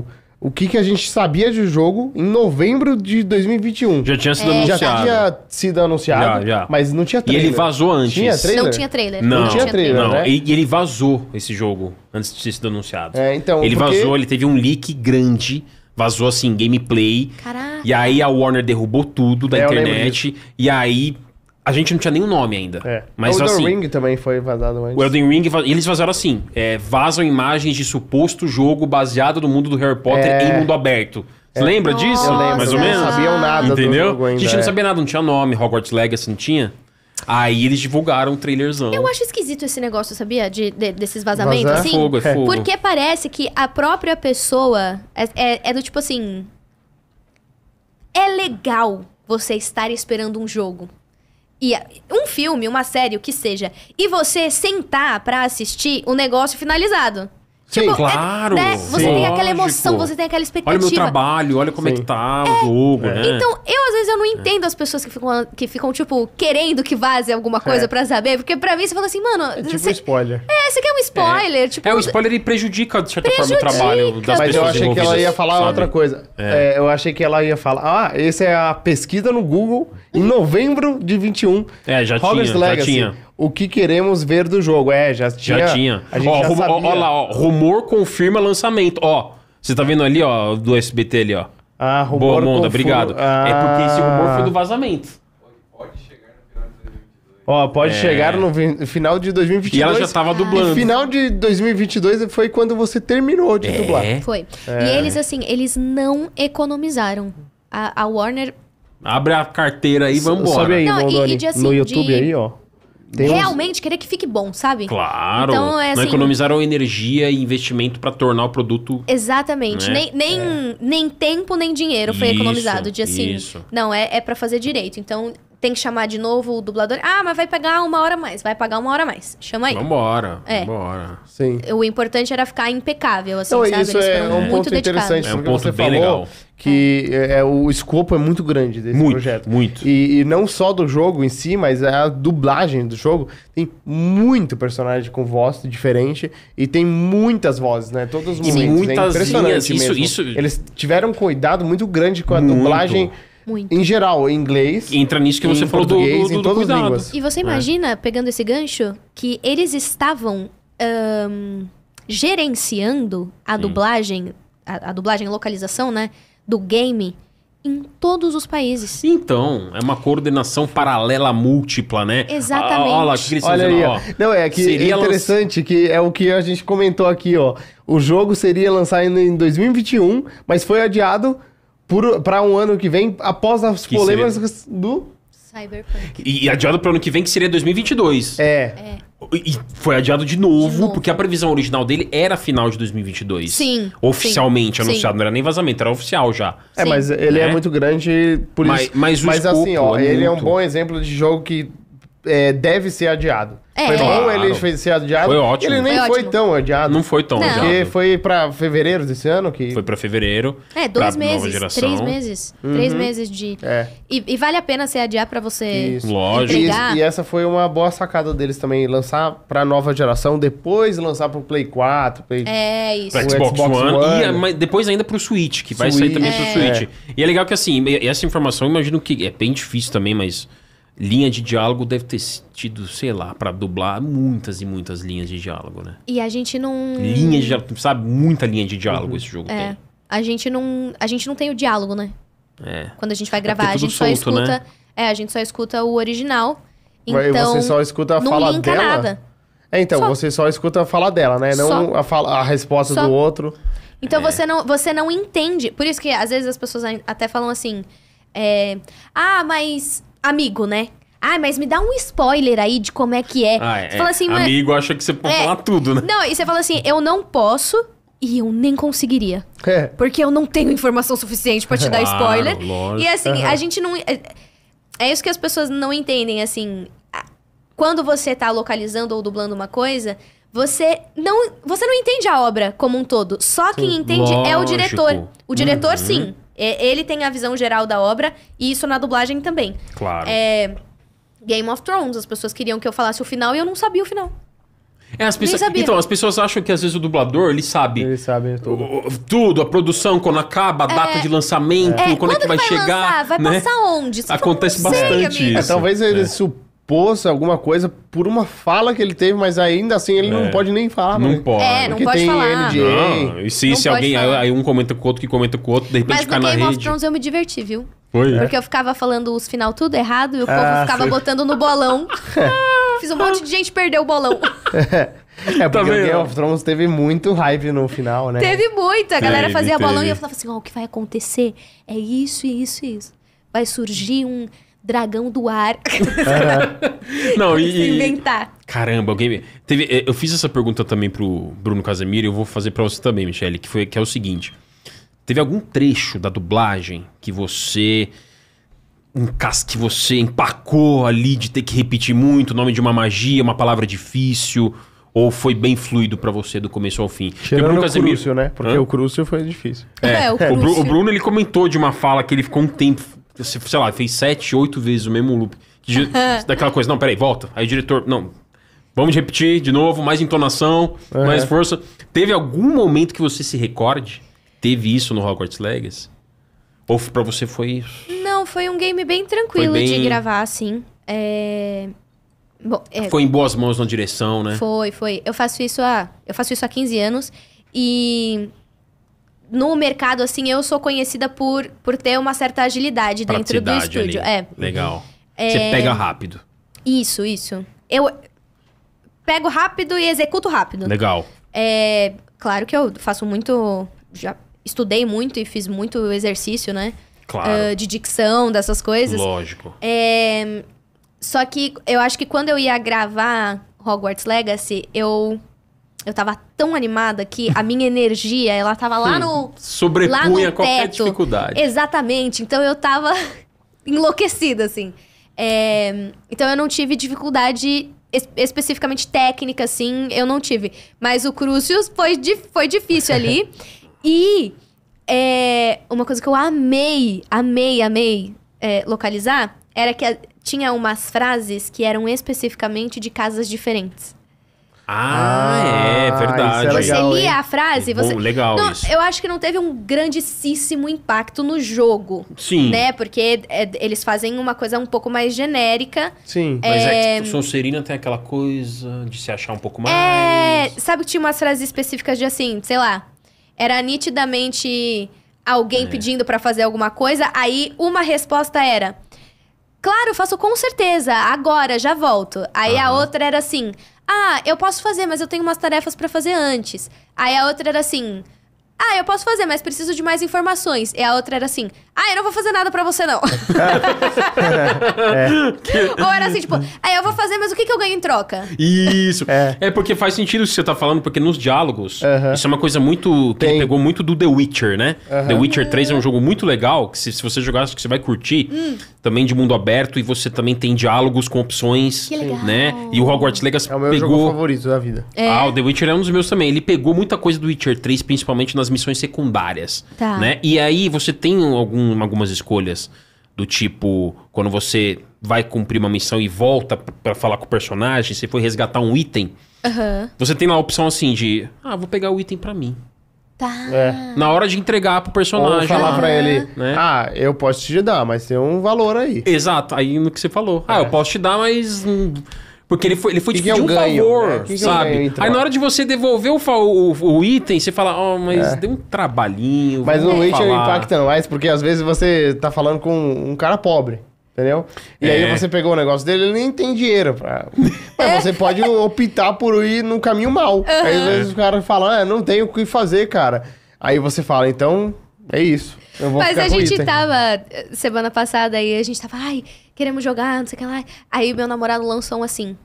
S1: o, o que que a gente sabia de jogo em novembro de 2021.
S2: Já tinha sido
S1: É, Já
S2: anunciado.
S1: tinha sido anunciado,
S2: Já, já.
S1: mas não tinha
S2: E
S1: trailer.
S2: ele vazou antes.
S1: Tinha trailer?
S3: Não tinha trailer.
S2: Não,
S1: Não tinha trailer,
S2: não.
S1: né?
S2: E, e ele vazou esse jogo antes de ter sido anunciado.
S1: É, então,
S2: ele
S1: porque-
S2: vazou, ele teve um leak grande, vazou assim, gameplay.
S3: Caraca.
S2: E aí a Warner derrubou tudo da
S1: É, eu lembro
S2: internet. E aí a gente não tinha nenhum nome ainda.
S1: É.
S2: Mas
S1: o Elden
S2: assim,
S1: Ring também foi vazado antes.
S2: o Elden Ring, va- eles vazaram assim: é, vazam imagens de suposto jogo baseado no mundo do Harry Potter
S1: É.
S2: em mundo aberto. Você lembra disso?
S1: Eu lembro,
S2: mais ou
S1: não
S2: menos?
S1: sabiam nada
S2: Entendeu?
S1: do jogo ainda.
S2: a gente não
S1: é.
S2: sabia nada, não tinha nome, Hogwarts Legacy não tinha. Aí eles divulgaram o trailerzão.
S3: Eu acho esquisito esse negócio, sabia? De, de- desses vazamentos,
S1: Vazar?
S3: assim.
S2: fogo, é fogo.
S3: Porque parece que a própria pessoa é, é- é do tipo assim. É legal você estar esperando um jogo. E a- um filme, uma série, o que seja. E você sentar pra assistir o negócio finalizado.
S1: Sim,
S3: Tipo, é-
S2: claro,
S3: né? Você
S2: sim.
S3: tem aquela emoção,
S2: Lógico.
S3: você tem aquela
S2: Olha o
S3: expectativa.
S2: meu trabalho, olha como é que
S1: Sim. É.
S2: tá o jogo, né?
S3: Então, eu às vezes eu não entendo as pessoas que ficam, que ficam tipo, querendo que vaze alguma coisa
S1: É.
S3: pra saber. Porque pra mim você fala assim, mano,
S1: É tipo
S3: você-
S1: spoiler.
S3: é, você quer um spoiler? Tipo,
S2: é, o spoiler ele prejudica, de certa forma, o
S3: Prejudica,
S2: trabalho das
S1: Mas eu
S2: pessoas
S1: achei que ela
S2: envolvidas,
S1: ia falar
S2: um sabe?
S1: outra coisa. É, eu achei que ela ia falar, ah, essa é a pesquisa no Google em novembro de 21.
S2: É, já
S1: Hogwarts
S2: tinha, já tinha.
S1: O que queremos ver do jogo? É, já tinha.
S2: Já tinha.
S1: A gente
S2: ó,
S1: já
S2: ru-
S1: sabia.
S2: ó, ó lá, ó, rumor confirma lançamento. Ó, você tá vendo ali, ó, do SBT ali, ó.
S1: Ah, rumor
S2: Boa, Monda,
S1: confirma-
S2: obrigado.
S1: Ah.
S2: É porque esse rumor foi do vazamento.
S1: Ó, pode
S2: É.
S1: chegar no vi- final de 2022.
S2: E ela já tava dublando.
S1: E final de 2022 foi quando você terminou de dublar.
S2: É.
S3: Foi. E eles, assim, eles não economizaram. A, a Warner
S2: Abre a carteira aí, vambora.
S1: Sobe aí,
S3: Não, e-
S1: Mondoni,
S3: e de, assim,
S1: no YouTube
S3: de-
S1: aí, ó. Tem uns-
S3: realmente queria que fique bom, sabe?
S2: Claro.
S3: Então, é
S2: não
S3: assim-
S2: economizaram energia e investimento pra tornar o produto
S3: Exatamente.
S2: Né?
S3: Nem, nem,
S1: É.
S3: nem tempo, nem dinheiro foi
S2: Isso,
S3: economizado. De assim.
S2: isso.
S3: Não, é, é para fazer direito. Então, Tem que chamar de novo o dublador. Ah, mas vai pagar uma hora a mais. Vai pagar uma hora a mais. Chama aí.
S2: Vambora.
S3: É.
S2: Vambora.
S1: Sim.
S3: O importante era ficar impecável, assim,
S1: Então,
S3: sabe?
S1: isso
S3: Eles
S1: é
S3: foram
S1: um
S3: muito
S1: ponto
S3: dedicados.
S1: interessante.
S2: É um
S1: porque
S2: ponto
S1: você
S2: bem
S1: falou
S2: legal.
S1: Que é. é, o escopo é muito grande desse
S2: Muito,
S1: projeto.
S2: muito.
S1: E, e não só do jogo em si, mas é a dublagem do jogo. Tem muito personagem com voz diferente e tem muitas vozes, né? Todos os
S2: E
S1: momentos. é
S2: muitas
S1: impressionante
S2: linhas, isso-
S1: mesmo.
S2: isso-
S1: Eles tiveram um cuidado muito grande com a
S2: Muito.
S1: dublagem
S3: Muito.
S1: em geral, em inglês,
S2: Entra nisso que você
S1: em
S2: falou do, do,
S1: português,
S2: do,
S1: em todas as
S2: cuidado.
S1: línguas.
S3: E
S2: É.
S3: você imagina, pegando esse gancho, que eles estavam ahn, gerenciando a dublagem, a, a dublagem e localização, né? Do game em todos os países.
S2: Então, é uma coordenação paralela múltipla, né?
S3: Exatamente.
S2: Ó, Olha lá, o que que eles estão
S1: Olha aí,
S2: dizendo,
S1: ó.
S2: ó.
S1: Não, é que
S2: Seria
S1: é
S2: lan-
S1: interessante que é o que a gente comentou aqui, ó. O jogo seria lançado ainda em 2021, mas foi adiado por, pra um ano que vem, após as
S2: Que
S1: polêmicas do...
S3: Cyberpunk.
S2: E, e adiado para o ano que vem, que seria 2022.
S1: É,
S2: E foi adiado de novo,
S3: De novo.
S2: porque a previsão original dele era final de 2022.
S3: Sim,
S2: Oficialmente
S3: sim,
S2: anunciado, não era nem vazamento, era oficial já.
S1: é
S3: Sim.
S1: mas ele é
S2: Né?
S1: muito grande, por
S2: Mas-
S1: isso...
S2: mas o
S1: assim, ó,
S2: escopo é
S1: ele é um
S2: muito.
S1: bom exemplo de jogo que é, deve ser adiado.
S3: É.
S1: Foi bom
S2: Claro.
S1: ele fez ser adiado.
S2: Foi ótimo.
S1: Ele nem
S3: Foi
S1: foi,
S3: ótimo.
S1: tão adiado.
S2: Não foi tão
S3: Não.
S2: adiado.
S1: Porque foi pra fevereiro desse ano que...
S2: Foi para fevereiro.
S3: É, dois
S2: pra
S3: meses, três meses. Três meses de.
S1: É.
S3: E, e vale a pena se adiar pra você.
S1: Isso.
S2: Lógico.
S1: E,
S3: Entregar.
S1: e essa foi uma boa sacada deles também, lançar pra nova geração, depois lançar pro Play 4, Play...
S3: É isso.
S2: Pra
S1: O
S2: Xbox,
S1: Xbox
S2: One,
S1: One.
S2: E a- mas depois ainda pro Switch, que vai sair
S1: Switch.
S2: também pro
S1: É.
S2: Switch. E é legal que assim, e- essa informação eu imagino que é bem difícil também, mas linha de diálogo deve ter tido, sei lá, pra dublar muitas e muitas linhas de diálogo, né?
S3: E a gente não.
S2: Linha de diálogo, sabe? Muita linha de
S1: Uhum.
S2: diálogo esse jogo
S3: Hum. É.
S2: tem.
S3: A gente não. A gente não tem o diálogo, né?
S2: É.
S3: Quando a gente vai gravar,
S2: porque é
S3: a
S2: tudo
S3: gente só
S2: solto,
S3: escuta. É, a gente só escuta o original.
S1: Mas
S3: Então,
S1: você só escuta a
S3: não
S1: fala
S3: linka
S1: dela?
S3: nada.
S1: É, então,
S3: Só.
S1: você só escuta a fala dela, né? Não
S3: Só.
S1: a, fala, a resposta
S3: Só.
S1: do outro.
S3: Então
S2: É.
S3: você, não, você não entende. Por isso que às vezes as pessoas ai- até falam assim. é, ah, mas. Amigo, né? Ah, mas me dá um spoiler aí de como é que é.
S2: Ah, é.
S3: Você fala assim, mas.
S2: Amigo acha que você pode
S3: É.
S2: falar tudo, né?
S3: Não, e você fala assim, eu não posso e eu nem conseguiria.
S1: É.
S3: Porque eu não tenho informação suficiente pra te dar
S2: Claro,
S3: spoiler.
S2: lógico.
S3: E assim,
S1: Aham.
S3: a gente não. é- É isso que as pessoas não entendem, assim. a- Quando você tá localizando ou dublando uma coisa, você não, você não entende a obra como um todo. Só quem entende é o
S2: Lógico.
S3: diretor. O diretor,
S2: Uhum.
S3: sim. é- Ele tem a visão geral da obra e isso na dublagem também.
S2: Claro.
S3: É, Game of Thrones, as pessoas queriam que eu falasse o final e eu não sabia o final.
S2: É, as
S3: Nem
S2: pessoas-
S3: sabia.
S2: Então, as pessoas acham que às vezes o dublador, ele sabe
S1: Eles sabem tudo.
S2: o- o- tudo, a produção, quando acaba, a data de lançamento,
S3: É,
S2: quando, é que vai, chegar.
S3: lançar? Vai
S2: né?
S3: passar onde? Você fala,
S2: Acontece
S3: "Não sei,
S2: bastante
S3: amigo."
S1: É,
S2: isso.
S1: talvez ele supôs alguma coisa por uma fala que ele teve, mas ainda assim ele não pode nem falar.
S2: É. Não
S1: né?
S2: pode.
S3: É, não
S1: Porque
S3: pode
S1: tem
S3: falar.
S1: NDA.
S2: Não, e se,
S3: Não
S2: se
S3: pode
S2: alguém. Aí,
S3: falar.
S2: aí um comenta com o outro, que comenta com o outro, de repente
S3: Mas um
S2: cai
S3: no
S2: na
S3: Game of
S2: rede.
S3: Thrones eu me diverti, viu?
S1: é.
S2: Foi?
S3: Porque eu ficava falando os final tudo errado e o povo
S1: Ah,
S3: ficava
S1: sei.
S3: botando no bolão. Fiz um monte de gente perder o bolão.
S1: É porque o
S2: Tá vendo?
S1: Game of Thrones teve muito hype no final, né?
S3: teve muita. A
S2: É.
S3: galera
S2: Teve,
S3: fazia bolão
S2: teve.
S3: e eu falava assim: ó, o que vai acontecer é isso, e isso, e isso. Vai surgir um dragão do ar.
S2: Não,
S3: Se
S2: e. e-
S3: inventar.
S2: Caramba, alguém. Teve, é, eu fiz essa pergunta também pro Bruno Casemiro e eu vou fazer pra você também, Michele, que, foi, que é o seguinte: Teve algum trecho da dublagem que você. Um cas que você empacou ali de ter que repetir muito, o nome de uma magia, uma palavra difícil, ou foi bem fluido pra você do começo ao fim? Porque
S1: Tirando o
S2: Casemiro-
S1: Crucio, né? Porque
S2: Hã?
S1: o Crucio foi difícil.
S3: É,
S2: o,
S3: o
S2: Bru-
S3: Crucio.
S2: o Bruno ele comentou de uma fala que ele ficou um tempo, se- sei lá, fez sete, oito vezes o mesmo loop. Que di- Daquela coisa, não, peraí, volta. Aí o diretor, não, vamos repetir de novo, mais entonação, mais força. Teve algum momento que você se recorde? Teve isso no Hogwarts Legacy? Ou f- pra você foi.
S3: Não, foi um game bem tranquilo
S2: Foi bem-
S3: de gravar, assim. É. Bom, é,
S2: Foi em boas mãos na direção, né?
S3: Foi, foi. Eu faço isso há, eu faço isso há 15 anos e no mercado assim, eu sou conhecida por por ter uma certa agilidade dentro do
S2: Praticidade
S3: estúdio.
S2: ali.
S3: É.
S2: Legal. Você pega rápido.
S3: Isso, isso. Eu pego rápido e executo rápido.
S2: Legal.
S3: É, claro que eu faço muito já estudei muito e fiz muito exercício, né?
S2: Claro.
S3: Ah, de dicção, dessas coisas.
S2: Lógico.
S3: É, só que eu acho que quando eu ia gravar Hogwarts Legacy, eu eu tava tão animada que a minha energia, ela tava lá no lá
S2: Sobrepunha
S3: no
S2: qualquer
S3: teto.
S2: dificuldade.
S3: Exatamente. Então eu tava enlouquecida assim. É, então eu não tive dificuldade es- especificamente técnica, assim, eu não tive. Mas o Crucius foi, di- foi difícil ali. e é, uma coisa que eu amei, amei, amei é, localizar era que a- tinha umas frases que eram especificamente de casas diferentes.
S2: Ah, é
S1: Ah,
S2: verdade.
S1: isso é
S3: Você
S1: legal,
S3: lia
S1: hein?
S3: a frase, você.
S2: Bom, legal
S3: Não,
S2: isso.
S3: eu acho que não teve um grandíssimo impacto no jogo,
S2: Sim.
S3: né? Porque é, eles fazem uma coisa um pouco mais genérica.
S1: Sim.
S2: Mas é, que Sonserina tem aquela coisa de se achar um pouco mais.
S3: É, sabe que tinha umas frases específicas de assim, sei lá, era nitidamente alguém pedindo pra fazer alguma coisa, aí uma resposta era: "Claro, faço com certeza, agora já volto". Aí a
S2: Aham.
S3: outra era assim: "Ah, eu posso fazer, mas eu tenho umas tarefas pra fazer antes". Aí a outra era assim: "Ah, eu posso fazer, mas preciso de mais informações". E a outra era assim: "Ah, eu não vou fazer nada pra você não". Ou era assim, tipo: "Ah, eu vou fazer, mas o que que eu ganho em troca?".
S2: Isso.
S1: É.
S2: É. porque faz sentido o que você tá falando, porque nos diálogos,
S1: Aham.
S2: isso é uma coisa muito. que ele
S1: Tem.
S2: pegou muito do The Witcher, né?
S1: Aham.
S2: The Witcher 3 é um jogo muito legal, que se, se você jogar, acho que você vai curtir.
S3: Hum.
S2: Também de mundo aberto, e você também tem diálogos com opções.
S3: Que legal.
S2: né? E o Hogwarts Legacy
S1: É o meu jogo
S2: pegou.
S1: favorito da vida.
S2: Ah, o The Witcher é um dos meus também. Ele pegou muita coisa do Witcher 3, principalmente nas missões secundárias.
S3: Tá.
S2: Né? E aí você tem algum- algumas escolhas do tipo, quando você vai cumprir uma missão e volta pra falar com o personagem, você foi resgatar um item,
S3: Aham.
S2: você tem lá a opção assim de, ah, vou pegar o item pra mim.
S3: Tá.
S1: É.
S2: Na hora de entregar pro
S1: Ou
S2: personagem.
S1: falar
S2: lá.
S1: pra ele,
S2: Ah, Né?
S1: ah, eu posso te dar, mas tem um valor aí.
S2: Exato, aí no que você falou.
S1: É.
S2: Ah, eu posso te dar, mas. hum, Porque ele foi, ele foi
S1: Que
S2: te
S1: que eu
S2: pedir um
S1: ganho,
S2: favor,
S1: né? Que que eu
S2: sabe?
S1: ganho, então?
S2: aí na hora de você devolver o, fa- o, o item, você fala, ó, mas deu um trabalhinho.
S1: É. Mas é no
S2: vamos
S1: Witcher
S2: falar."
S1: impacta mais, porque às vezes você tá falando com um cara pobre, entendeu? E
S2: É.
S1: aí você pegou o negócio dele, ele nem tem dinheiro pra... Mas você pode optar por ir no caminho mal. Aí às vezes o cara fala, ah, não tenho o que fazer, cara. Aí você fala, então, é isso. Eu vou
S3: Mas
S1: ficar
S3: a
S1: com o
S3: gente
S2: tá
S1: item.
S3: tava eh, semana passada e a gente tava, ai, queremos jogar, não sei o que lá. Aí meu namorado lançou um assim.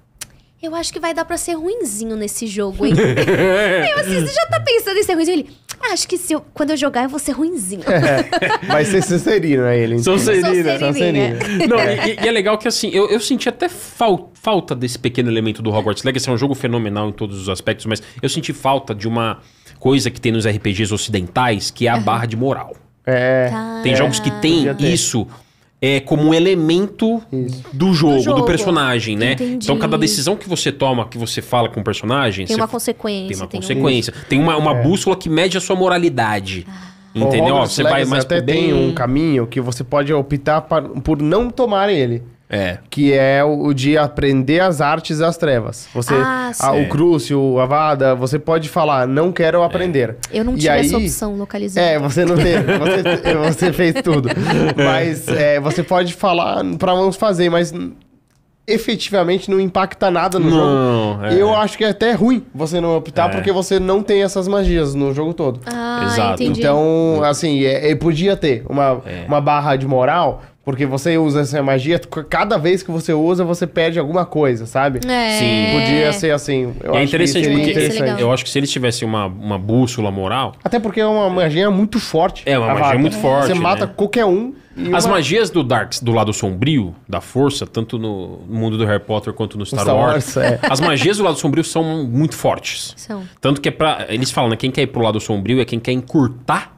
S3: Eu acho que vai dar pra ser ruinzinho nesse jogo, hein? Aí eu assim, você já tá pensando em ser ruinzinho? Ele, "Ah, acho que se eu- quando eu jogar eu vou ser ruinzinho.
S1: É, Vai ser Sonserino, né, ele.
S2: São
S1: entendeu?
S2: serinas.
S3: Sonserina. Sonserina.
S2: Não, e, e é legal que assim, eu, eu senti até fal- falta desse pequeno elemento do Hogwarts Legacy. É um jogo fenomenal em todos os aspectos, mas eu senti falta de uma coisa que tem nos RPGs ocidentais, que é a barra de moral.
S1: É,
S3: "Tá,
S2: Tem jogos que tem
S1: Podia ter.
S2: isso é, como um elemento do jogo, do,
S3: jogo.
S2: personagem, né?
S3: Entendi.
S2: Então, cada decisão que você toma, que você fala com o personagem,
S3: Tem
S2: você
S3: uma
S2: f-
S3: consequência.
S2: tem uma
S3: um-
S2: consequência. Tem uma,
S1: É.
S2: uma bússola que mede a sua moralidade.
S3: Ah.
S2: Entendeu?
S1: O
S2: Ó,
S1: Hogwarts
S2: Você vai
S1: Legacy
S2: mais
S1: até
S2: pro bem.
S1: tem um caminho que você pode optar pa- por não tomar ele.
S2: É.
S1: Que é o o de aprender as artes das trevas. Você,
S3: Ah,
S1: a-
S2: sim. É.
S1: o Crucio, a Vada, você pode falar, não quero aprender.
S3: Eu não
S1: E
S3: tive essa
S1: aí-
S3: opção localizada.
S1: É, você não teve, você, você fez tudo. Mas é, você pode falar pra vamos fazer, mas n- efetivamente não impacta nada no jogo.
S2: Não, é.
S1: Eu acho que é até ruim você não optar,
S2: É.
S1: porque você não tem essas magias no jogo todo.
S3: Ah,
S2: Exato.
S3: entendi.
S2: Hum.
S1: Então, assim, é, é- podia ter uma,
S2: É.
S1: uma barra de moral, porque você usa essa magia, c- cada vez que você usa, você perde alguma coisa, sabe?
S3: É.
S2: Sim,
S1: Podia ser assim. Eu
S2: é
S1: acho
S2: interessante
S1: que seria
S2: porque
S3: Isso é legal.
S2: eu acho que se eles tivessem uma, uma bússola moral,
S1: Até porque é uma magia muito forte.
S2: É, uma
S1: a
S2: magia
S1: vaca.
S2: muito forte,
S1: Você mata
S2: né?
S1: qualquer um. e
S2: As
S1: uma-
S2: magias do Dark, do lado sombrio, da força, tanto no mundo do Harry Potter quanto no Star,
S1: Star
S2: Wars,
S1: Wars, é.
S2: as magias do lado sombrio são muito fortes.
S3: São.
S2: Tanto que é pra. Eles falam, né? Quem quer ir pro lado sombrio é quem quer encurtar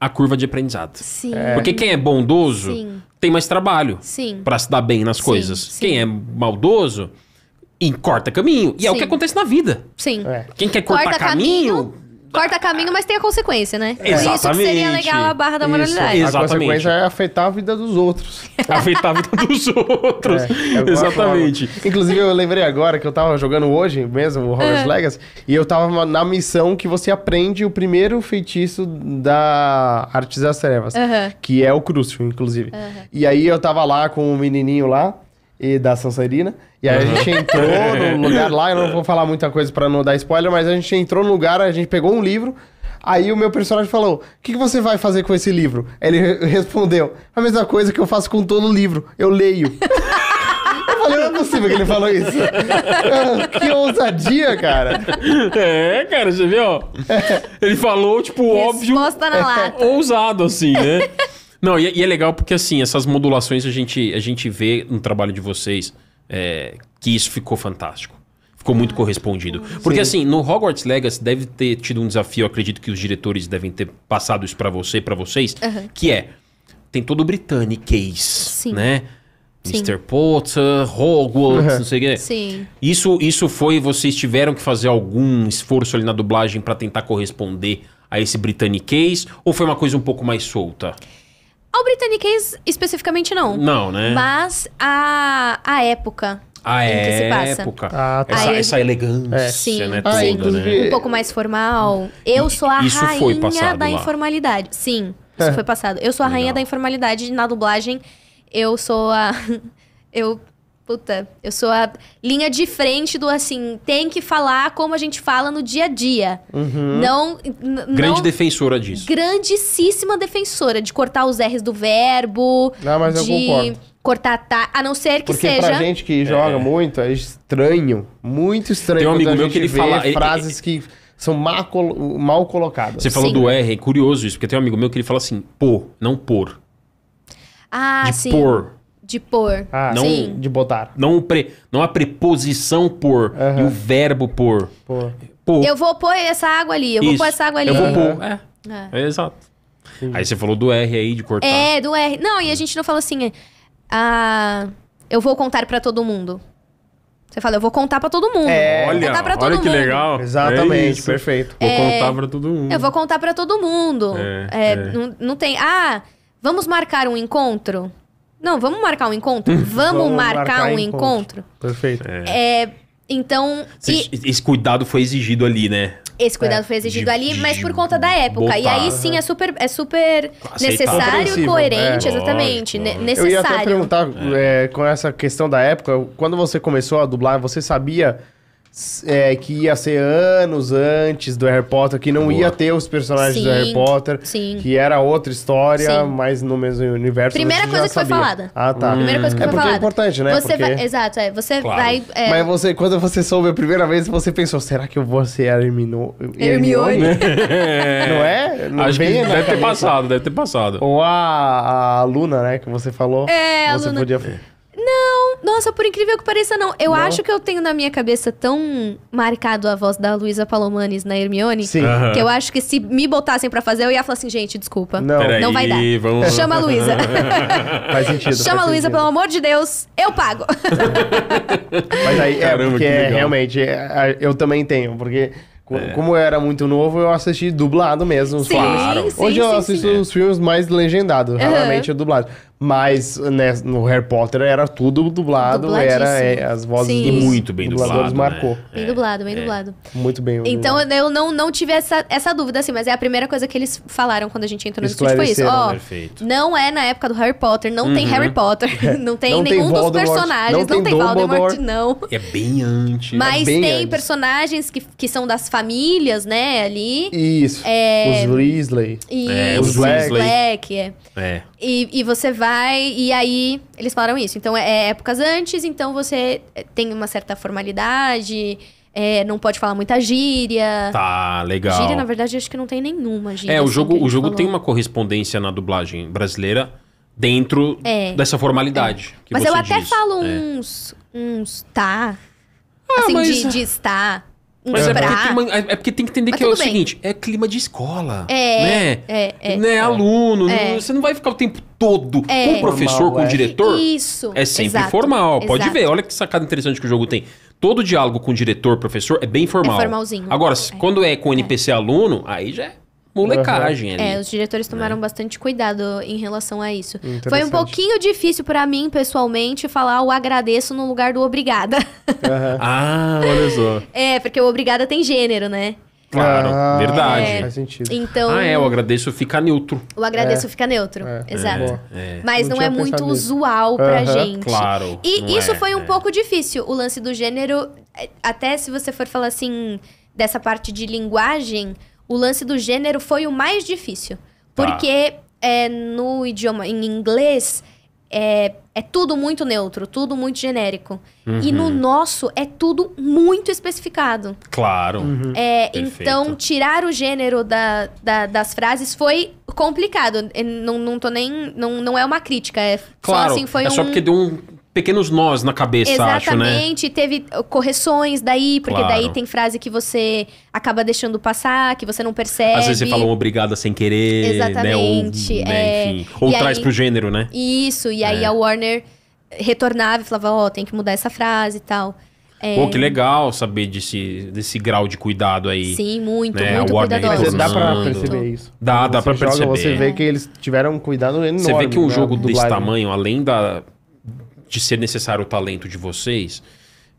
S2: a curva de aprendizado.
S3: Sim.
S2: Porque quem é bondoso
S3: Sim.
S2: tem mais trabalho
S3: Sim.
S2: pra se dar bem nas coisas.
S3: sim.
S2: Quem é maldoso encorta caminho. E é o
S3: Sim.
S2: que acontece na vida.
S3: Sim.
S1: É.
S2: Quem quer cortar
S3: Corta
S2: caminho.
S3: caminho. Corta caminho, mas tem a consequência, né? Por isso que seria
S2: Exatamente.
S3: legal a barra da moralidade.
S1: Isso. A
S2: Exatamente.
S1: consequência é afetar a vida dos outros.
S2: afetar a vida dos outros.
S1: É, eu
S2: Exatamente.
S1: acho uma- Inclusive, eu lembrei agora que eu tava jogando hoje mesmo, o Hogwarts Legacy, e eu tava na missão que você aprende o primeiro feitiço da Artes das Trevas,
S3: Aham.
S1: que é o Crucio, inclusive. E aí eu tava lá com o menininho lá, e da Sancerina, e aí a gente entrou num lugar lá, eu não vou falar muita coisa pra não dar spoiler, mas a gente entrou no lugar, a gente pegou um livro, Aí o meu personagem falou: O que, que você vai fazer com esse livro? Ele re- respondeu: A mesma coisa que eu faço com todo livro, eu leio. Eu falei, não é possível que ele falou isso. que ousadia, cara.
S2: É, cara, você viu? Ele falou, tipo, óbvio.
S3: Resposta na lata.
S2: Ousado, assim, né? Não, e, e é legal porque, assim, essas modulações a gente, a gente vê no trabalho de vocês é, que isso ficou fantástico. Ficou muito correspondido. Porque, assim, no Hogwarts Legacy deve ter tido um desafio, eu acredito que os diretores devem ter passado isso pra você e pra vocês, que é, tem todo o Britannic
S3: Sim.
S2: né?
S3: Sim.
S2: Mr. Potter, Hogwarts, não sei o quê.
S3: Sim.
S2: Isso, isso foi, vocês tiveram que fazer algum esforço ali na dublagem pra tentar corresponder a esse britaniquês? Ou foi uma coisa um pouco mais solta?
S3: Ao Britaniquês, especificamente, não.
S2: Não, né?
S3: Mas a, a época.
S2: a
S3: em que se passa.
S2: época.
S1: Ah, tá.
S2: essa,
S3: Aí-
S2: essa elegância,
S3: Sim,
S2: né?
S1: Ah,
S3: sim.
S2: Toda, né?
S1: inclusive-
S3: Um pouco mais formal. Eu sou a
S2: Isso foi
S3: rainha
S2: passado
S3: da
S2: lá. É.
S3: informalidade. Sim, isso foi passado. Eu sou a rainha
S2: Legal.
S3: da informalidade na dublagem. Eu sou a. Eu. Puta, eu sou a linha de frente do assim, tem que falar como a gente fala no dia a dia. Não. n- não-
S2: Uhum. Grande defensora disso.
S3: grandíssima defensora de cortar os R's do verbo.
S1: Não, mas eu
S3: de
S1: concordo.
S3: cortar tá, a não ser que
S1: Porque
S3: seja.
S1: pra gente que joga muito, é estranho. Muito estranho.
S2: Tem um
S1: quando
S2: amigo
S1: a
S2: meu
S1: gente
S2: que ele
S1: vê
S2: fala- e-
S1: frases que são má colo- mal, colocadas.
S2: Você falou
S3: Sim.
S2: do R, é curioso isso, porque tem um amigo meu que ele fala assim, pô, não por.
S3: Ah,
S2: de
S3: sim.
S2: por.
S3: De pôr.
S1: Ah,
S2: Não-
S3: Sim.
S1: de botar.
S2: Não, o pre, não a preposição por e o verbo por.
S1: Pô.
S2: Pô.
S3: Eu vou pôr essa água ali, eu vou
S2: Isso.
S3: pôr essa água ali.
S2: Eu vou pôr. É.
S3: É.
S2: é exato. Aí você falou do R aí de cortar.
S3: É, do R. Não, e a gente não fala assim, é, ah, eu vou contar pra todo mundo. Você fala, eu vou contar pra todo mundo.
S1: É.
S3: vou
S2: Olha,
S3: contar pra todo
S2: olha que
S3: mundo.
S2: legal. É
S1: Exatamente,
S2: isso.
S1: perfeito.
S2: Vou contar pra todo mundo.
S3: Eu vou contar pra todo mundo.
S2: É,
S3: É,
S2: é.
S3: Não, não tem. Ah, vamos marcar um encontro? Não, vamos marcar um encontro? Vamos, marcar, um encontro?
S2: É.
S1: Perfeito.
S3: Então,
S2: Esse,
S3: e
S2: esse cuidado foi exigido ali, né?
S3: esse
S1: É,
S3: cuidado foi
S2: de-
S3: exigido ali,
S2: de
S3: mas por conta da época. e
S2: botar,
S3: aí sim é super, é super
S2: Aceitável.
S3: necessário e
S1: Compreensível,
S3: coerente,
S2: é.
S3: exatamente.
S2: Lógico,
S3: ne-
S2: lógico.
S1: Eu ia até
S3: necessário.
S1: perguntar é, com essa questão da época, quando você começou a dublar, você sabia s- é, que ia ser anos antes do Harry Potter, que não
S2: Boa.
S1: ia ter os personagens do
S3: Sim,
S1: Harry Potter,
S3: sim.
S1: que era outra história,
S3: Sim.
S1: mas no mesmo universo.
S3: Primeira
S1: você já
S3: coisa que foi
S1: sabia.
S3: falada.
S1: Ah, tá.
S3: Primeira coisa que
S1: é
S3: foi
S1: porque é
S3: falada.
S1: importante, né?
S3: Você
S1: Porque-
S3: vai, exato, é. Você
S2: Claro.
S3: vai. é,
S1: Mas você, quando você soube a primeira vez, você pensou, será que eu vou ser a Hermino...
S3: Hermione.
S1: Não é? Não
S2: É. Acho que
S1: vem na
S2: deve ter
S1: cabeça.
S2: passado, deve ter passado.
S1: Ou a, a Luna, né? Que você falou.
S3: É, a
S1: você
S3: Luna.
S1: Podia...
S3: Nossa, por incrível que pareça, não. Eu
S1: Não?
S3: acho que eu tenho na minha cabeça tão marcado a voz da Luísa Palomanes na Hermione.
S1: Sim.
S2: Aham.
S3: Que eu acho que se me botassem pra fazer, eu ia falar assim, gente, desculpa.
S1: Não.
S2: Peraí,
S3: Não vai dar.
S2: Vamos...
S3: Chama a Luísa.
S1: Faz sentido.
S3: Chama a
S1: faz
S3: Luísa,
S1: sentido.
S3: pelo amor de Deus, eu pago.
S1: Mas aí
S2: Caramba,
S1: é porque
S2: que legal. É.
S1: realmente é, eu também tenho, porque co- como eu era muito novo, eu assisti dublado mesmo. os
S3: Sim,
S1: filmes.
S2: Claro.
S3: sim,
S1: Hoje eu
S3: sim,
S1: assisto
S2: sim.
S1: os filmes mais legendados,
S3: Aham.
S1: raramente é dublado. Mas né, no Harry Potter era tudo dublado, era é, as vozes
S3: Sim.
S2: E
S1: dos
S2: muito bem
S1: dubladores
S2: dublado.
S1: marcou.
S2: Né?
S3: Bem dublado,
S1: é.
S3: bem dublado.
S1: Muito bem.
S3: Então
S1: dublado.
S3: eu eu não, não tive essa, essa dúvida, assim, mas é a primeira coisa que eles falaram quando a gente entrou no estúdio foi isso.
S1: Esclareceram, né? Uhum.
S3: Ó,
S2: Perfeito.
S3: não é na época do Harry Potter, não tem Harry Potter, não tem
S1: É. Não tem
S3: nenhum dos
S1: Voldemort,
S3: personagens,
S1: não
S3: não,
S1: tem
S3: tem Voldemort,
S1: Dumbledore.
S3: não.
S2: É bem antes.
S3: Mas
S1: bem
S3: tem
S1: antes.
S3: personagens que, que são das famílias, né, ali.
S1: Isso.
S3: É-
S1: Os Weasley.
S3: E
S2: É,
S1: os
S3: os
S1: Black.
S3: Black, é.
S2: É.
S3: E, e você vai, e aí eles falaram isso. Então, é, é épocas antes, então você é, tem uma certa formalidade, é, não pode falar muita gíria.
S2: Tá, legal.
S3: Gíria, na verdade, acho que não tem nenhuma gíria.
S2: é, o
S3: assim, que a
S2: jogo, o
S3: gente
S2: jogo
S3: falou.
S2: tem uma correspondência na dublagem brasileira dentro
S3: É.
S2: dessa formalidade. que
S3: Mas
S2: você
S3: eu até
S2: diz.
S3: falo
S2: É. Ah,
S3: uns. uns tá. assim,
S2: mas-
S3: de, de estar. Uns
S2: Mas é
S3: pra.
S2: porque, tem uma- é porque tem que entender
S3: Mas
S2: que é o
S3: tudo bem.
S2: seguinte, é clima de escola.
S3: É,
S2: Né?
S3: é, é.
S2: Né, aluno.
S3: É.
S2: não- Você não vai ficar o tempo todo
S3: É.
S2: com o professor,
S1: Formal,
S2: com o
S1: é.
S2: diretor.
S3: Isso.
S2: É sempre
S3: exato,
S2: formal, pode
S3: exato.
S2: ver. Olha que sacada interessante que o jogo tem. Todo diálogo com diretor, professor é bem formal.
S3: É formalzinho.
S2: Agora, se-
S3: É.
S2: quando é com NPC aluno, aí já é molecagem ali.
S3: É, os diretores tomaram bastante cuidado em relação a isso. Foi um
S1: Interessante.
S3: pouquinho difícil pra mim, pessoalmente, falar o agradeço no lugar do obrigada.
S1: Aham.
S2: Ah, olha só.
S3: é, porque o obrigada tem gênero, né?
S2: Claro,
S1: Ah,
S2: verdade.
S1: Faz sentido.
S3: Então,
S2: Ah, é, eu agradeço, fica neutro.
S3: o agradeço fica neutro.
S1: É.
S3: Exato.
S1: Boa.
S3: Mas
S1: Não
S3: não, é
S1: tinha
S3: muito
S1: pensado nisso.
S3: usual pra
S1: Aham,
S3: gente.
S2: Claro. não
S3: E isso
S2: é,
S3: foi um
S2: é.
S3: pouco difícil, o lance do gênero. é, Até se você for falar assim, dessa parte de linguagem, o lance do gênero foi o mais difícil.
S2: Tá.
S3: Porque é, no idioma, em inglês, é, é tudo muito neutro, tudo muito genérico. E
S2: Uhum.
S3: no nosso é tudo muito especificado.
S2: Claro.
S3: É,
S2: Hum,
S1: Uhum.
S2: Perfeito.
S3: então, tirar o gênero da- da- das frases foi complicado. Eu Não, não tô nem. Não, não é uma crítica. É
S2: Claro,
S3: só assim, foi
S2: é
S3: um.
S2: só porque deu um pequenos nós na cabeça, acho, né?
S3: Exatamente, teve uh, correções daí, porque
S2: Claro.
S3: daí tem frase que você acaba deixando passar, que você não percebe.
S2: Às vezes você fala um obrigada sem querer, né? Ou,
S3: É,
S2: né,
S3: Exatamente, é.
S2: enfim. Ou
S3: E
S2: traz
S3: aí-
S2: pro gênero, né?
S3: Isso, e aí a Warner retornava e falava, ó, tem que mudar essa frase e tal. É,
S2: Pô, que legal saber desse, desse grau de cuidado aí.
S3: Sim, muito,
S2: Né,
S3: muito
S2: a Warner
S3: cuidadosa.
S1: Mas dá pra
S2: Retornando.
S1: perceber isso.
S2: Dá- dá
S1: Você
S2: pra perceber.
S1: Você vê que eles tiveram um cuidado enorme. né,
S2: Você vê que um
S1: na
S2: jogo desse
S1: dublagem.
S2: tamanho, além da, de ser necessário o talento de vocês,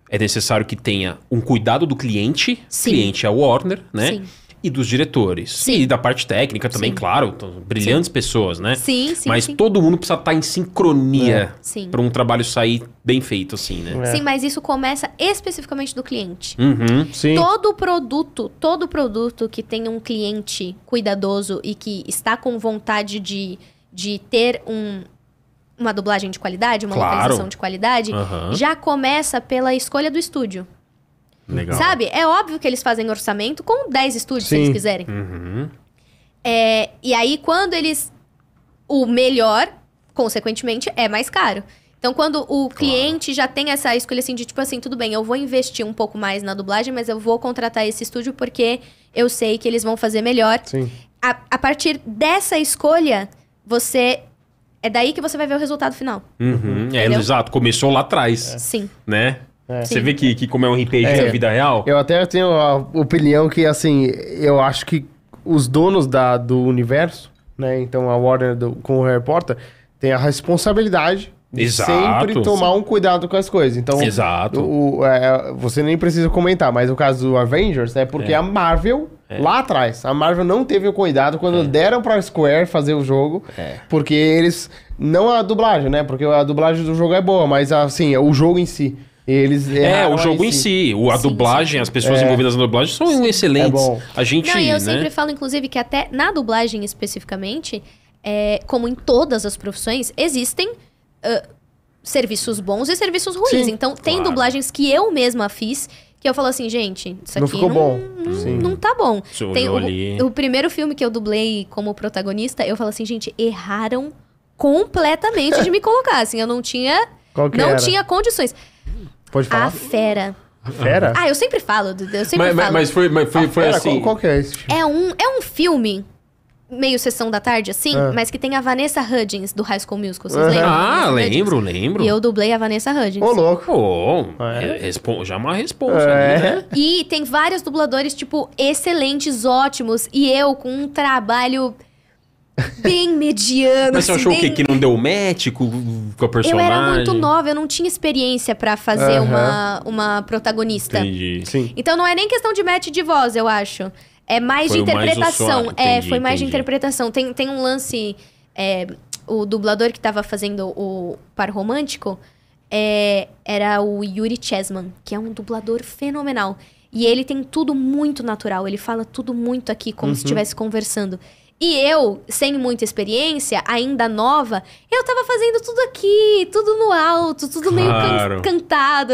S2: é necessário que tenha um cuidado do cliente,
S3: Sim.
S2: cliente é o Warner, né?
S3: Sim.
S2: E dos diretores.
S3: Sim.
S2: E da parte técnica também,
S3: Sim.
S2: claro. t- Brilhantes pessoas, né?
S3: Sim, sim,
S2: Mas
S3: sim. É.
S2: todo mundo precisa estar em sincronia
S3: Sim.
S2: para um trabalho sair bem feito, assim, né?
S1: É.
S3: Sim, mas isso começa especificamente do cliente.
S2: Uhum.
S1: Sim.
S3: Todo produto, todo produto que tem um cliente cuidadoso e que está com vontade de, de ter um, uma dublagem de qualidade, uma
S2: Claro.
S3: localização de qualidade,
S2: Aham.
S3: já começa pela escolha do estúdio.
S2: Legal.
S3: Sabe? É óbvio que eles fazem orçamento com 10 estúdios, se
S1: Sim.
S3: eles quiserem.
S2: Uhum.
S3: É, e aí, quando eles. O melhor, consequentemente, é mais caro. Então, quando o cliente já tem essa escolha assim de tipo assim, tudo bem, eu vou investir um pouco mais na dublagem, mas eu vou contratar esse estúdio porque eu sei que eles vão fazer melhor.
S1: Sim.
S3: A, a partir dessa escolha, você. É daí que você vai ver o resultado final.
S2: Uhum. É,
S3: Entendeu?
S2: exato. Começou lá atrás,
S3: Sim.
S2: né?
S1: É.
S2: Você vê que, que como é um RPG
S1: É.
S2: da vida real...
S1: Eu até tenho a opinião que, assim, eu acho que os donos da, do universo, né? Então a Warner do- com o Harry Potter, tem a responsabilidade de
S2: Exato.
S1: sempre tomar um cuidado com as coisas. Então,
S2: Exato.
S1: o- o- é, você nem precisa comentar, mas o caso do Avengers é porque a Marvel,
S2: É.
S1: lá atrás, a Marvel não teve o cuidado quando deram pra Square fazer o jogo,
S2: É.
S1: porque eles. Não a dublagem, né? Porque a dublagem do jogo é boa, mas assim, o jogo em si. Eles
S2: É,
S1: erraram
S2: o jogo em si, o- a
S3: Sim,
S2: dublagem, as pessoas envolvidas na dublagem são excelentes.
S1: É bom.
S2: A gente,
S3: Não, e eu
S2: né?
S3: sempre falo, inclusive, que até na dublagem especificamente, é, como em todas as profissões, existem ah, serviços bons e serviços ruins.
S1: Sim.
S3: então, tem
S2: Claro.
S3: dublagens que eu mesma fiz, que eu falo assim, gente, isso
S1: Não
S3: aqui
S1: ficou
S3: não,
S1: bom.
S3: não-
S1: Sim.
S3: não tá bom.
S2: Você
S3: Tem
S2: olhou ali.
S3: o, o primeiro filme que eu dublei como protagonista, eu falo assim, gente, erraram completamente de me colocar, assim, eu não tinha...
S1: Qual que
S3: não
S1: era?
S3: tinha condições.
S1: Pode
S3: A
S1: falar?
S3: fera.
S1: Fera?
S3: Ah, eu sempre falo, Dudu, eu sempre
S2: Mas, mas-
S3: falo.
S2: mas foi, mas foi,
S1: Ah,
S2: foi
S1: pera,
S2: assim.
S1: Qual, qual que é esse? filme?
S3: É um, é um filme, meio sessão da tarde, assim,
S1: Ah.
S3: mas que tem a Vanessa Hudgens do High School Musical. Vocês lembram?
S2: Ah,
S3: Vanessa Hudgens?
S2: lembro, lembro.
S3: E eu dublei a Vanessa Hudgens.
S1: Ô, louco.
S2: Pô,
S1: É.
S2: respo- já uma resposta,
S1: É.
S2: né?
S3: E tem vários dubladores, tipo, excelentes, ótimos. E eu com um trabalho bem mediano.
S2: Mas você
S3: assim,
S2: achou o quê?
S3: bem-
S2: Que não deu match com, com a
S3: Eu
S2: personagem?
S3: era muito nova, eu não tinha experiência pra fazer
S1: Aham.
S3: uma, uma protagonista.
S2: Entendi.
S1: Sim.
S3: Então não é nem questão de match de voz, eu acho. É mais
S2: Foi
S3: de
S2: mais o
S3: interpretação.
S2: suor,
S3: é,
S2: entendi,
S3: foi mais de
S2: entendi.
S3: interpretação. Tem, tem um lance. é, o dublador que tava fazendo o par romântico é, era o Yuri Chesman, que é um dublador fenomenal. E ele tem tudo muito natural, ele fala tudo muito aqui, como se estivesse conversando. E eu, sem muita experiência, ainda nova, eu tava fazendo tudo aqui, tudo no alto, tudo meio can-
S2: Claro.
S3: cantado,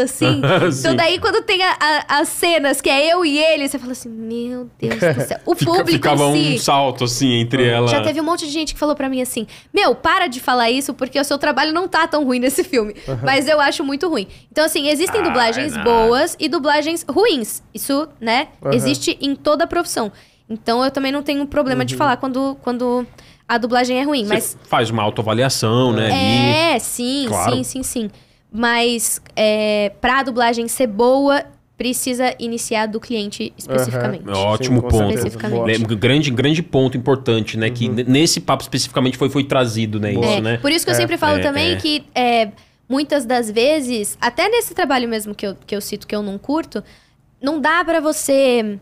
S3: assim.
S2: Sim.
S3: Então daí quando tem a- a- as cenas que é eu e ele, você fala assim, meu Deus do céu. O
S2: Fica-
S3: público
S2: ficava
S3: em
S2: um
S3: si.
S2: salto, assim, entre
S1: Ah.
S2: ela...
S3: Já teve um monte de gente que falou pra mim assim: Meu, para de falar isso porque o seu trabalho não tá tão ruim nesse filme. Mas eu acho muito ruim. Então, assim, existem
S2: Ah, é
S3: dublagens
S2: nada.
S3: boas e dublagens ruins. Isso, né,
S1: Uhum.
S3: existe em toda a profissão. Então eu também não tenho problema
S2: Uhum.
S3: de falar quando, quando a dublagem é ruim.
S2: Você
S3: Mas
S2: faz uma autoavaliação, né? ali.
S3: é, sim,
S2: Claro.
S3: sim, sim, sim. Mas é, pra dublagem ser boa, precisa iniciar do cliente especificamente.
S1: Aham.
S2: É Ótimo
S1: com
S2: ponto.
S1: certeza. Uhum.
S3: Especificamente.
S1: Boa.
S2: Lem- Grande, grande ponto importante, né? Que n- nesse papo especificamente foi, foi trazido, né?
S1: Boa.
S2: Isso,
S3: É,
S2: né?
S3: Por isso que eu
S1: É,
S3: sempre falo
S2: é,
S3: também
S2: é.
S3: que é, muitas das vezes, até nesse trabalho mesmo que eu, que eu cito que eu não curto, não dá pra você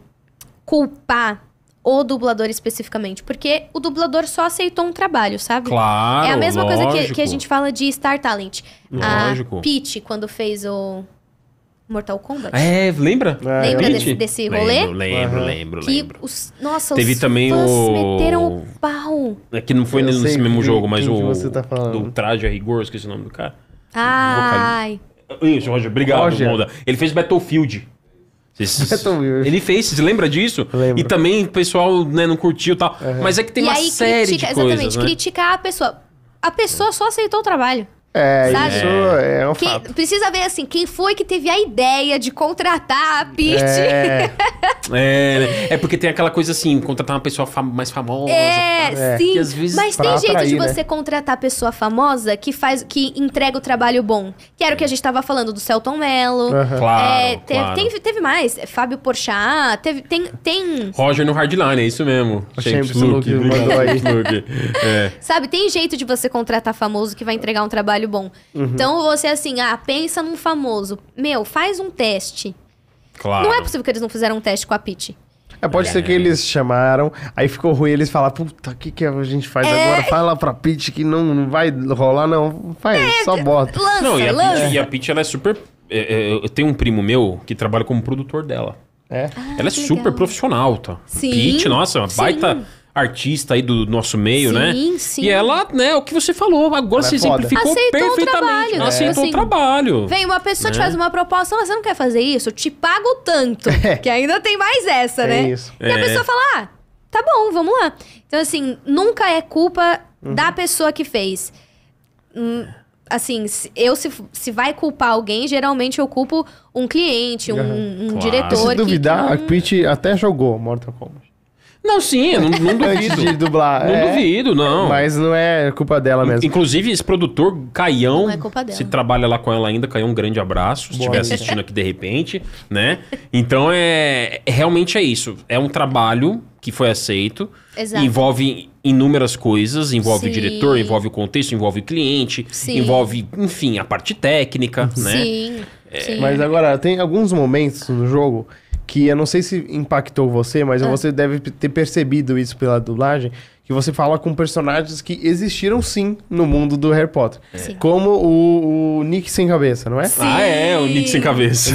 S3: culpar o dublador especificamente, porque o dublador só aceitou um trabalho, sabe?
S2: Claro,
S3: é a mesma coisa que,
S2: lógico.
S3: que a gente fala de Star Talent.
S2: Lógico.
S3: A Peach, quando fez o Mortal Kombat.
S2: É, lembra?
S1: É,
S3: Lembra
S1: Peach?
S3: desse, desse rolê?
S2: Lembro, lembro,
S1: Aham.
S2: lembro,
S3: que
S2: lembro.
S3: os. Nossa,
S2: Teve
S3: os
S2: também
S3: fãs
S2: o-
S3: meteram o pau.
S2: É que não foi
S1: Eu
S2: nesse
S1: sei
S2: mesmo
S1: quem-
S2: jogo, mas
S1: quem
S2: o.
S1: que você tá falando.
S2: Do traje a rigor, esqueci o nome do cara.
S3: Ai.
S2: Isso, Roger, obrigado,
S1: Roger.
S2: Monda. Ele fez Battlefield. Vocês-
S1: Beto Wilson.
S2: Ele fez, você lembra disso?
S1: Lembro.
S2: E também o pessoal né, não curtiu e tal. Mas é que tem
S3: e
S2: uma
S3: aí
S2: série
S3: critica,
S2: de
S3: exatamente,
S2: coisas, né?
S3: criticar a pessoa. A pessoa só aceitou o trabalho.
S1: É,
S3: Sabe?
S1: isso é um
S3: Quem-
S1: fato.
S3: precisa ver assim, quem foi que teve a ideia de contratar a Pitt?
S1: É,
S2: É, né? é porque tem aquela coisa assim, contratar uma pessoa fam- mais famosa.
S3: É,
S1: É,
S3: sim.
S2: que às vezes
S3: Mas
S1: pra
S3: tem jeito de
S1: atrair, né?
S3: você contratar pessoa famosa que faz, que entrega o trabalho bom. Que era o que a gente tava falando do Celton Mello.
S1: Aham.
S2: Claro,
S3: É, te-
S2: claro.
S3: tem- teve mais. É, Fábio Porchat. Teve, tem, tem,
S2: Roger no Hardline, é isso mesmo.
S1: O James Luke um mandou aí.
S2: Luke. É.
S3: sabe, tem jeito de você contratar famoso que vai entregar um trabalho bom.
S2: Uhum.
S3: Então você assim, ah, pensa num famoso. Meu, faz um teste.
S2: Claro.
S3: Não é possível que eles não fizeram um teste com a Pitt.
S1: É, pode ser que eles chamaram, aí ficou ruim, eles falaram, puta, o que, que a gente faz
S3: É.
S1: agora? Fala pra Pete que não, não vai rolar, não. Faz,
S3: É,
S1: só bota.
S3: Lança,
S2: Não, e a,
S3: lança.
S2: Peach, e a Peach, ela é super. é, é, eu tenho um primo meu que trabalha como produtor dela.
S1: É.
S2: ela é
S3: que
S2: super
S3: Ah, legal.
S2: profissional, tá?
S3: Sim.
S2: Peach, nossa, uma
S3: Sim.
S2: baita artista aí do nosso meio,
S3: Sim,
S2: né?
S3: sim.
S2: E ela, né, o que você falou,
S1: Ela
S2: agora
S1: é
S2: você
S1: foda.
S2: simplificou
S3: Aceitou o
S2: perfeitamente.
S3: trabalho,
S2: Ela
S3: né?
S2: aceitou
S3: Assim,
S2: o trabalho.
S3: Vem, uma pessoa te
S2: Né?
S3: faz uma proposta, "Mas você não quer fazer isso? Eu te pago tanto. Que ainda tem mais essa,
S1: Tem
S3: né?
S1: isso.
S3: E a
S2: É.
S3: pessoa fala, ah, tá bom, vamos lá. Então, assim, nunca é culpa
S2: Uhum.
S3: da pessoa que fez. Hum, assim, se- eu se, se vai culpar alguém, geralmente eu culpo um cliente, um, um
S2: Uhum. Claro.
S1: E
S3: diretor.
S1: Se
S3: que-
S1: duvidar,
S3: que
S1: a Pete até jogou Mortal Kombat.
S2: Não, sim, eu não, não
S1: Antes
S2: duvido.
S1: de dublar.
S2: Não
S1: é,
S2: duvido, não.
S1: Mas não é culpa dela mesmo.
S2: Inclusive, esse produtor, Caião,
S3: Não é culpa dela.
S2: se trabalha lá com ela ainda, Caião, um grande abraço,
S1: Boa,
S2: se estiver
S1: amiga.
S2: assistindo aqui de repente, né? Então, é realmente é isso. É um trabalho que foi aceito,
S3: Exato.
S2: envolve inúmeras coisas, envolve o
S3: Sim.
S2: diretor, envolve o contexto, envolve o cliente,
S3: Sim.
S2: envolve, enfim, a parte técnica,
S3: não-
S2: né?
S3: Sim, sim.
S1: Mas agora, tem alguns momentos no jogo que eu não sei se impactou você, mas
S3: Ah.
S1: você deve ter percebido isso pela dublagem, que você fala com personagens que existiram sim no mundo do Harry Potter.
S3: Sim.
S1: Como o, o Nick sem cabeça, não é?
S3: Sim.
S2: Ah, é, o Nick sem cabeça.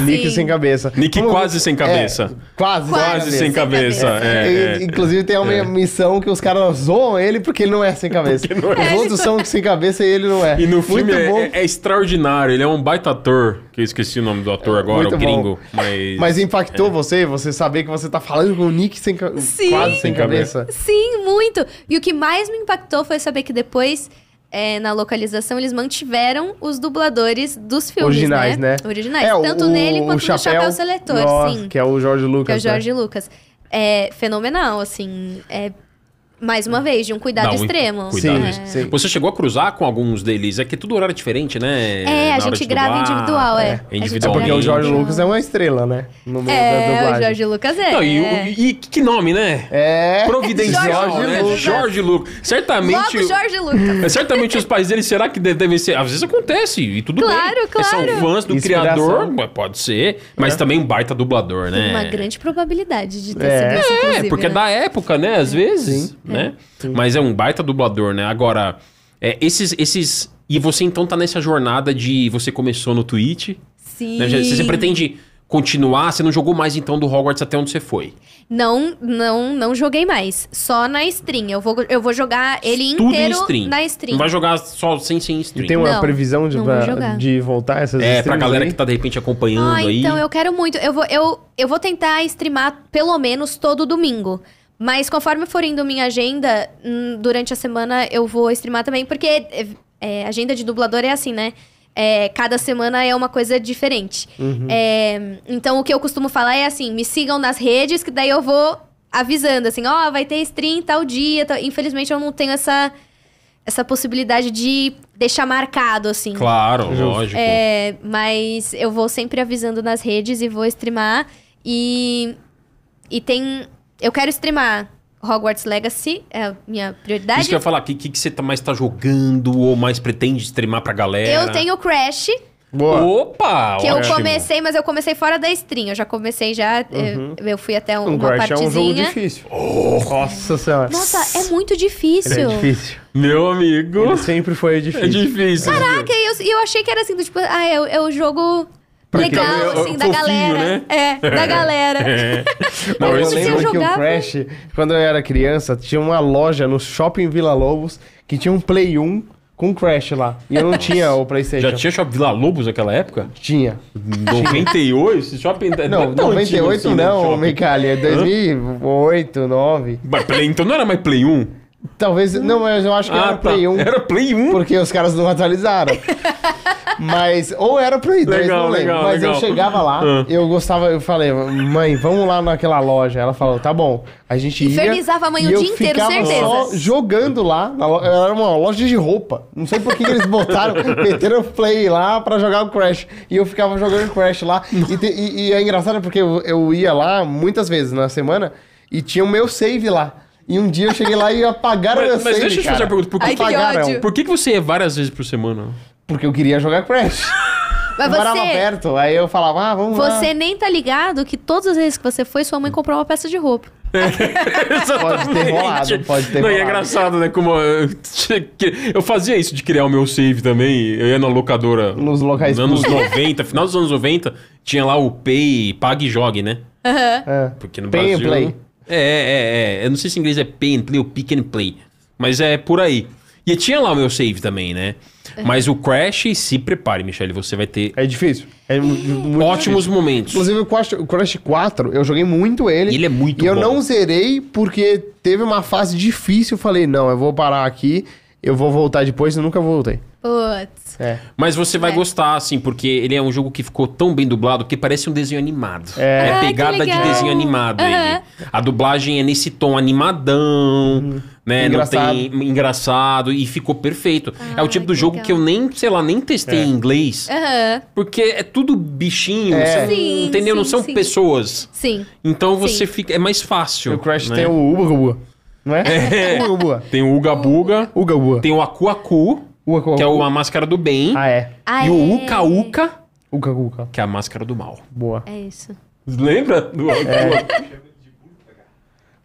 S1: O Nick
S3: Sim.
S1: sem cabeça.
S2: Nick
S1: Como-
S2: quase sem cabeça.
S1: É, quase,
S2: Quase sem cabeça,
S3: cabeça.
S2: é, é.
S1: E- Inclusive tem uma missão que os caras zoam ele porque ele não é sem cabeça.
S2: Porque não é.
S1: Os outros são sem cabeça e ele não é.
S2: E no filme
S1: Muito
S2: é,
S1: bom.
S2: é- é extraordinário, ele é um baita ator, que eu esqueci o nome do ator agora,
S1: muito
S2: o
S1: bom.
S2: gringo, mas...
S1: Mas
S2: É.
S1: impactou você, você saber que você tá falando com o Nick sem ca-
S3: Sim.
S1: quase sem
S2: Sem
S1: cabeça.
S2: cabeça.
S3: Sim, muito. E o que mais me impactou foi saber que depois, é, na localização, eles mantiveram os dubladores dos filmes.
S1: Originais, né?
S3: Originais.
S1: É, o-
S3: tanto nele quanto no Chapéu Seletor,
S1: nossa,
S3: sim. Que
S1: Que é o Jorge
S3: é, o
S1: Lucas.
S3: Jorge Lucas. É fenomenal, assim. É, mais uma vez, de um cuidado
S2: Dá um
S3: extremo.
S2: cuidado
S1: Sim,
S2: extremo.
S1: sim.
S2: Você chegou a cruzar com alguns deles? É que tudo horário é diferente, né?
S3: É,
S2: Na
S3: a
S2: hora
S3: gente
S2: de
S3: grava
S2: dublar.
S3: individual, é. A gente
S1: Né? É
S2: Individualmente.
S1: porque o Jorge
S3: Não.
S1: Lucas é uma estrela, né? No mundo da
S3: É, o
S1: dublagem.
S3: Jorge Lucas é.
S2: Não, e, o- e que que nome, né?
S1: É.
S2: Providencial,
S1: Jorge
S2: né?
S1: Lucas.
S2: Jorge Lucas. Certamente...
S3: Logo Jorge Lucas.
S2: Mas É certamente os pais dele, será que de- devem ser? Às vezes acontece, e tudo
S3: Claro,
S2: bem. É,
S3: claro.
S2: São fãs do
S1: Inspiração.
S2: criador, mas pode ser, mas também um baita dublador, né?
S3: Tem uma grande probabilidade de ter
S1: É.
S3: sido isso,
S2: É,
S3: inclusive,
S2: porque é
S3: né?
S2: da época, né? Às vezes,
S1: Sim.
S2: né? Mas é um baita dublador, né? Agora, é, esses, esses... E você então tá nessa jornada de... Você começou no Twitch,
S3: Sim.
S2: né? Você, você pretende continuar? Você não jogou mais então do Hogwarts até onde você foi?
S3: Não, não, não joguei mais. Só na stream. Eu vou, eu vou jogar ele
S2: Tudo
S3: inteiro
S2: em stream.
S3: na stream.
S2: Não vai jogar só sem sem
S1: E
S2: stream.
S1: tem uma
S3: Não,
S1: previsão de,
S3: não vou
S1: pra-
S3: jogar.
S1: de voltar essas
S2: É, pra
S1: streams
S2: galera
S1: aí?
S2: que tá de repente acompanhando
S3: Ah,
S2: aí.
S3: então eu quero muito. Eu vou, eu, eu vou tentar streamar pelo menos todo domingo. Mas conforme for indo minha agenda, hum, durante a semana eu vou streamar também, porque é, é, agenda de dublador é assim, né? É, cada semana é uma coisa diferente.
S2: Uhum.
S3: É, então o que eu costumo falar é assim: me sigam nas redes, que daí eu vou avisando, assim, ó, vai ter stream tal dia. tal- Infelizmente eu não tenho essa, essa possibilidade de deixar marcado, assim.
S2: Claro,
S1: Justo.
S2: lógico.
S3: É, mas eu vou sempre avisando nas redes e vou streamar. E, e tem. Eu quero streamar Hogwarts Legacy, é a minha
S2: Isso que
S3: prioridade.
S2: eu ia falar, o que, que, que você tá mais tá jogando ou mais pretende streamar pra galera?
S3: Eu tenho Crash,
S1: Boa.
S2: Opa!
S3: que
S2: ótimo.
S3: eu comecei, mas eu comecei fora da stream. Eu já comecei já. Eu, eu fui até um-
S1: Um
S3: uma
S1: Crash é um jogo
S3: partezinha.
S1: difícil.
S2: Oh.
S1: Nossa senhora.
S3: Nossa, é muito
S1: Ele
S3: difícil.
S1: é difícil.
S2: Meu amigo,
S1: Ele sempre foi difícil.
S2: é difícil.
S3: Caraca, e eu, e eu achei Ah, que era assim, do tipo, ah, é, o- é o jogo
S2: Pra
S3: legal,
S2: quem é, é,
S3: assim, da
S2: fofinho,
S3: galera.
S2: né?
S3: É, da galera.
S2: É.
S1: Não,
S2: Não,
S1: eu
S2: esse
S3: se eu
S1: lembro
S2: jogo...
S1: que o
S3: jogava-
S1: Crash, quando eu era criança, tinha uma loja no shopping Vila Lobos que tinha um Play 1, com Crash lá. E eu não tinha o PlayStation.
S2: Já tinha shopping Vila Lobos naquela época?
S1: Tinha.
S2: 98? Esse shopping não,
S1: Não,
S2: é tão antigo
S1: 98
S2: assim, né,
S1: não,
S2: shopping.
S1: Micali. É 2008, 2009.
S2: Mas Play- então não era mais Play 1?
S1: Talvez. Não, mas eu acho que era um
S2: tá.
S1: Play 1.
S2: Era Play 1?
S1: Porque os caras não atualizaram. mas, ou era Play 2,
S2: Legal,
S1: não lembro.
S2: legal,
S1: mas eu
S2: legal.
S1: chegava lá,
S2: Ah.
S1: eu gostava, eu falei, mãe, vamos lá naquela loja. Ela falou, tá bom. A gente ia.
S3: Infernizava a mãe o
S1: e eu
S3: dia inteiro,
S1: ficava
S3: certeza.
S1: só jogando lá. na lo- Era uma loja de roupa. Não sei por que que eles botaram, meteram o play lá pra jogar o Crash. E eu ficava jogando Crash lá. E, te- e- e é engraçado porque eu, eu ia lá muitas vezes na semana e tinha o meu save lá. E um dia eu cheguei lá e apagaram o meu
S2: Mas, mas
S1: save.
S2: deixa eu te fazer
S1: cara.
S2: uma pergunta. Por que,
S3: Ai, que
S1: Apagaram.
S3: ódio.
S2: por que, que você ia várias vezes por semana?
S1: Porque eu queria jogar Crash.
S3: Mas
S1: Não morava
S3: você,
S1: perto, aí eu falava, ah, vamos lá.
S3: você nem tá ligado que todas as vezes que você foi, sua mãe comprou uma peça de roupa. tá
S1: Pode ter rolado, pode ter
S2: Não, e é
S1: rolado.
S2: engraçado, né? Como eu, tinha que- eu fazia isso de criar o meu save também. Eu ia na locadora.
S1: Nos locais
S2: Nos anos
S1: públicos.
S2: 90, final dos anos 90, tinha lá o Pay, Pague e Jogue, né?
S1: É.
S2: Porque no
S1: Pay and
S2: Brasil...
S1: play.
S2: É, é, é. Eu não sei se em inglês é pay and play ou pick and play. Mas é por aí. E tinha lá o meu save também, né? Mas o Crash, se prepare, Michele, você vai ter
S1: É difícil. É mu- muito
S2: ótimos momentos.
S1: Inclusive, o Crash, o Crash 4, eu joguei muito ele.
S2: Ele é muito
S1: E eu
S2: bom.
S1: não zerei porque teve uma fase difícil. Eu falei, não, eu vou parar aqui, eu vou voltar depois e nunca voltei.
S3: Putz.
S1: É.
S2: Mas você vai
S3: É.
S2: gostar, assim, porque ele é um jogo que ficou tão bem dublado que parece um desenho animado.
S1: É.
S3: Ah, que
S2: pegada de
S3: legal.
S2: desenho animado
S3: Aham.
S2: ele. A dublagem é nesse tom animadão, né?
S1: Uhum. Engraçado.
S2: Não tem engraçado e ficou perfeito. é o
S3: Ah,
S2: tipo do
S3: que
S2: jogo
S3: legal.
S2: que eu nem, sei lá, nem testei em inglês,
S3: Aham.
S2: porque é tudo bichinho,
S1: É.
S2: são-
S3: Sim,
S2: entendeu? não
S3: sim,
S2: são
S3: sim.
S2: pessoas.
S3: Sim.
S2: Então você
S3: Sim.
S2: fica é mais fácil.
S1: O Crash
S2: né?
S1: tem o Uga Uga, não é?
S2: É.
S1: Uga Uga.
S2: tem o Uga Buga,
S1: Uga Uga.
S2: tem o Aku Aku,
S1: Uga Uga.
S2: que é uma máscara do bem,
S1: Ah, é.
S3: Ah,
S2: e o
S3: é.
S2: Uka Uka,
S1: Uga Uga.
S2: que é a máscara do mal.
S1: Boa.
S3: É isso.
S2: Lembra? Do,
S1: É.
S2: do-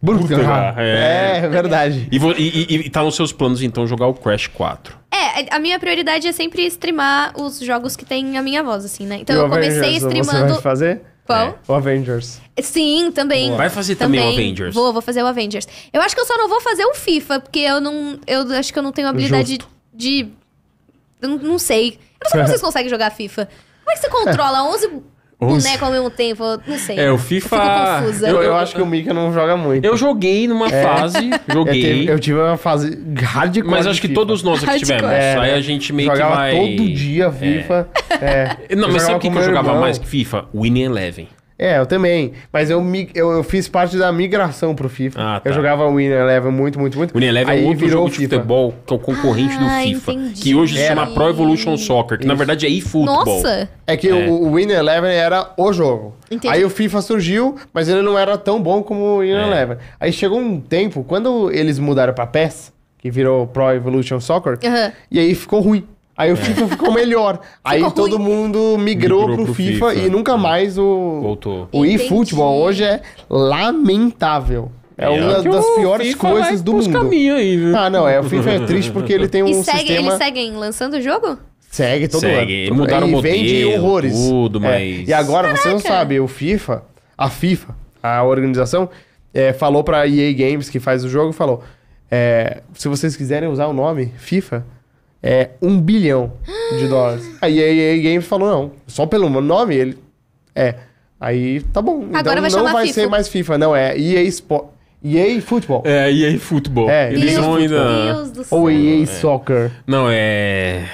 S1: Burga.
S2: é.
S1: É, é verdade.
S2: E, vo- e- e- e tá nos seus planos, então, jogar o Crash 4.
S3: É, a minha prioridade é sempre streamar os jogos que tem a minha voz, assim, né? Então
S1: E o
S3: eu comecei
S1: Avengers, Você vai É.
S3: streamando.
S1: fazer?
S3: Qual?
S1: O Avengers.
S3: Sim, também.
S2: Vai fazer também o Avengers.
S3: Vou, vou fazer o Avengers. Eu acho que eu só não vou fazer o FIFA, porque eu não. Eu acho que eu não tenho habilidade
S1: Justo.
S3: de. Eu não, não sei. Eu não sei como vocês conseguem jogar FIFA. Como é que você controla 11 bonecos ao mesmo tempo? Eu não sei.
S2: É, o FIFA-
S3: Eu fico
S1: Eu,
S3: confusa.
S1: é
S2: Eu-
S1: eu
S2: eu-
S1: acho que o Mika não joga muito.
S2: Eu joguei numa fase,
S1: É. Eu
S2: joguei.
S1: teve- eu tive uma fase hardcore.
S2: Mas
S1: de
S2: acho que
S1: FIFA.
S2: todos nós aqui
S3: Hardcore.
S2: tivemos.
S1: É,
S2: Aí
S1: né?
S2: a gente meio
S1: jogava
S2: que vai...
S1: todo dia FIFA. É.
S2: Não, mas sabe o que,
S1: com
S2: que eu
S1: meu
S2: jogava
S1: irmão.
S2: mais que FIFA? Winning Eleven.
S1: É, eu também. Mas eu, mi- eu, eu fiz parte da migração pro FIFA.
S2: Ah, tá.
S1: Eu jogava o Winner Eleven muito, muito, muito.
S2: O Winning Eleven
S1: Aí
S2: é outro
S1: virou
S2: jogo de
S1: FIFA.
S2: futebol que é o concorrente
S3: Ah,
S2: do FIFA.
S3: entendi.
S2: Que hoje se
S1: Era.
S2: chama Pro Evolution Soccer, que na verdade é eFootball.
S3: Nossa!
S1: É que o o Winner Eleven era o jogo.
S3: Entendi.
S1: Aí o FIFA surgiu, mas ele não era tão bom como o
S2: É.
S1: Winner Eleven. Aí chegou um tempo, quando eles mudaram pra PES, que virou Pro Evolution Soccer,
S3: Aham.
S1: e aí ficou ruim.
S2: É.
S1: Aí o FIFA ficou melhor. aí
S3: ruim.
S1: todo mundo migrou, pro, FIFA, e nunca mais o.
S2: É. Voltou.
S1: O
S3: Entendi.
S1: eFootball hoje é lamentável. É, uma
S2: que
S1: das
S2: o
S1: piores
S2: FIFA vai
S1: coisas do
S2: pros
S1: mundo.
S2: caminhos aí, viu?
S1: Ah, não, é, o FIFA é triste porque ele tem um
S3: E segue,
S1: sistema...
S3: eles seguem lançando o jogo?
S1: Segue todo
S2: Segue,
S1: ano.
S2: mudaram
S1: e
S2: o
S1: vende
S2: modelo,
S1: horrores.
S2: tudo,
S1: É,
S2: mas-
S1: E agora, você não sabe, o FIFA, a FIFA, a organização, é, falou pra EA Games, que faz o jogo, falou, é, se vocês quiserem usar o nome FIFA, é um bilhão de dólares. Aí a EA Games falou, não, só pelo nome, ele... É, aí tá bom.
S3: Agora vai
S1: então não
S3: chamar
S1: vai
S3: FIFA.
S1: ser mais FIFA, não, é EA Sport... EA Futebol.
S2: É, e aí futebol.
S1: É,
S2: Eles
S1: EA
S2: não
S1: futebol.
S2: ainda...
S3: Deus do céu.
S1: Ou
S2: É.
S1: EA Soccer.
S2: Não, é...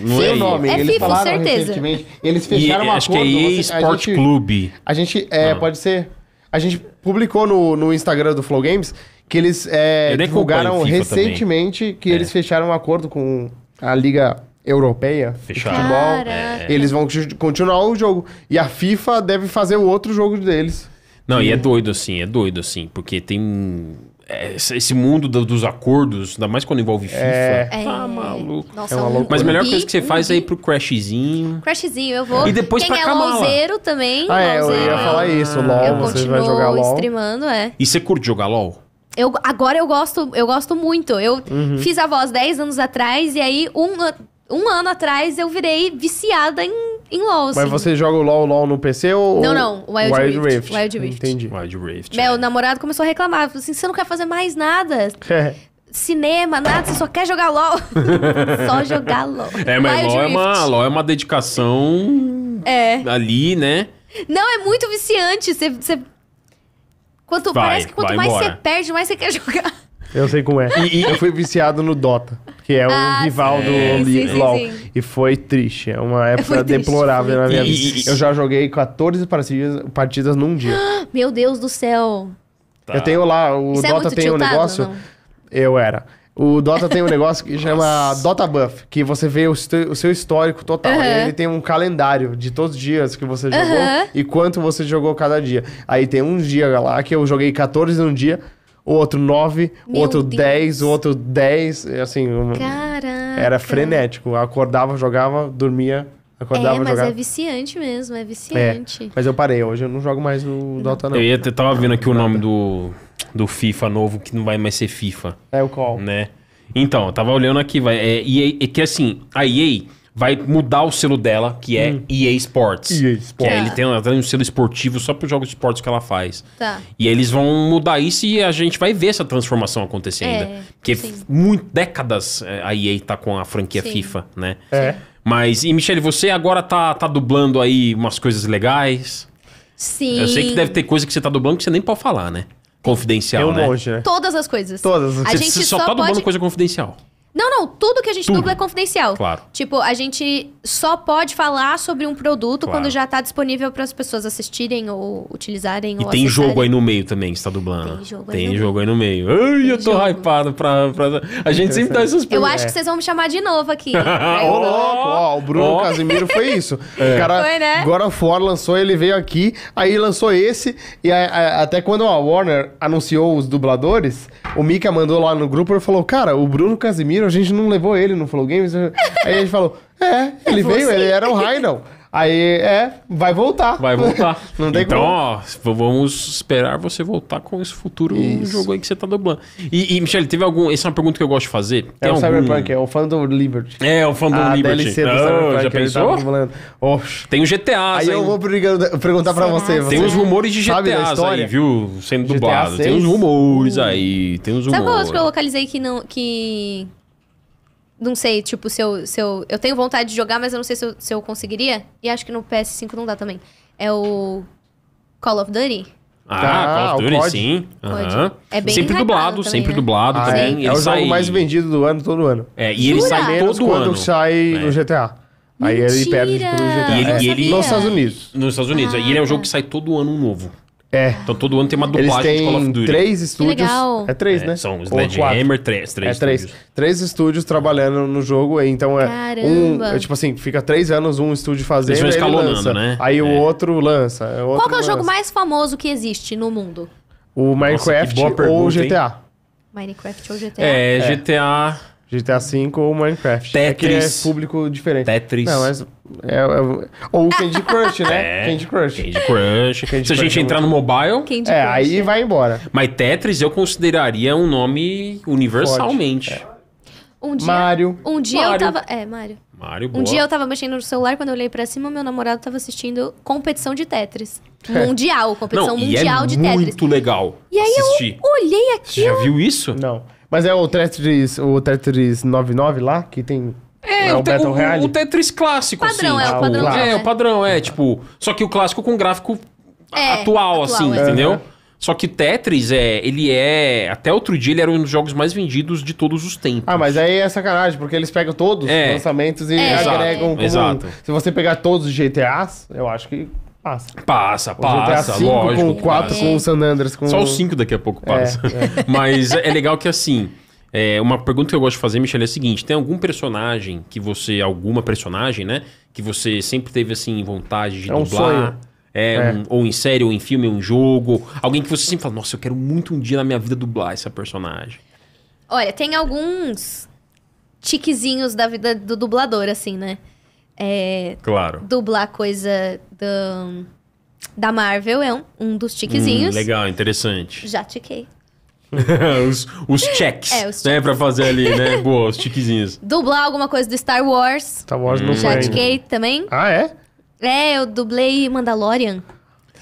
S2: Não
S1: Tem
S2: é
S1: o nome.
S3: É
S1: eles
S3: FIFA,
S1: falaram
S3: certeza.
S1: recentemente. Eles
S2: E,
S1: fecharam um uma
S2: acho que é Ah. EA Sport
S1: Club.
S2: Clube.
S1: A gente, é, pode ser. A gente publicou no, no Instagram do Flow Games que eles é,
S2: Eu nem
S1: divulgaram
S2: acompanho FIFA É.
S1: recentemente que eles fecharam um acordo com a Liga Europeia de
S2: Fecharam.
S1: Futebol.
S2: É.
S3: Caraca.
S1: Eles vão ju- continuar o jogo. E a FIFA deve fazer o outro jogo deles.
S2: Não, e é doido assim, é doido assim, porque tem é, esse esse mundo do- dos acordos, ainda mais quando envolve FIFA.
S3: É.
S2: Tá maluco.
S3: Nossa,
S1: É uma
S3: um-
S1: loucura.
S2: Mas a melhor
S3: um
S2: coisa que você
S3: bi-
S2: faz
S3: um
S2: é ir
S3: bi-
S2: pro crashzinho.
S3: Crashzinho, eu vou.
S2: E depois
S3: Quem
S2: pra
S3: é
S2: Kamala.
S3: LOLzeiro também.
S1: Ah, é, eu
S3: LOLzeiro,
S1: ia falar isso.
S3: Eu
S1: LOL, você vai jogar
S3: continuo
S1: LOL.
S3: streamando, é.
S2: E você curte jogar LOL?
S3: Eu, agora eu gosto, eu gosto muito. Eu
S2: Uhum.
S3: fiz a voz 10 anos atrás e aí um, an- um ano atrás eu virei viciada em, em LOL.
S1: Mas
S3: assim.
S1: você joga o LOL, LOL no PC ou.
S3: Não, não, Wild Rift, Wild Rift.
S1: Entendi.
S2: Wild Rift. né?
S3: Meu namorado começou a reclamar, falou assim, você não quer fazer mais nada. cinema, nada, você só quer jogar LOL. só jogar LOL.
S2: É, mas
S3: Wild
S2: LOL é,
S3: Rift.
S2: uma, LOL é uma dedicação
S3: É.
S2: ali, né?
S3: Não, é muito viciante. Você. você- Quanto,
S2: Vai,
S3: parece que quanto
S2: vai
S3: mais
S2: embora.
S3: você perde, mais você quer jogar.
S1: Eu sei como é. Eu fui viciado no Dota, que é o
S3: Ah,
S1: rival
S3: sim,
S1: do
S3: sim,
S1: Li-
S3: sim,
S1: LoL.
S3: sim.
S1: E foi triste. É uma época
S3: Foi triste,
S1: deplorável
S3: foi
S1: na minha
S2: triste.
S1: vida. Eu já joguei 14 partidas, partidas num dia.
S3: Meu Deus do céu.
S2: Tá.
S1: Eu tenho lá, o
S3: Isso é
S1: Dota
S3: muito
S1: tem um
S3: tiltado,
S1: negócio.
S3: não?
S1: Eu era. O Dota tem um negócio que chama Dota Buff, que você vê o, histó- o seu histórico total. E aí ele tem um calendário de todos os dias que você jogou
S3: Aham.
S1: e quanto você jogou cada dia. Aí tem um dia lá que eu joguei 14 num dia, o outro 9, o
S3: Meu
S1: outro
S3: Deus.
S1: 10, o outro 10. e Assim, um-
S3: Caraca.
S1: era frenético. Eu acordava, jogava, dormia, acordava,
S3: É, mas
S1: jogava.
S3: é viciante mesmo, é
S1: É,
S3: viciante.
S1: mas eu parei, hoje eu não jogo mais o Dota, não.
S2: Eu ia ter, tava vendo aqui o nome do, do FIFA novo, que não vai mais ser FIFA,
S1: É o call.
S2: né? Então, eu tava olhando aqui, vai. É, EA, é que assim, a EA vai mudar o selo dela, que é EA Sports.
S1: EA
S2: Que
S1: Sports.
S2: é, ele tem, ela tem um selo esportivo só para os jogos de esportes que ela faz.
S3: Tá.
S2: E eles vão mudar isso e a gente vai ver essa transformação acontecer
S3: É,
S2: ainda. Porque
S3: sim.
S2: f- muito, décadas é, a EA tá com a franquia
S3: Sim.
S2: FIFA, né?
S1: É.
S2: Mas, e Michele, você agora tá, tá dublando aí umas coisas legais.
S3: Sim.
S2: Eu sei que deve ter coisa que você tá dublando que você nem pode falar, né? Confidencial,
S1: É um
S2: né?
S1: monte, né?
S3: Todas as coisas.
S1: Todas.
S3: A
S2: Você
S3: gente
S2: só,
S3: só,
S2: tá dublando
S3: pode.
S2: coisa confidencial.
S3: Não, não, tudo que a gente
S2: Tudo.
S3: dubla é confidencial.
S2: Claro.
S3: Tipo, a gente só pode falar sobre um produto
S2: Claro.
S3: quando já tá disponível para as pessoas assistirem ou utilizarem.
S2: E
S3: ou
S2: tem jogo aí
S3: acessarem.
S2: no meio também que você tá dublando.
S3: Tem jogo aí
S2: Tem
S3: no
S2: jogo aí no meio. Ai, eu tô
S3: jogo.
S2: hypado pra, pra- A gente sempre dá essas
S3: Eu
S2: perguntas.
S3: acho que vocês vão me chamar de novo aqui.
S1: Ô,
S2: Ó,
S1: louco, ó, o Bruno
S2: ó.
S1: Casimiro foi isso.
S2: É.
S1: O cara,
S3: Foi, né?
S1: God of War lançou, ele veio aqui, aí lançou esse, e a- a- até quando a Warner anunciou os dubladores, o Mika mandou lá no grupo e falou: Cara, o Bruno Casimiro, a gente não levou ele no Flow Games. Aí a gente falou: É, ele
S3: Levou
S1: veio,
S3: sim.
S1: ele era o Rhino. Aí, é, vai voltar.
S2: Vai voltar.
S1: não tem
S2: então,
S1: como.
S2: ó, v- vamos esperar você voltar com esse futuro
S1: Isso.
S2: jogo aí que você tá dublando. E, e Michele, teve algum. Essa é uma pergunta que eu gosto de fazer.
S1: É
S2: Tem
S1: o
S2: algum-
S1: Cyberpunk, é o Phantom Liberty.
S2: É, o fandom
S1: a
S2: Liberty.
S1: DLC do
S2: Ah,
S1: Cyberpunk.
S2: já
S1: ele
S2: pensou?
S1: tava dublando. Oxe.
S2: Tem o GTA,
S1: Aí eu vou brigando- perguntar pra
S3: Será?
S1: você. você
S2: Tem uns rumores de
S1: sabe da
S2: GTAs aí,
S1: história?
S2: viu? Sendo
S1: GTA
S2: dublado. Tem uns
S1: seis?
S2: rumores aí. Tem uns
S3: Sabe qual
S2: rumores.
S3: outro que eu localizei que não. que. Não sei, tipo, se eu, se eu. Eu tenho vontade de jogar, mas eu não sei se eu, se eu conseguiria. E acho que no PS5 não dá também. É o. Call of Duty?
S1: Ah,
S2: Ah, Call of
S1: o
S2: Duty,
S1: COD.
S2: sim.
S3: COD.
S2: Aham.
S3: É bem
S2: sempre
S3: hypado
S2: dublado,
S3: também,
S2: sempre
S3: né?
S2: dublado
S1: Ah,
S2: também.
S1: é. É
S2: Ele
S1: o
S2: sai-
S1: jogo mais vendido do ano, todo ano.
S2: É, e ele
S3: Jura?
S2: sai
S1: Menos
S2: todo
S1: quando
S2: ano.
S1: sai
S2: É.
S1: o GTA. Aí ele
S3: Mentira!
S1: perde pro GTA.
S2: E ele-
S1: É.
S2: e ele-
S1: Nos Estados Unidos.
S2: Nos Estados Unidos.
S3: Ah,
S2: e ele é um
S3: tá.
S2: jogo que sai todo ano um novo.
S1: É.
S2: Então todo ano tem uma
S1: Eles
S2: dublagem de Call of
S1: têm
S2: Duty.
S1: três estúdios.
S3: legal.
S1: É três,
S2: É,
S1: né?
S2: São
S1: Ou
S2: Sledgehammer, três,
S1: É
S2: três.
S1: três.
S2: estúdios.
S1: Três estúdios trabalhando no jogo, aí, então é. Um,
S3: Caramba.
S1: é tipo assim, fica três anos um estúdio fazendo.
S2: Eles vão
S1: aí ele
S2: escalonando,
S1: lança.
S2: né?
S1: Aí o
S2: É.
S1: outro lança. é, o outro
S3: Qual que é o jogo
S1: lança.
S3: mais famoso que existe no mundo?
S1: O
S2: que
S1: Minecraft
S2: boa
S1: ou o
S2: pergunta, hein?
S1: GTA.
S3: Minecraft ou GTA?
S2: É, GTA,
S1: GTA V ou Minecraft. É que
S2: Tetris.
S1: É público diferente.
S2: Tetris.
S1: Não, mas. é- é- ou o Candy Crush, né?
S2: É.
S1: Candy Crush.
S2: Candy Crush.
S1: Candy
S2: Se
S1: Crush
S2: a gente
S1: é
S2: entrar no mobile...
S3: Candy
S1: É,
S3: Crush.
S1: aí vai embora.
S2: Mas Tetris eu consideraria um nome universalmente.
S3: Um dia,
S1: Mario.
S3: Um dia eu
S2: Mario.
S3: tava. É, Mario.
S2: Mario, boa.
S3: Um dia eu tava mexendo no celular, quando eu olhei pra cima, meu namorado tava assistindo competição de Tetris. Mundial, competição
S2: Não, e é
S3: mundial de Tetris.
S2: muito legal
S3: E aí
S2: assistir.
S3: eu olhei
S2: Você
S3: aquilo.
S2: já viu isso?
S1: Não. Mas é o Tetris, o Tetris 99 lá, que tem.
S2: É, o, te-
S1: Battle
S2: o-
S1: Royale.
S2: o Tetris clássico,
S3: Padrão,
S2: assim.
S3: é,
S1: o
S2: tipo,
S1: padrãozão,
S2: É,
S3: né?
S2: o padrão, é, tipo... Só que o clássico com gráfico a-
S3: É,
S2: atual,
S3: atual,
S2: assim,
S3: é.
S2: entendeu?
S1: Aham.
S2: Só que Tetris, é, ele é... Até outro dia, ele era um dos jogos mais vendidos de todos os tempos.
S1: Ah, mas aí é sacanagem, porque eles pegam todos
S2: É.
S1: os lançamentos e
S3: É.
S1: agregam como.
S2: Exato.
S1: Se você pegar todos os GTAs, eu acho que passa.
S2: Passa,
S1: O GTA
S2: passa,
S1: V
S2: lógico.
S1: com o 4
S2: passa.
S1: com o San Andreas. Com...
S2: Só os 5 daqui a pouco
S1: É,
S2: passa. Mas é legal que assim. é, uma pergunta que eu gosto de fazer, Michelle, é a seguinte: tem algum personagem que você. Alguma personagem, né? Que você sempre teve assim, vontade de
S1: É um
S2: dublar?
S1: sonho.
S2: É,
S1: É.
S2: um- ou em série, ou em filme, ou em jogo. Alguém que você sempre fala, nossa, eu quero muito um dia na minha vida dublar essa personagem.
S3: Olha, tem alguns tiquezinhos da vida do dublador, assim, né? É,
S2: Claro.
S3: dublar coisa da, da Marvel é um, um dos tiquezinhos.
S2: Hum, legal, interessante.
S3: Já tiquei.
S2: os, os checks.
S3: É, os
S2: Né, pra fazer ali, né? Boa, os tiquezinhos.
S3: Dublar alguma coisa do Star Wars.
S2: Hum.
S1: Star Wars não foi.
S3: Já
S1: ainda.
S3: tiquei também.
S1: Ah, é?
S3: É, eu dublei Mandalorian.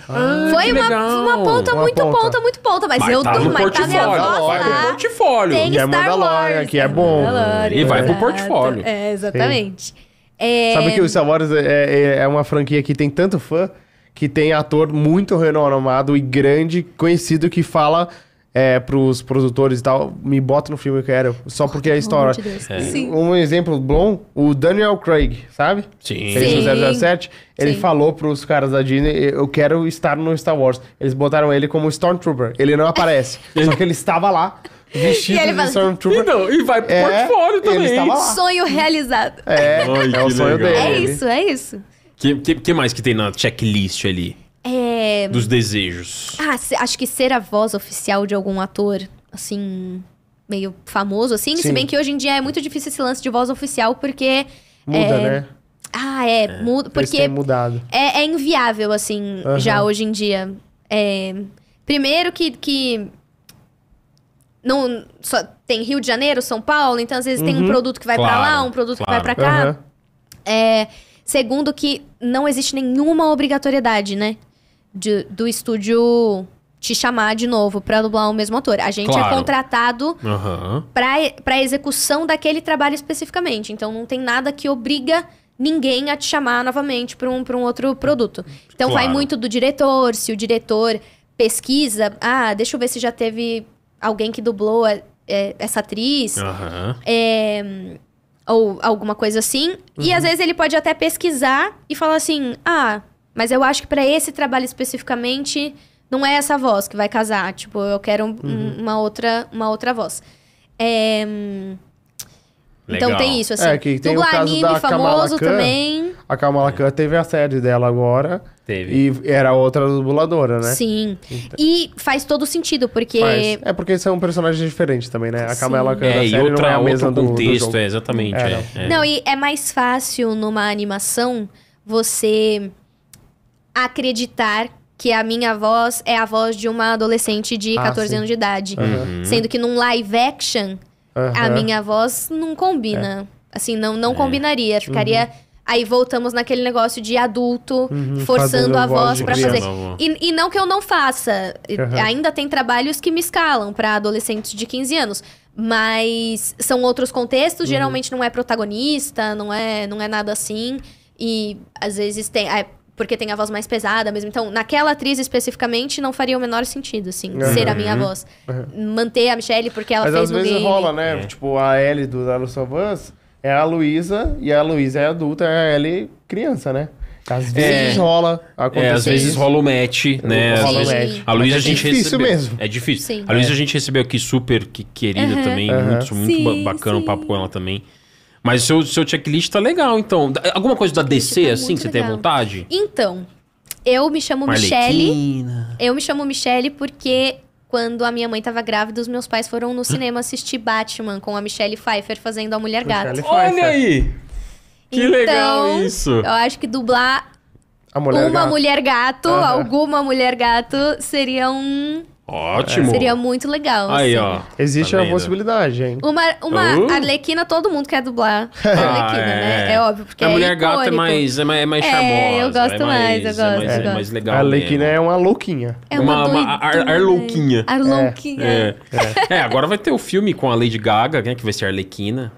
S3: foi
S2: Ah, que
S3: uma,
S2: legal.
S3: foi uma ponta,
S1: Uma
S3: muito
S1: ponta.
S3: ponta. muito ponta. Mas,
S2: Vai
S3: eu
S2: tá
S3: durmo,
S2: no
S3: mas tá minha
S2: portfólio,
S3: voz
S1: vai
S3: lá.
S1: pro
S2: portfólio.
S3: Tem
S1: E é
S3: Star
S1: Mandalorian,
S3: Wars.
S1: que é bom.
S3: Mandalorian,
S2: E vai pro
S3: exato.
S2: portfólio.
S3: É, exatamente. É,
S1: Sabe que o Star Wars é, é- é uma franquia que tem tanto fã que tem ator muito renomado e grande, conhecido, que fala é, pros produtores e tal, me bota no filme que eu quero, só porque é a história.
S3: amor de Deus.
S2: É.
S3: Sim.
S1: Um exemplo bom, o Daniel Craig, sabe?
S2: Sim.
S1: Ele fez o
S3: Sim.
S1: 007, ele
S3: Sim.
S1: falou pros caras da Disney, eu quero estar no Star Wars. Eles botaram ele como Stormtrooper, ele não aparece, só que ele estava lá, vestido
S3: E ele
S1: de
S3: fala- assim,
S1: Stormtrooper.
S2: Então, e vai pro
S1: É,
S2: portfólio
S1: ele
S2: também.
S1: estava lá.
S3: Sonho realizado.
S1: É,
S2: Ai,
S1: é o
S2: que
S1: sonho
S2: legal.
S1: dele.
S3: É isso, é isso.
S2: Que, que, que mais que tem na checklist ali?
S3: É...
S2: Dos desejos.
S3: Ah, se- acho que ser a voz oficial de algum ator, assim, meio famoso, assim.
S1: Sim.
S3: Se bem que hoje em dia é muito difícil esse lance de voz oficial, porque...
S1: Muda,
S3: é,
S1: né?
S3: Ah, é, muda.
S1: Eles
S3: Porque
S1: têm mudado.
S3: é, é inviável, assim,
S1: Aham.
S3: já hoje em dia. É, primeiro que. que não, só tem Rio de Janeiro, São Paulo, então às vezes tem um produto que vai pra
S2: Claro,
S3: lá, um produto
S2: claro.
S3: que vai pra cá.
S1: Uhum. Aham.
S3: É, segundo que não existe nenhuma obrigatoriedade, né? de- do estúdio te chamar de novo pra dublar o mesmo ator. A gente
S2: Claro.
S3: é contratado
S2: Aham.
S3: pra, pra execução daquele trabalho especificamente. Então não tem nada que obriga ninguém a te chamar novamente pra um, pra um outro produto. Então vai
S2: Claro.
S3: muito do diretor, se o diretor pesquisa, ah, deixa eu ver se já teve alguém que dublou é, é, essa atriz
S2: Ah. Aham.
S3: É, ou alguma coisa assim. E às vezes ele pode até pesquisar e falar assim: "Ah, mas eu acho que pra esse trabalho especificamente não é essa voz que vai casar, tipo, eu quero um- uma outra uma outra voz". É,
S2: Legal.
S3: então tem isso assim.
S1: É, que tem o
S3: Dublar
S1: caso
S3: anime
S1: da Kamala
S3: famoso
S1: Khan.
S3: também.
S1: A Kamala Khan teve a série dela agora.
S2: Teve.
S1: E era outra dubladora, né?
S3: Sim. E faz todo sentido porque
S1: Mas- é porque são personagens diferentes também, né? A
S3: Sim.
S1: Kamala Khan da
S2: É, e
S1: série não é
S2: outra,
S1: a mesma
S2: outro
S1: do, do
S2: contexto,
S1: jogo.
S2: é, exatamente.
S1: É,
S2: É, é.
S3: Não, e é mais fácil numa animação você acreditar que a minha voz é a voz de uma adolescente de
S1: Ah,
S3: 14
S1: sim.
S3: anos de idade.
S1: Aham.
S3: Sendo que num live action,
S1: Aham. É.
S3: a minha voz não combina. Assim, não,
S2: É.
S3: não combinaria. Ficaria.
S1: Uhum.
S3: Aí voltamos naquele negócio de adulto,
S1: fazendo
S3: forçando
S1: a
S3: a
S1: voz
S3: voz
S1: de
S3: pra
S2: criança.
S3: fazer. E, e não que eu não faça. E-
S1: Aham.
S3: Ainda tem trabalhos que me escalam pra adolescentes de 15 anos. Mas são outros contextos,
S1: Uhum.
S3: geralmente não é protagonista, não é, não é nada assim. E às vezes tem. é porque tem a voz mais pesada mesmo. Então, naquela atriz especificamente, não faria o menor sentido, assim,
S1: Aham.
S3: ser a minha voz. Manter a Michelle porque ela
S1: Uhum. Mas
S3: fez
S1: às
S3: no
S1: vezes
S3: game.
S1: rola, né?
S2: É.
S1: Tipo, a Ellie do The Last of Us é a Luísa, e a Luísa é adulta, é a Ellie criança, né? Às vezes rola, acontece
S2: É, às vezes
S1: isso.
S2: rola o match, né?
S1: Rola
S2: Às
S1: o
S2: vezes-
S1: match.
S2: A Luísa a
S1: Mas é
S2: gente
S1: difícil
S2: recebeu.
S1: mesmo.
S2: É difícil.
S3: Sim.
S2: A Luísa a gente recebeu aqui super que- querida também.
S1: Aham.
S2: Muito, muito
S3: Sim,
S2: ba- bacana o
S3: sim.
S2: papo com ela também. Mas o seu, seu checklist tá legal, então. Da- Alguma coisa da DC,
S3: tá
S2: assim,
S3: muito
S2: que você tem
S3: legal.
S2: vontade?
S3: Então, eu me chamo Michelle.
S2: Marlequina.
S3: Eu me chamo Michelle porque quando a minha mãe tava grávida, os meus pais foram no cinema assistir Batman com a Michelle Pfeiffer fazendo a Mulher Gato.
S1: Michelle
S2: Olha aí! Que
S3: Então,
S2: legal isso!
S3: Eu acho que dublar
S1: A mulher
S3: uma
S1: gata.
S3: mulher gato,
S1: Aham.
S3: alguma mulher gato, seria um.
S2: Ótimo!
S3: Seria um muito legal.
S2: Aí,
S3: assim.
S2: ó.
S1: Existe
S2: Tá
S1: a
S2: vendo?
S1: possibilidade, hein?
S3: Uma, uma
S2: Uh. Ah,
S3: Arlequina, todo mundo quer dublar. Arlequina, né? É óbvio, porque
S2: a mulher
S3: é
S2: gata é
S3: icônico.
S2: mais, é mais, é mais
S3: É,
S2: charmosa.
S3: eu gosto
S2: é
S3: mais, eu
S2: É
S3: gosto,
S2: mais,
S3: eu
S2: é
S3: gosto.
S2: mais legal.
S1: A Arlequina
S2: mesmo.
S1: é uma louquinha.
S3: É uma, né?
S2: uma- uma ar-
S3: doidona.
S2: arlouquinha.
S3: Arlouquinha.
S2: É. É, agora vai ter o filme com a Lady Gaga, né, que vai ser a Arlequina.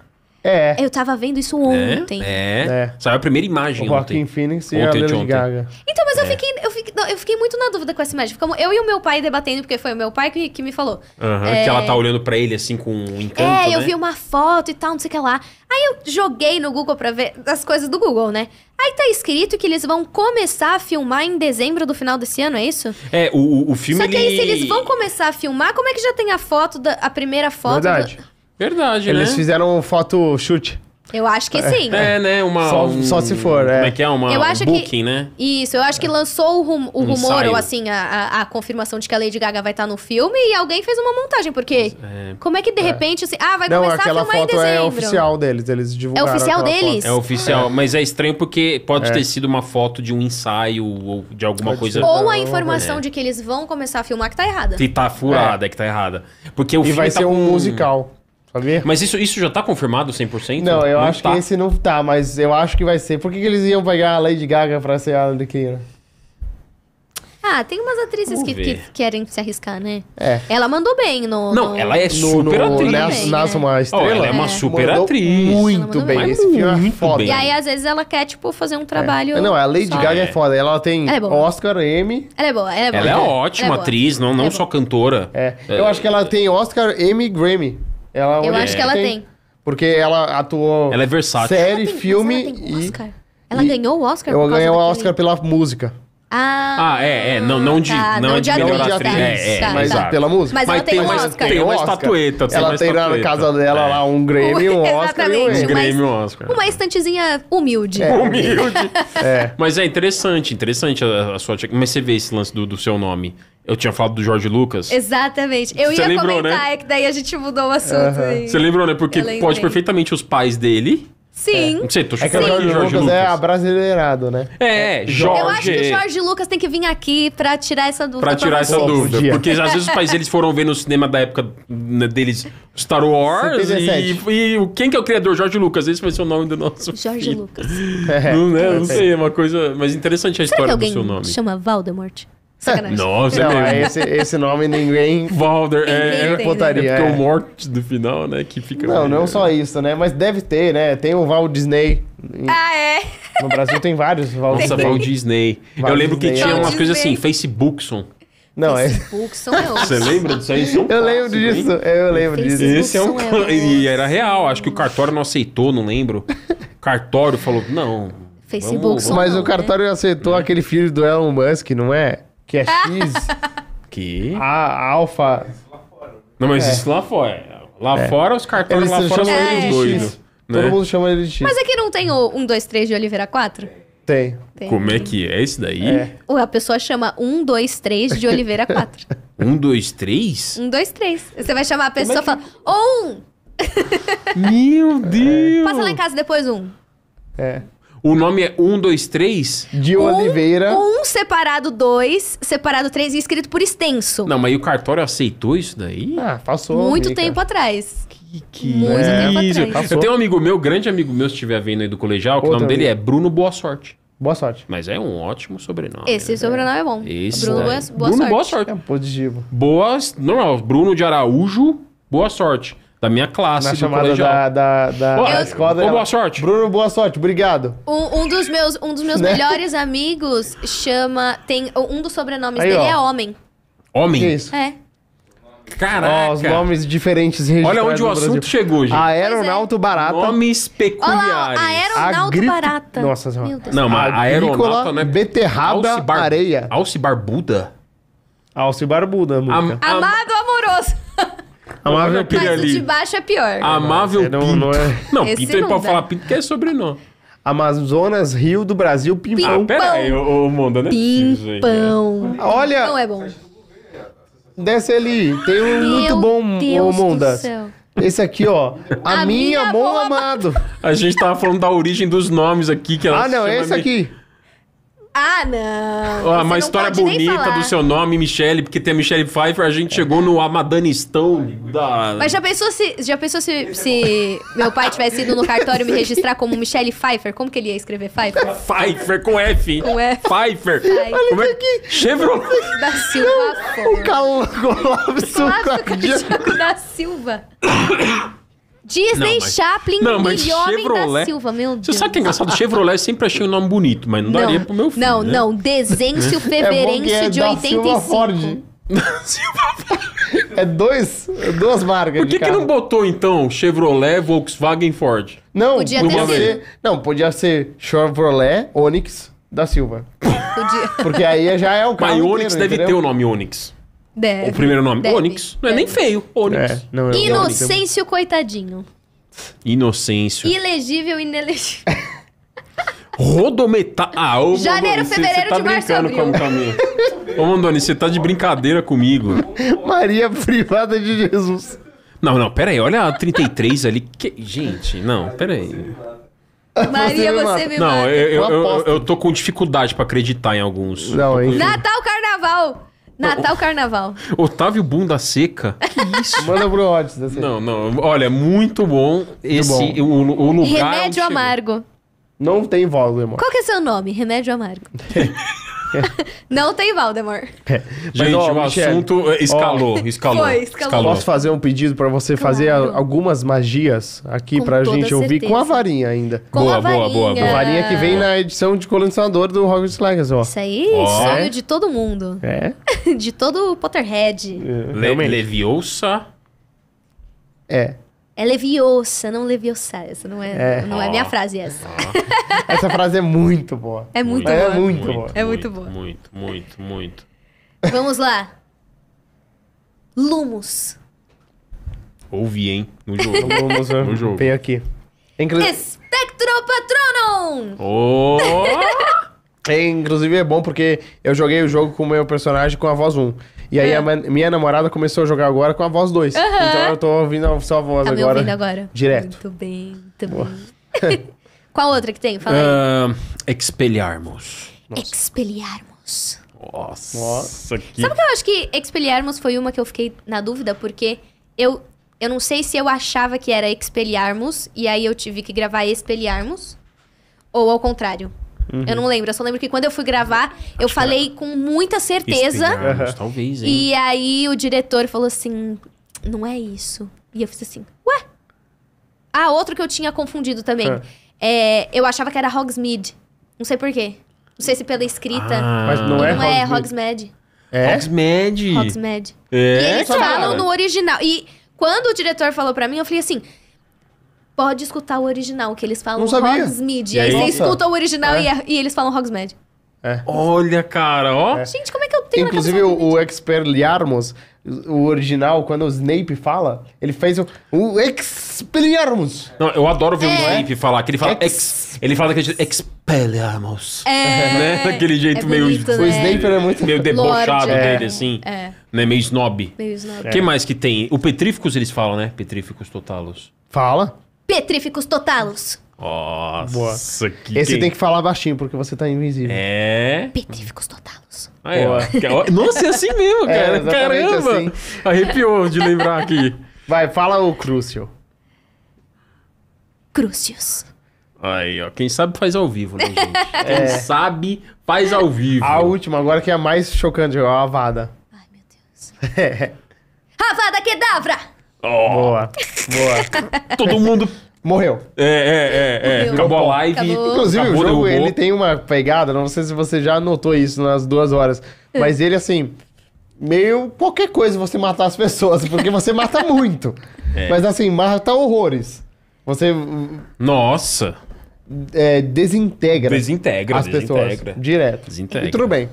S1: É,
S3: Eu tava vendo isso
S2: né?
S3: ontem.
S2: É.
S1: É.
S2: Saiu a primeira imagem
S1: o Joaquin
S2: ontem.
S1: Phoenix e
S2: Ontem
S1: a
S2: de
S1: Lady
S2: ontem.
S1: Gaga.
S3: Então, mas eu, fiquei, eu, fiquei, não, eu fiquei muito na dúvida com essa imagem. Ficamos eu e o meu pai debatendo, porque foi o meu pai que, que me falou.
S2: Aham, Que ela tá olhando pra ele assim com um encanto,
S3: é, eu
S2: né?
S3: vi uma foto e tal, não sei o que lá. Aí eu joguei no Google pra ver as coisas do Google, né? Aí tá escrito que eles vão começar a filmar em dezembro do final desse ano, é isso?
S2: É, o- o, o filme,
S3: Só que aí, se
S2: ele-
S3: eles vão começar a filmar, como é que já tem a foto, da, a primeira foto? do-
S1: Verdade.
S2: Verdade,
S1: Eles
S2: né?
S1: fizeram um foto chute.
S3: Eu acho que sim.
S2: É, né? Uma,
S1: Só-
S2: um-
S1: só se for, é.
S2: Como é que é? Uma
S3: Eu
S2: um
S3: acho que-
S2: booking, né?
S3: Isso, eu acho que lançou o, rum- o
S2: Um
S3: rumor,
S2: ensaio.
S3: ou assim, a, a- a confirmação de que a Lady Gaga vai estar no filme e alguém fez uma montagem, porque
S2: É.
S3: como é que de repente, assim, ah, vai
S1: Não,
S3: começar a
S1: aquela
S3: filmar em
S1: foto
S3: dezembro. É
S1: é oficial deles. Eles divulgaram.
S3: oficial
S1: aquela foto.
S3: deles?
S2: É oficial, mas é estranho porque pode ter sido uma foto de um ensaio ou de alguma
S1: É. Pode
S2: coisa
S1: ser.
S3: Ou a
S1: É.
S3: informação de que eles vão começar a filmar que tá errada.
S2: que tá furada, que tá errada. Porque
S1: É.
S2: o
S1: E
S2: filme
S1: vai
S2: tá
S1: ser um
S2: com-
S1: musical. Sabia?
S2: Mas isso, isso já tá confirmado 100%?
S1: Não, eu acho
S2: tá.
S1: que esse não tá, mas eu acho que vai ser. Por que, que eles iam pegar a Lady Gaga pra ser a Arlequina?
S3: Ah, Ah, tem umas atrizes
S2: Vamos
S3: que, que
S2: ver.
S3: querem se arriscar, né?
S1: É.
S3: Ela mandou bem no.
S2: Não,
S3: no-
S2: ela é
S1: No,
S2: super
S1: no
S2: atriz.
S1: Nelson-
S3: Bem, né?
S1: Nelson, uma estrela.
S2: Ó, ela é uma
S1: Mandou
S2: super atriz.
S1: Muito
S3: Ela
S1: bem.
S3: mandou
S1: Esse filme é
S2: muito
S1: foda.
S2: bem.
S3: E aí, às vezes, ela quer, tipo, fazer um trabalho.
S1: Não, a Lady
S3: só.
S1: Gaga é
S2: É.
S1: foda. Ela tem
S3: Ela é boa.
S1: Oscar, M.
S3: Ela é boa, ela é boa.
S2: Ela é ótima
S3: boa.
S2: atriz, não, não
S3: É
S2: só cantora.
S1: É. Eu acho que ela tem Oscar, M e Grammy. Ela é uma
S3: Eu
S1: mulher
S3: acho que ela tem.
S1: Porque ela atuou
S2: Ela é versátil.
S1: série,
S3: Ela tem-
S1: filme
S3: mas ela tem um
S1: e...
S3: Oscar? Ela
S1: e-
S3: ganhou o Oscar?
S1: Eu
S3: por causa
S1: ganhei o
S3: daquele-
S1: Oscar pela música.
S3: Ah,
S2: Ah, é, é. Não, não de,
S3: tá,
S2: não é de melhor
S1: atriz,
S2: atriz.
S1: tá,
S2: É, é,
S1: tá,
S2: mas,
S1: tá.
S2: exato.
S1: pela música.
S3: Mas,
S2: Mas
S3: ela tem,
S2: tem
S3: um
S2: uma-
S3: Oscar.
S2: tem uma
S1: Oscar.
S2: estatueta, tem
S1: Ela
S2: uma
S1: tem na
S2: estatueta.
S1: casa dela
S2: É.
S1: lá um Grammy, um Oscar e um
S3: Exatamente,
S2: Um
S1: Emmy.
S3: mas-
S2: Grêmio Oscar.
S3: Uma estantezinha humilde.
S1: É.
S2: Humilde. Mas é interessante, interessante a, a sua... tia- Mas você vê esse lance do, do seu nome. Eu tinha falado do Jorge Lucas.
S3: Exatamente. Eu
S2: Você
S3: ia
S2: lembrou,
S3: comentar,
S2: né?
S3: é que daí a gente mudou o assunto. e-
S2: Você lembrou, né? Porque
S3: Eu lembrei.
S2: pode perfeitamente os pais dele...
S3: Sim.
S2: Não sei, tô
S1: É que o
S2: chutando
S1: Jorge, Lucas, é abrasileirado, né?
S2: É, Jorge.
S3: Eu acho que
S1: tá
S3: o Jorge Lucas tem que vir aqui pra tirar essa dúvida.
S2: Pra tirar essa
S1: Pô,
S2: dúvida.
S1: podia.
S2: Porque às vezes os pais eles foram ver no cinema da época né, deles Star Wars
S1: 77.
S2: e, e o- quem que é o criador? Jorge Lucas. Esse vai ser o nome do nosso
S3: Jorge
S2: filho.
S3: Lucas.
S1: É.
S2: Não, né? não
S1: É.
S2: sei, é uma coisa... Mas interessante a
S3: Será que
S2: história do
S3: alguém
S2: seu nome.
S3: chama Valdemort? Sacanagem.
S2: Nossa,
S1: Não,
S2: é
S1: é
S2: mesmo.
S1: esse, esse nome ninguém...
S2: Valder, é,
S3: Ninguém né?
S2: é,
S3: tem,
S1: botaria,
S2: é porque
S1: é.
S2: o morte do final, né? Que fica...
S1: Não,
S2: meio-
S1: não só isso, né? Mas deve ter, né? Tem o Walt Disney. Em-
S3: Ah, é?
S1: No Brasil tem vários Walt
S2: Nossa,
S1: Disney.
S2: Walt Disney. Eu
S1: Walt
S2: lembro que
S1: Disney,
S2: tinha
S1: é.
S2: umas coisas assim,
S3: Disney.
S2: Facebookson.
S1: Não, é...
S3: Facebook são eu.
S2: Você lembra disso aí? Isso é um
S1: Eu lembro
S2: clássico, hein?
S1: disso, eu lembro disso.
S3: Esse
S2: Esse é um.
S3: Wilson
S2: clã-
S3: é o-
S2: E era real, acho que o cartório não aceitou, não lembro. Cartório falou, não.
S3: Facebook
S2: vamos-
S3: só-
S2: vamos-
S1: Mas
S3: não,
S1: o cartório
S2: Né?
S1: aceitou aquele filho do Elon Musk, não é? Que é X,
S2: Que?
S3: Ah,
S1: A, Alpha.
S2: Não, mas isso lá fora. Lá fora, os cartórios
S1: é. Eles
S2: lá fora
S1: chamam
S2: são
S1: ele
S2: meio
S1: de
S2: doidos.
S1: X.
S2: Né?
S1: Todo mundo chama ele de X.
S3: Mas é aqui não tem o 1, 2, 3 de Oliveira 4?
S1: Tem.
S3: Tem.
S2: Como é que é esse daí?
S1: É.
S3: Ou a pessoa chama 1, 2, 3 de Oliveira 4.
S2: Um, dois, três?
S3: 1, 2, 3. Você vai chamar a
S1: é
S3: pessoa e fala, um!
S2: Meu Deus!
S3: Passa lá em casa depois um.
S1: É.
S2: O nome é um, dois, três?
S1: De
S3: Um-
S1: Oliveira.
S3: Um separado dois, separado três e escrito por extenso.
S2: Não, mas e o cartório aceitou isso daí?
S1: Ah, passou.
S3: Muito
S1: Mica.
S3: tempo atrás.
S2: Que, que
S3: Muito tempo atrás.
S2: Eu
S1: é Passou.
S2: tenho um amigo meu, grande amigo meu, se estiver vendo aí do colegial, que o
S1: Outro
S2: nome dele é
S1: amigo.
S2: Bruno Boa Sorte.
S1: Boa sorte.
S2: Mas é um ótimo sobrenome.
S3: Esse
S2: né?
S3: sobrenome é bom.
S2: Esse
S3: Bruno,
S2: daí.
S3: boa, boa
S2: Bruno
S3: sorte.
S2: Boa Sorte.
S1: É positivo.
S2: Boas. Normal, Bruno de Araújo, boa sorte. Da minha classe,
S1: Na
S2: do
S1: chamada
S2: colegial.
S1: da, da, da,
S2: Ô,
S1: da
S2: eu-
S1: escola.
S2: ô,
S1: ela-
S2: boa sorte.
S1: Bruno, boa sorte. Obrigado.
S3: Um, um dos meus, um dos meus
S1: Né?
S3: melhores amigos chama. Tem, um dos sobrenomes
S1: Aí,
S3: dele
S1: ó.
S3: é homem.
S2: Homem.
S1: Que isso?
S3: É.
S2: Caraca.
S1: Ó, os nomes diferentes registrados
S2: Olha onde o
S1: no
S2: assunto
S1: Brasil. Ah, tá.
S2: chegou, gente.
S3: é.
S1: Aeronauto barata.
S2: Nomes
S3: Olha lá,
S2: peculiares.
S3: ó, aeronauto
S1: Agripe-
S3: barata.
S1: Nossa senhora.
S3: Meu Deus.
S2: Não, mas
S1: Agrícola,
S2: aeronauta, né?
S1: beterraba,
S2: Alce bar-
S1: areia.
S2: Alce barbuda.
S1: Alce barbuda,
S2: Am-
S1: Muca.
S2: am-
S3: Amado amoroso.
S1: Amável
S2: olha
S1: Pinto.
S2: aquele
S3: Mas o
S2: ali.
S3: de baixo é pior.
S2: Amável
S1: É, não-
S2: Pinto.
S1: não
S2: Não,
S1: é-
S3: Esse
S2: Pinto ele
S3: não
S2: pode
S3: dá.
S2: falar Pinto que é sobrenome. Ah,
S1: Amazonas, Rio do Brasil, Pimpão. Ah,
S3: Pim-
S2: Pera aí, ô ô, Monda, né?
S3: Pimpão.
S1: Olha,
S3: Não é bom.
S1: desce ali. Tem um muito
S3: Meu
S1: bom,
S3: Deus
S1: ô
S3: do
S1: Mondas.
S3: céu.
S1: Esse aqui, ó. A,
S3: A
S1: minha,
S3: minha
S1: mão
S3: mão
S1: amado.
S2: A gente tava falando da origem dos nomes aqui. Que ela
S1: Ah, não,
S2: chama
S1: esse
S2: meio-
S1: aqui.
S3: Ah, não.
S2: Ó,
S3: Você
S2: uma
S3: não
S2: história
S3: pode nem
S2: bonita
S3: falar.
S2: do seu nome, Michelle, porque tem a Michelle Pfeiffer, a gente chegou no Amadanistão da.
S3: Mas já pensou se, já pensou se, se meu pai tivesse ido no cartório me registrar como Michelle Pfeiffer? Como que ele ia escrever Pfeiffer?
S2: Pfeiffer com F.
S3: Com F.
S2: Pfeiffer.
S3: Olha
S2: Como é que. Chevrolet.
S3: Da Silva
S1: O
S3: Afonso.
S1: Colapso
S3: Clássico da Silva.
S2: Não,
S3: Disney
S2: mas-
S3: Chaplin
S2: Não,
S3: e
S2: mas
S3: da
S2: Chevrolet.
S3: Silva, meu Deus.
S2: Você sabe que é engraçado? Chevrolet eu sempre achei o nome bonito, mas não, daria pro meu filho.
S3: Não,
S2: né?
S3: não. Desencio Feverêncio
S2: é
S3: de 85.
S1: É dois, duas marcas
S2: Por que,
S1: de
S2: que
S1: carro.
S2: não botou então Chevrolet, Volkswagen, Ford?
S1: Não,
S3: Podia
S1: podia,
S3: ter
S1: ser. Não, podia ser Chevrolet Onix da Silva.
S3: Podia-
S1: Porque aí já é o
S2: Mas
S1: carro.
S2: Onix deve ter o nome Onix.
S3: Deve.
S2: O primeiro nome
S3: É. Deve.
S2: Onix. Não é nem feio. Onix.
S1: É, não, é o Onix.
S3: Inocêncio, coitadinho.
S2: Inocêncio.
S3: Ilegível, inelegível.
S2: Rodometa. Ah, ô,
S3: Janeiro,
S2: Mondoni, você-
S3: fevereiro
S2: você tá
S3: de março,
S2: brincando
S3: abril.
S2: com a minha. Ô, Mondoni, você tá de brincadeira comigo.
S1: Maria privada de Jesus.
S2: Não, não, pera aí. Olha a 33 ali. que- Gente, não, pera aí.
S3: Maria,
S1: me
S3: você
S1: mata.
S3: me
S2: Não,
S3: mata.
S2: eu, eu,
S1: Eu
S2: eu,
S1: aposto.
S2: eu tô com dificuldade pra acreditar em alguns.
S1: Não, hein?
S3: Natal, carnaval. Natal, carnaval.
S2: Otávio Bunda Seca? Que isso?
S1: Manda pro Otis. Assim.
S2: não, não. Olha, muito bom esse
S1: bom.
S2: O, o lugar. onde
S3: Remédio
S2: chegou.
S3: amargo.
S1: Não tem né, Voldemort.
S3: Qual que é seu nome? Remédio amargo. Não tem Valdemar.
S2: Gente,
S1: ó,
S2: o
S1: É. Michele,
S2: assunto eh, escalou, escalou,
S3: Foi, escalou.
S2: escalou.
S1: Posso fazer um pedido pra você fazer
S3: Claro.
S1: a- algumas magias aqui
S3: Com
S1: pra
S3: toda
S1: gente ouvir
S3: certeza. É.
S1: com a varinha ainda.
S3: Com
S2: Boa,
S3: a
S2: boa,
S3: varinha.
S2: boa, boa.
S1: A varinha que vem na edição de colecionador do Hogwarts Legacy, ó.
S3: Isso aí,
S2: Ó.
S3: sonho de todo mundo.
S1: É?
S3: De todo o Potterhead.
S2: Le
S1: Realmente.
S2: Leviosa.
S1: É.
S3: É Leviosa, não Leviosa. Essa não é,
S1: É.
S3: não é minha frase essa.
S1: Essa frase é muito boa.
S3: É muito
S1: É
S3: boa.
S1: muito boa.
S3: É muito boa.
S2: Muito, muito, muito.
S3: Vamos lá. Lumos.
S2: Ouvi, hein? No jogo.
S1: Vamos ver.
S2: No jogo.
S1: Vem aqui. Inclu-
S3: Espectro Patronum!
S2: Ô!
S1: É, inclusive é bom porque eu joguei o jogo com o meu personagem com a voz 1. E aí
S3: É.
S1: a man- minha namorada começou a jogar agora com a voz 2. Então eu tô ouvindo a sua voz
S3: Tá me
S1: agora.
S3: ouvindo agora?
S1: Direto.
S3: Muito bem, muito bem. Qual outra que tem? Fala aí.
S2: Ahn, expelharmos.
S1: Ah.
S3: Expelliarmus.
S2: Nossa.
S1: Nossa,
S2: que...
S3: Sabe que eu acho que Expelliarmus foi uma que eu fiquei na dúvida, porque eu, eu não sei se eu achava que era Expelliarmus, e aí eu tive que gravar Expelliarmus, ou ao contrário. Eu não lembro, eu só lembro Uhum. que quando eu fui gravar, eu falei com muita certeza,
S2: Expelharmos, Talvez, hein?
S3: e aí o diretor falou assim, não é isso. E eu fiz assim, ué? Ah, outro que eu tinha confundido também. É, eu achava que era Hogsmeade, não sei porquê. Não sei se pela
S2: Ah,
S3: escrita.
S1: Mas não
S3: não
S1: é
S3: é,
S1: Hogsmeade.
S3: Hogsmeade.
S1: É?
S2: Hogsmeade.
S3: Hogsmeade.
S2: É,
S3: e eles
S1: cara.
S3: falam no original. E quando o diretor falou pra mim, eu falei assim: pode escutar o original, que eles falam
S1: Não sabia.
S2: E
S3: Hogsmeade. E aí
S2: aí?
S3: você
S1: Nossa.
S3: escuta o original
S1: É.
S3: e, é- e eles falam Hogsmeade.
S2: Olha, cara, ó.
S3: Gente, como é que eu tenho
S1: Inclusive
S3: na
S1: o,
S3: cabeça Hogsmeade?
S1: o Expelliarmus, o original, quando o Snape fala, ele fez o, o Expelliarmus.
S2: Não, eu adoro ver o
S3: É.
S2: Snape falar, que ele fala
S1: Ex-
S2: ex- ele fala daquele jeito, expelharmos.
S3: É.
S2: Né? Daquele jeito
S3: É
S2: meio...
S3: bonito,
S1: O
S3: né?
S1: Snape era é muito...
S2: Meio debochado
S3: Lorde, é.
S2: dele, assim.
S3: É.
S2: Né? Meio snob.
S3: Meio snob.
S1: É.
S2: O que mais que tem? O petríficos eles falam, né? Petríficos totalos.
S1: Fala.
S3: Petríficos totalos.
S2: Nossa, que...
S1: Esse
S2: quem-
S1: tem que falar baixinho, porque você tá invisível.
S2: É...
S3: Petríficos totalos.
S2: Aí, ó.
S1: Boa.
S2: Ó, Nossa, é assim mesmo,
S1: É,
S2: cara.
S1: exatamente
S2: Caramba.
S1: assim.
S2: Arrepiou de lembrar aqui.
S1: Vai, fala o Crucio.
S3: Crucius.
S2: Aí, ó. Quem sabe faz ao vivo, né, gente?
S3: É.
S2: Quem sabe faz ao vivo.
S1: A última, agora que é a mais chocante, ó, a Vada.
S3: Ai, meu Deus. Avada Kedavra!
S2: Ó,
S1: Boa, boa.
S2: todo mundo...
S1: Morreu.
S2: É, é, é, é.
S3: Meu.
S2: Acabou a live.
S3: Acabou.
S1: Inclusive,
S2: Acabou,
S1: o jogo,
S2: derrubou.
S1: ele tem uma pegada, não sei se você já notou isso nas duas horas,
S3: É.
S1: mas ele, assim, meio qualquer coisa você matar as pessoas, porque você mata muito.
S2: É.
S1: Mas, assim, mata horrores. Você
S2: Nossa.
S1: é, desintegra
S2: Desintegra,
S1: as
S2: desintegra.
S1: pessoas direto.
S2: Desintegra.
S1: E tudo bem,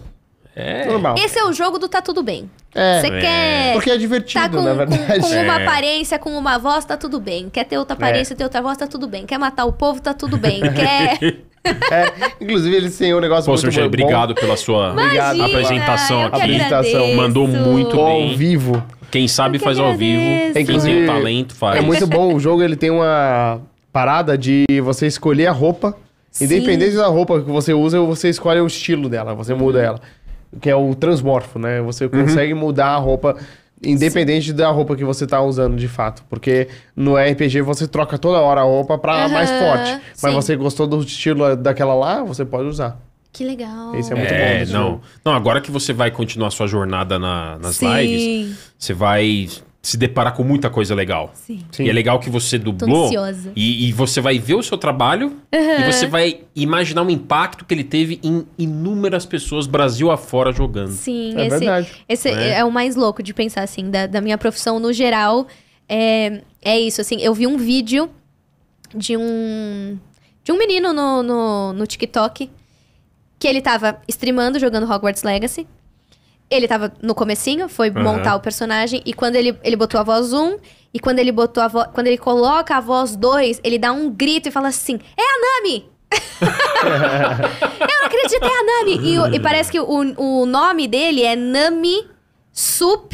S2: É.
S1: normal.
S3: Esse é o jogo do Tá Tudo Bem.
S1: É.
S3: Você quer.
S1: Porque é divertido,
S3: tá com,
S1: na
S3: com-
S1: verdade.
S3: com uma
S2: É.
S3: aparência, com uma voz, tá tudo bem. Quer ter outra aparência, ter outra voz, tá tudo bem. Quer matar o povo, tá tudo bem. Quer.
S1: É, Inclusive, eles têm um negócio
S2: Pô,
S1: muito
S2: Sr. Jair,
S1: bom.
S2: obrigado pela sua
S3: Imagina,
S2: apresentação
S3: eu que
S2: aqui.
S1: Apresentação.
S3: agradeço.
S2: Mandou muito
S1: Ao
S2: bem.
S1: vivo.
S2: Quem sabe
S3: Eu que
S2: faz ao vivo.
S3: agradeço.
S2: Quem tem
S1: É, Inclusive,
S2: o um talento faz.
S1: É muito bom. O jogo ele tem uma parada de você escolher a roupa.
S3: Sim.
S1: Independente da roupa que você usa, você escolhe o estilo dela, você muda ela. Que é o transmorfo, né? Você consegue mudar a roupa independente da roupa que você tá usando de fato. Porque no RPG você troca toda hora a roupa pra mais
S3: Aham,
S1: forte. Mas
S3: sim.
S1: você gostou do estilo daquela lá, você pode usar.
S3: Que legal.
S1: Esse é muito bom.
S2: É,
S1: desse
S2: não.
S1: jogo.
S2: Não, agora que você vai continuar sua jornada na- nas
S3: Sim.
S2: lives, você vai se deparar com muita coisa legal.
S3: Sim.
S1: Sim.
S2: E é legal que você
S3: Tô
S2: dublou.
S3: ansiosa.
S2: E, e você vai ver o seu trabalho e você vai imaginar o impacto que ele teve em inúmeras pessoas Brasil afora jogando.
S3: Sim,
S1: É
S3: esse,
S1: verdade.
S3: esse
S2: Né?
S3: é. o mais louco de pensar, assim, da, da minha profissão no geral. É, é isso, assim, eu vi um vídeo de um de um menino no, no, no TikTok que ele tava streamando, jogando Hogwarts Legacy. Ele tava no comecinho, foi
S2: Aham.
S3: montar o personagem, e quando ele, ele botou a voz 1, e quando ele botou a voz. Quando ele coloca a voz 2, ele dá um grito e fala assim: É a Nami! Eu não acredito, é a Nami! E, o- e parece que o, o nome dele é Nami Sup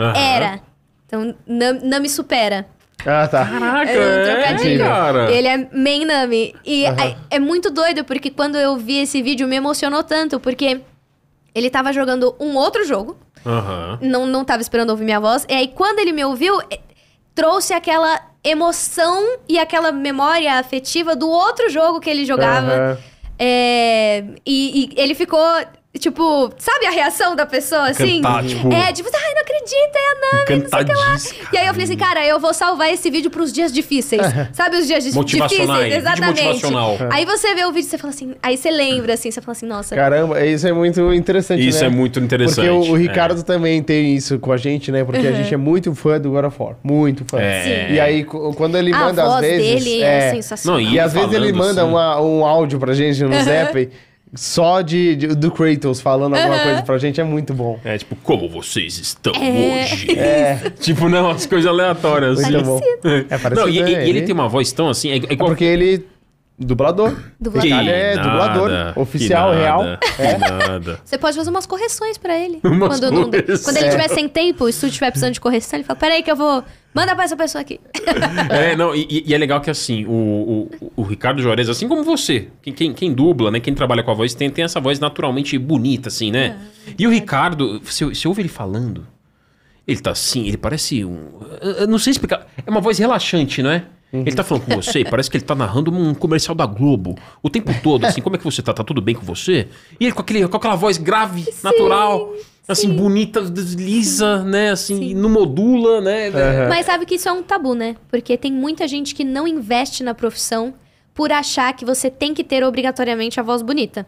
S2: Aham.
S3: Era. Então, Nam- Nami Supera.
S1: Ah, tá.
S2: Caraca,
S3: Era um
S2: é,
S3: trocadilho.
S2: cara.
S3: Ele é main Nami. E
S1: Aham.
S3: é- é, muito doido, porque quando eu vi esse vídeo, me emocionou tanto, porque ele tava jogando um outro jogo,
S2: Aham.
S3: não, não tava esperando ouvir minha voz, e aí quando ele me ouviu, eh, trouxe aquela emoção e aquela memória afetiva do outro jogo que ele jogava.
S1: Aham.
S3: É, e, e ele ficou Tipo, sabe a reação da pessoa, assim?
S2: Cantar, tipo-
S3: É, tipo, ai, não acredito, é a Nami, não sei o que
S2: Encantadíssimo,
S3: lá. E aí eu falei assim, cara, eu vou salvar esse vídeo pros dias difíceis. sabe os dias di-
S2: Motivacionais,
S3: difíceis?
S2: vídeo motivacional.
S3: Aí você vê o vídeo e você fala assim, aí você lembra, assim, você fala assim, nossa,
S1: Caramba, isso é muito interessante,
S2: Isso
S1: né?
S2: é muito interessante.
S1: Porque o, o
S2: é.
S1: Ricardo também tem isso com a gente, né? Porque
S3: Uhum.
S1: a gente é muito fã do God of War. Muito fã.
S2: É.
S1: E aí, co- quando ele
S3: a
S1: manda,
S3: voz
S1: às vezes.
S3: dele é, sensacional. Uhum.
S2: Não,
S1: E às vezes ele
S2: falando
S1: manda
S2: assim.
S1: uma- um áudio pra gente no Zap só de, de- do Kratos falando alguma
S3: Uhum.
S1: coisa pra gente, é muito bom.
S2: É tipo, como vocês estão
S3: É.
S2: hoje? Tipo, não, as coisas aleatórias.
S1: Muito
S2: assim.
S1: bom. É parecido.
S2: Não, e, e-
S1: né?
S2: e ele tem uma voz tão assim. É, é
S1: É
S2: igual-
S1: porque ele. Dublador.
S3: Dublador.
S1: Ele é
S2: nada,
S1: dublador.
S2: que
S1: Oficial,
S2: nada,
S1: real. É.
S2: que nada.
S3: Você pode fazer umas correções pra ele.
S2: Umas
S3: quando, não-
S2: correções.
S1: É.
S3: quando ele tiver sem tempo, o estúdio tiver precisando de correção, ele fala, peraí que eu vou... Manda pra essa pessoa aqui.
S2: É, não, e, e é legal que assim, o, o, o Ricardo Juarez, assim como você, quem, quem, quem dubla, né? Quem trabalha com a voz, tem, tem essa voz naturalmente bonita, assim, né? e o Ricardo, você, você ouve ele falando, ele tá assim, ele parece um. eu- Eu não sei explicar. É uma voz relaxante, não é? Ele tá falando com você, parece que ele tá narrando um comercial da Globo o tempo todo, assim, como é que você tá? Tá tudo bem com você? E ele com, aquele, com aquela voz grave, natural, assim, bonita, lisa, né? Assim, não modula, né?
S3: Mas sabe que isso é um tabu, né? Porque tem muita gente que não investe na profissão por achar que você tem que ter obrigatoriamente a voz bonita.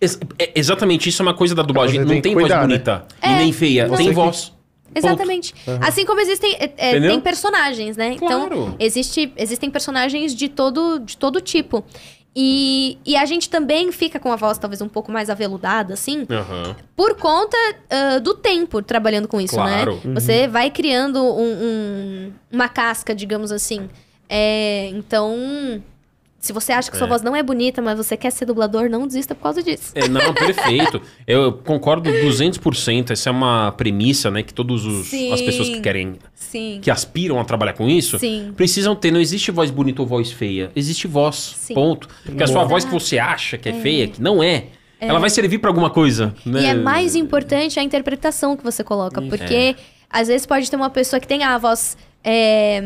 S2: Ex- é- exatamente, isso é uma coisa da
S1: Você
S2: dublagem. Não
S1: tem
S2: tem
S1: que cuidar,
S2: voz
S1: né?
S2: bonita
S3: É,
S2: e nem feia.
S3: não.
S2: Tem
S1: Você
S2: voz.
S3: Exatamente. Assim como existem é, é,
S2: Entendeu?
S3: tem personagens, né?
S2: Claro.
S3: Então, existe, existem personagens de todo, de todo tipo. E, e a gente também fica com a voz talvez um pouco mais aveludada, assim,
S2: Ponto. Aham.
S3: por conta ah, do tempo trabalhando com isso,
S2: Claro. Uhum.
S3: né? Você vai criando um- um- uma casca, digamos assim. É, então, se você acha que sua
S2: É.
S3: voz não é bonita, mas você quer ser dublador, não desista por causa disso.
S2: É, não, perfeito. Eu concordo 200%. Essa é uma premissa, né? Que todas as
S3: Sim.
S2: pessoas que querem,
S3: Sim.
S2: que aspiram a trabalhar com isso,
S3: Sim.
S2: precisam ter. Não existe voz bonita ou voz feia. Existe voz.
S3: Sim.
S2: Ponto. Porque a sua
S1: Boa.
S2: voz que você acha que é, feia, que não é, ela vai servir pra alguma coisa. Né?
S3: E é mais importante a interpretação que você coloca,
S2: É.
S3: porque às vezes pode ter uma pessoa que tem a voz é,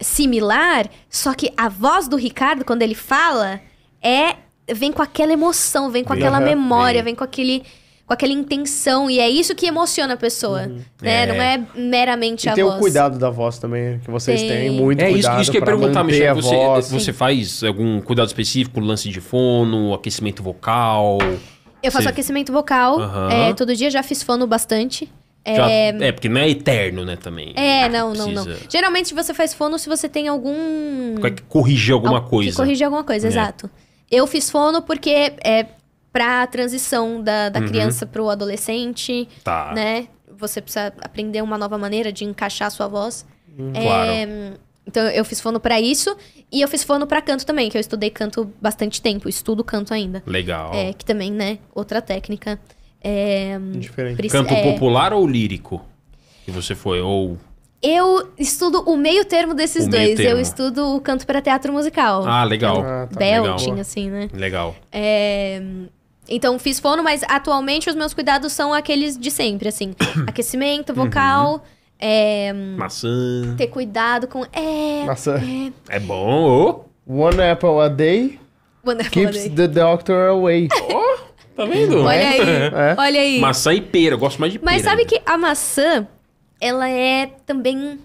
S3: similar, só que a voz do Ricardo, quando ele fala, é vem com aquela emoção, vem com
S2: Vem.
S3: aquela
S1: Aham.
S3: memória,
S2: Vem.
S3: vem com aquele com aquela intenção e é isso que emociona a pessoa, né?
S2: É.
S3: Não é meramente
S1: E
S3: a
S1: tem
S3: voz.
S1: o cuidado da voz também, que vocês
S3: Tem.
S1: têm. Muito
S2: É isso,
S1: cuidado
S2: isso que eu ia
S1: pra
S2: perguntar,
S1: manter
S2: Michel.
S1: a
S2: Você, é
S1: voz. é
S2: você faz algum cuidado específico, lance de fono, aquecimento vocal?
S3: Eu faço
S2: Sim.
S3: aquecimento vocal,
S2: Aham.
S3: é, todo dia já fiz fono bastante.
S2: Já- É... porque não é eterno, né, também.
S3: É, não, não, não.
S2: Precisa-
S3: Geralmente você faz fono se você tem algum
S2: Quer que corrigir alguma
S3: Al-
S2: coisa.
S3: Que corrigir alguma coisa,
S2: É.
S3: exato. Eu fiz fono porque é pra transição da,
S2: Uhum.
S3: da criança pro adolescente,
S2: Tá,
S3: né? Você precisa aprender uma nova maneira de encaixar a sua voz.
S2: claro.
S3: Então eu fiz fono pra isso e eu fiz fono pra canto também, que eu estudei canto bastante tempo, estudo canto ainda.
S2: Legal.
S3: É, que também, né, outra técnica. É,
S1: Diferente.
S3: preci-
S2: Canto
S3: é,
S2: popular ou lírico? Que você foi, ou...
S3: eu estudo o meio termo desses
S2: O meio
S3: dois.
S2: termo.
S3: Eu estudo o canto pra teatro musical.
S2: Ah, legal.
S1: Ah, tá.
S2: legal.
S3: Belting, assim, né?
S2: Legal.
S3: É, Então fiz fono, mas atualmente os meus cuidados são aqueles de sempre, assim. Aquecimento, vocal, é,
S2: Maçã.
S3: ter cuidado com. É.
S1: Nossa.
S2: É bom,
S1: One apple a day
S3: Quando eu
S1: keeps
S3: falei.
S1: the doctor away.
S2: ô. Tá vendo?
S3: Olha aí,
S1: É.
S3: olha aí. Mas,
S2: Maçã e pera. Eu gosto mais de pera. né?
S3: sabe
S2: ainda.
S3: que a maçã, ela é também.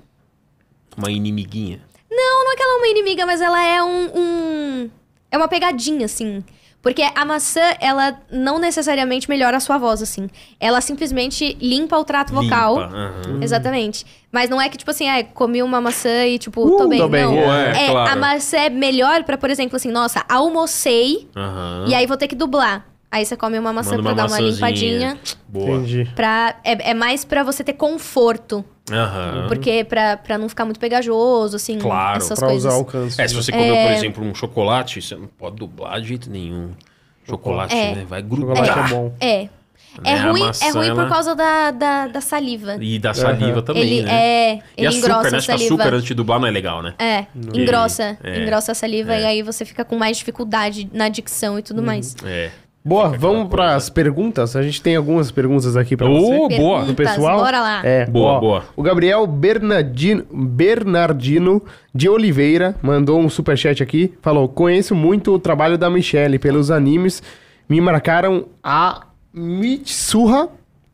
S2: Uma inimiguinha.
S3: Não, não é que ela é uma inimiga, mas ela é um. um- é uma pegadinha, assim. Porque a maçã, ela não necessariamente melhora a sua voz, assim. Ela simplesmente limpa o trato vocal.
S2: Limpa. aham.
S3: Exatamente. Mas não é que, tipo assim, ah, comi uma maçã e, tipo,
S1: Uh,
S3: tô bem.
S1: tô bem,
S3: Não.
S2: é, claro.
S3: A maçã é melhor pra, por exemplo, assim, nossa, almocei
S2: Aham.
S3: e aí vou ter que dublar. Aí você come uma maçã
S2: Manda
S3: pra
S2: uma
S3: dar uma
S2: maçãzinha.
S3: limpadinha.
S2: Boa.
S1: Entendi.
S3: Pra, é, é mais pra você ter conforto.
S2: Aham.
S3: Porque pra, pra não ficar muito pegajoso, assim,
S2: Claro,
S3: essas
S1: Pra
S3: coisas.
S1: usar o canso.
S2: É, se você comeu, por exemplo, um chocolate, você não pode dublar de jeito nenhum. Chocolate,
S3: É.
S2: né? Vai
S1: O chocolate
S2: grudar.
S1: é bom.
S3: É. É
S2: né? A
S3: ruim,
S2: maçã,
S3: é ruim por
S2: ela-
S3: causa da, da, da saliva.
S2: E da saliva
S1: Aham.
S2: também,
S3: ele
S2: né?
S3: é.
S2: e
S3: Ele
S2: açúcar,
S3: engrossa
S2: né?
S3: a
S2: Acho que
S3: saliva.
S2: açúcar antes de dublar não é legal, né?
S3: É, engrossa.
S2: É.
S3: Engrossa a saliva e aí você fica com mais dificuldade na dicção e tudo mais.
S2: É.
S1: Boa,
S2: aquela
S1: vamos
S2: coisa.
S1: para as perguntas. A gente tem algumas perguntas aqui para
S2: Ô,
S1: você.
S2: boa.
S1: Do pessoal?
S3: Bora lá.
S1: É,
S2: Boa,
S1: ó,
S2: boa.
S1: O Gabriel Bernardino, Bernardino de Oliveira mandou um superchat aqui. Falou: Conheço muito o trabalho da Michelle pelos animes. Me marcaram a Mitsuha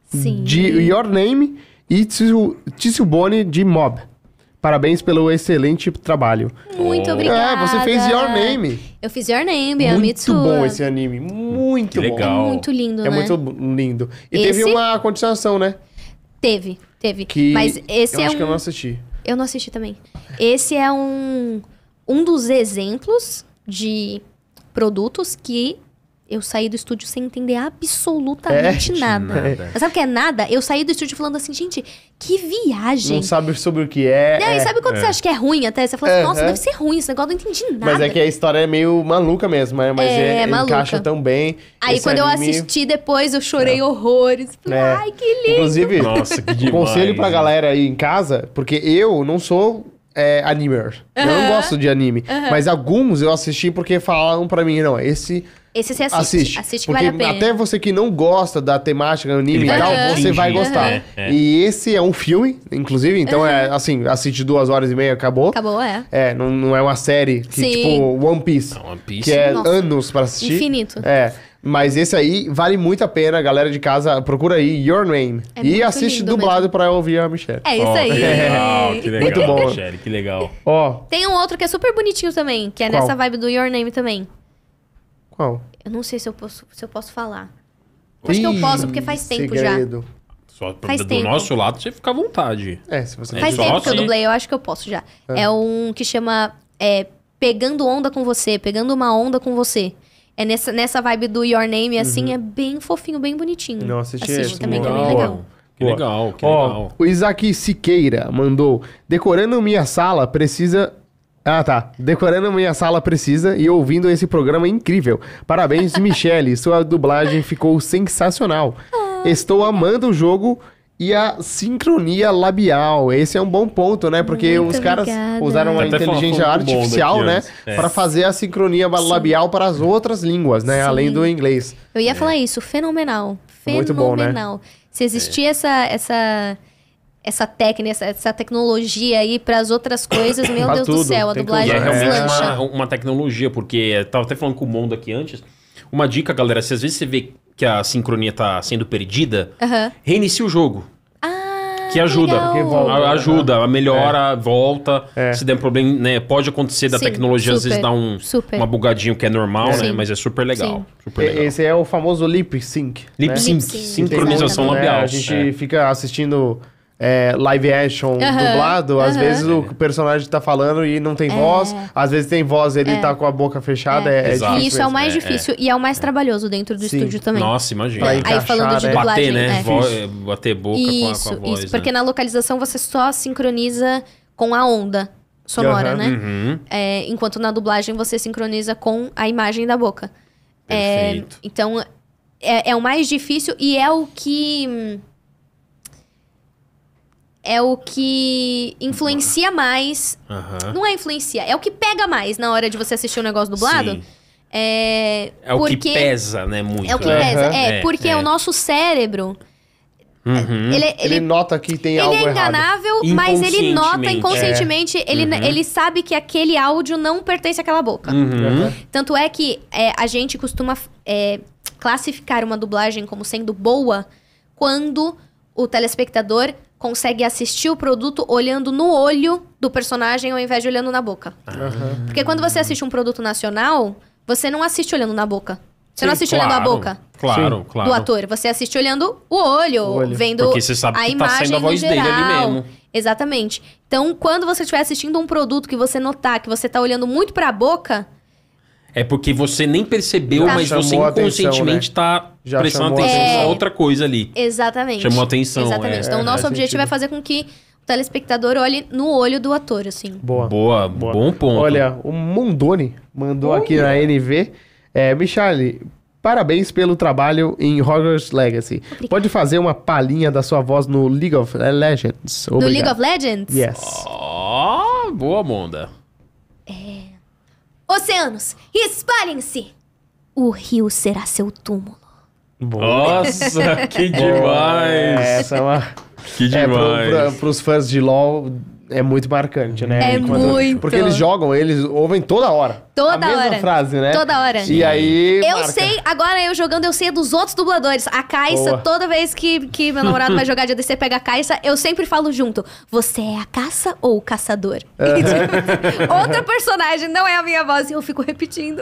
S3: Sim.
S1: de Your Name e Tsu- Tsubone de Mob. Parabéns pelo excelente trabalho.
S3: Muito
S2: Oh.
S3: obrigada.
S1: É, você fez Your Name.
S3: Eu fiz Your Name, é a
S1: muito
S3: Mitsuha.
S1: bom esse anime. Muito
S2: Que
S1: bom.
S2: legal.
S3: É muito lindo,
S1: É
S3: né?
S1: muito lindo. E
S3: Esse-
S1: teve uma continuação, né?
S3: Teve, teve.
S1: Que
S3: Mas esse
S1: eu
S3: é
S1: acho
S3: um...
S1: que eu não assisti.
S3: Eu não assisti também. Esse é um, um dos exemplos de produtos que eu saí do estúdio sem entender absolutamente
S1: É,
S3: nada.
S2: nada.
S3: Mas sabe o que é nada? Eu saí do estúdio falando assim, gente, que viagem.
S1: Não sabe sobre o que é.
S3: Não,
S1: é.
S3: e sabe quando você acha que é ruim até? Você fala assim,
S1: É,
S3: nossa,
S1: é.
S3: deve ser ruim esse negócio, eu não entendi nada.
S1: Mas é que a história é meio maluca mesmo, né? Mas
S3: É,
S1: é,
S3: maluca.
S1: encaixa tão bem.
S3: Aí
S1: Esse
S3: quando eu
S1: anime-
S3: assisti depois, eu chorei horrores. Falei,
S1: É.
S3: Ai, que lindo.
S1: Inclusive,
S2: Nossa, que demais.
S1: conselho pra galera aí em casa, porque eu não sou é, animer. Eu não
S3: Aham.
S1: gosto de anime. Mas alguns eu assisti porque falaram pra mim, não, esse
S3: Esse você assiste.
S1: assiste.
S3: Assiste, que
S1: porque
S3: vale a pena.
S1: até você que não gosta da temática anime
S2: Ele
S1: e
S2: vai
S1: tal,
S3: te
S1: você vai
S2: atingir,
S1: gostar.
S2: né? É.
S1: E esse é um filme, inclusive, então é assim, assiste duas horas e meia, acabou.
S3: Acabou, é.
S1: É, não, não é uma série que,
S3: Sim.
S1: tipo, One Piece.
S2: Não, One Piece.
S1: Que é
S3: Nossa.
S1: anos pra assistir.
S3: Infinito.
S1: É. Mas esse aí vale muito a pena, galera de casa, procura aí Your Name.
S3: É
S1: e
S3: muito
S1: assiste
S3: lindo
S1: dublado pra ouvir a Michelle.
S3: É isso
S2: Ó,
S3: aí.
S2: Que legal, que legal.
S1: Muito bom.
S2: Michele, que legal.
S1: Ó,
S3: Tem um outro que é super bonitinho também, que é
S1: Qual?
S3: nessa vibe do Your Name também.
S1: qual?
S3: Eu não sei se eu posso, se eu posso falar. Acho que eu posso, porque faz tempo já.
S1: segredo.
S2: Só pro-
S3: Faz
S2: do
S3: tempo.
S2: nosso lado você fica à vontade.
S1: É, se você
S2: É
S3: Faz
S2: só
S3: tempo que eu
S2: assim.
S3: dublei, eu acho que eu posso já. É, um que chama é, Pegando Onda com Você, Pegando uma Onda com Você. É nessa, nessa vibe do Your Name, assim, é bem fofinho, bem bonitinho.
S1: Uhum. Não assisti esse,
S3: também, que é
S1: legal.
S3: bem legal.
S2: Que
S1: Boa.
S2: legal, que
S1: Ó,
S2: legal.
S1: o Isaac Siqueira mandou. Decorando minha sala precisa. Ah, tá. Decorando minha sala precisa e ouvindo esse programa incrível. Parabéns, Michele. Sua dublagem ficou sensacional.
S3: Ah.
S1: Estou amando o jogo e a sincronia labial. Esse é um bom ponto, né? Porque
S3: Muito
S1: os caras
S3: obrigada.
S1: usaram a
S2: Até falou-
S1: inteligência
S2: falou com o Bondo
S1: artificial,
S2: aqui
S1: né?
S2: antes.
S1: Pra
S2: É.
S1: Para fazer a sincronia labial para as outras línguas, né?
S3: Sim.
S1: Além do inglês.
S3: Eu ia falar isso, fenomenal.
S1: É. Muito bom, né? É.
S3: Fenomenal. Se existir essa, essa, essa técnica, essa, essa tecnologia aí pras outras coisas, meu
S1: Pra
S3: Deus do
S1: tudo,
S3: céu, a
S1: tem que
S2: E
S3: dublagem
S2: é
S1: usar.
S3: deslancha.
S2: realmente uma, uma tecnologia, porque eu tava até falando com o Mondo aqui antes. Uma dica, galera, se às vezes você vê que a sincronia tá sendo perdida,
S3: Aham.
S2: reinicia o jogo.
S3: Ah,
S2: Que ajuda.
S3: legal.
S1: Porque volta. né? É.
S2: A- ajuda, melhora, volta. Se der um problema, né? Pode acontecer da
S3: Sim,
S2: tecnologia, às vezes
S3: super,
S2: dá um,
S3: super.
S2: uma bugadinha, o que é normal,
S3: É.
S2: né?
S3: Sim.
S2: Mas é super legal.
S3: Sim.
S2: Super legal.
S1: Esse é o famoso lip sync.
S2: Lip
S1: né?
S2: sync,
S3: sync,
S2: sincronização
S3: exatamente.
S2: labial.
S1: É, a gente
S2: É.
S1: fica assistindo é, live action
S3: Aham,
S1: dublado, às
S3: aham. É.
S1: vezes o personagem tá falando e não tem voz, às vezes tem voz ele tá com a boca fechada, é, é
S2: Exato.
S1: difícil
S3: E É. isso é o
S1: mesmo.
S3: mais
S2: é,
S3: difícil e é o mais trabalhoso dentro do
S1: Sim.
S3: estúdio também.
S2: Nossa, imagina.
S1: Pra
S2: É.
S1: encaixar,
S3: Aí falando de
S1: né?
S2: Bater,
S3: dublagem,
S2: né?
S3: é.
S2: Vo- Bater boca com a-
S3: Isso,
S2: com a, voz. né?
S3: isso. Porque na localização você só sincroniza com a onda sonora,
S1: Aham.
S2: né?
S3: né?
S2: Uhum.
S3: É, enquanto na dublagem você sincroniza com a imagem da boca. É,
S2: Perfeito.
S3: então, é, é o mais difícil e é o que. hum, É o que influencia mais.
S2: Aham.
S3: Não é influencia, é o que pega mais na hora de você assistir um negócio dublado.
S2: Sim.
S3: É,
S2: É o que
S3: porque
S2: pesa, né? Muito.
S3: É o que
S2: né?
S3: pesa. É,
S2: É,
S3: porque
S2: é.
S3: o nosso cérebro,
S2: Uhum.
S1: Ele,
S3: ele, um- ele,
S1: nota que tem
S3: ele
S1: algo
S3: é
S1: errado.
S3: enganável, mas ele nota
S1: Inconscientemente,
S3: inconscientemente, ele, ele sabe que aquele áudio não pertence àquela boca.
S2: Uhum.
S3: Tanto é que é, a gente costuma é, classificar uma dublagem como sendo boa quando o telespectador consegue assistir o produto olhando no olho do personagem ao invés de olhando na boca.
S2: Ah.
S1: Aham.
S3: Porque quando você assiste um produto nacional, você não assiste olhando na boca. Você não
S2: Sim,
S3: assiste olhando a
S2: claro,
S3: boca
S2: Claro, claro.
S3: do ator. Você assiste olhando o olho,
S1: O olho.
S3: vendo
S2: Porque você sabe
S3: a
S2: que tá
S3: imagem
S2: saindo a
S3: no
S2: voz dele
S3: geral.
S2: ali mesmo.
S3: Exatamente. Então, quando você estiver assistindo um produto que você notar que você tá olhando muito pra boca,
S2: É porque você nem percebeu,
S1: Já
S2: mas
S1: chamou
S2: você
S1: a atenção, né?
S2: inconscientemente tá
S1: Já
S2: prestando
S1: chamou a
S2: atenção
S1: atenção.
S2: a outra coisa ali.
S3: exatamente.
S2: Chamou atenção,
S3: Exatamente.
S2: é.
S3: então,
S1: É,
S3: o nosso
S1: faz
S3: objetivo
S1: sentido.
S3: é fazer com que o telespectador olhe no olho do ator, assim.
S1: Boa.
S2: Boa,
S1: Boa.
S2: bom ponto.
S1: Olha, o Mondoni mandou aqui na NV. É, Michale, parabéns pelo trabalho em Hogwarts Legacy. Pode fazer uma palhinha da sua voz no League of Legends?
S3: No
S1: Obrigado.
S3: League of Legends?
S1: Yes.
S2: Ó, boa, Monda.
S3: Oceanos, espalhem-se! O rio será seu túmulo.
S1: Boa.
S2: Nossa, que
S1: Boa.
S2: demais.
S1: Essa é uma...
S2: Que
S1: É, pro,
S2: demais.
S1: pra, pros fãs de LoL é muito marcante, né?
S3: É muito.
S1: Porque eles jogam, eles ouvem toda hora.
S3: Toda
S1: a mesma
S3: hora.
S1: frase, né?
S3: Toda hora.
S1: E aí.
S3: Eu
S1: marca.
S3: sei, agora eu jogando, eu sei dos outros dubladores. A Caixa,
S1: Boa.
S3: toda vez que, que meu namorado vai jogar de ADC, pega a Caixa, eu sempre falo junto. Você é a caça ou o caçador? Outra personagem, não é a minha voz, e eu fico repetindo.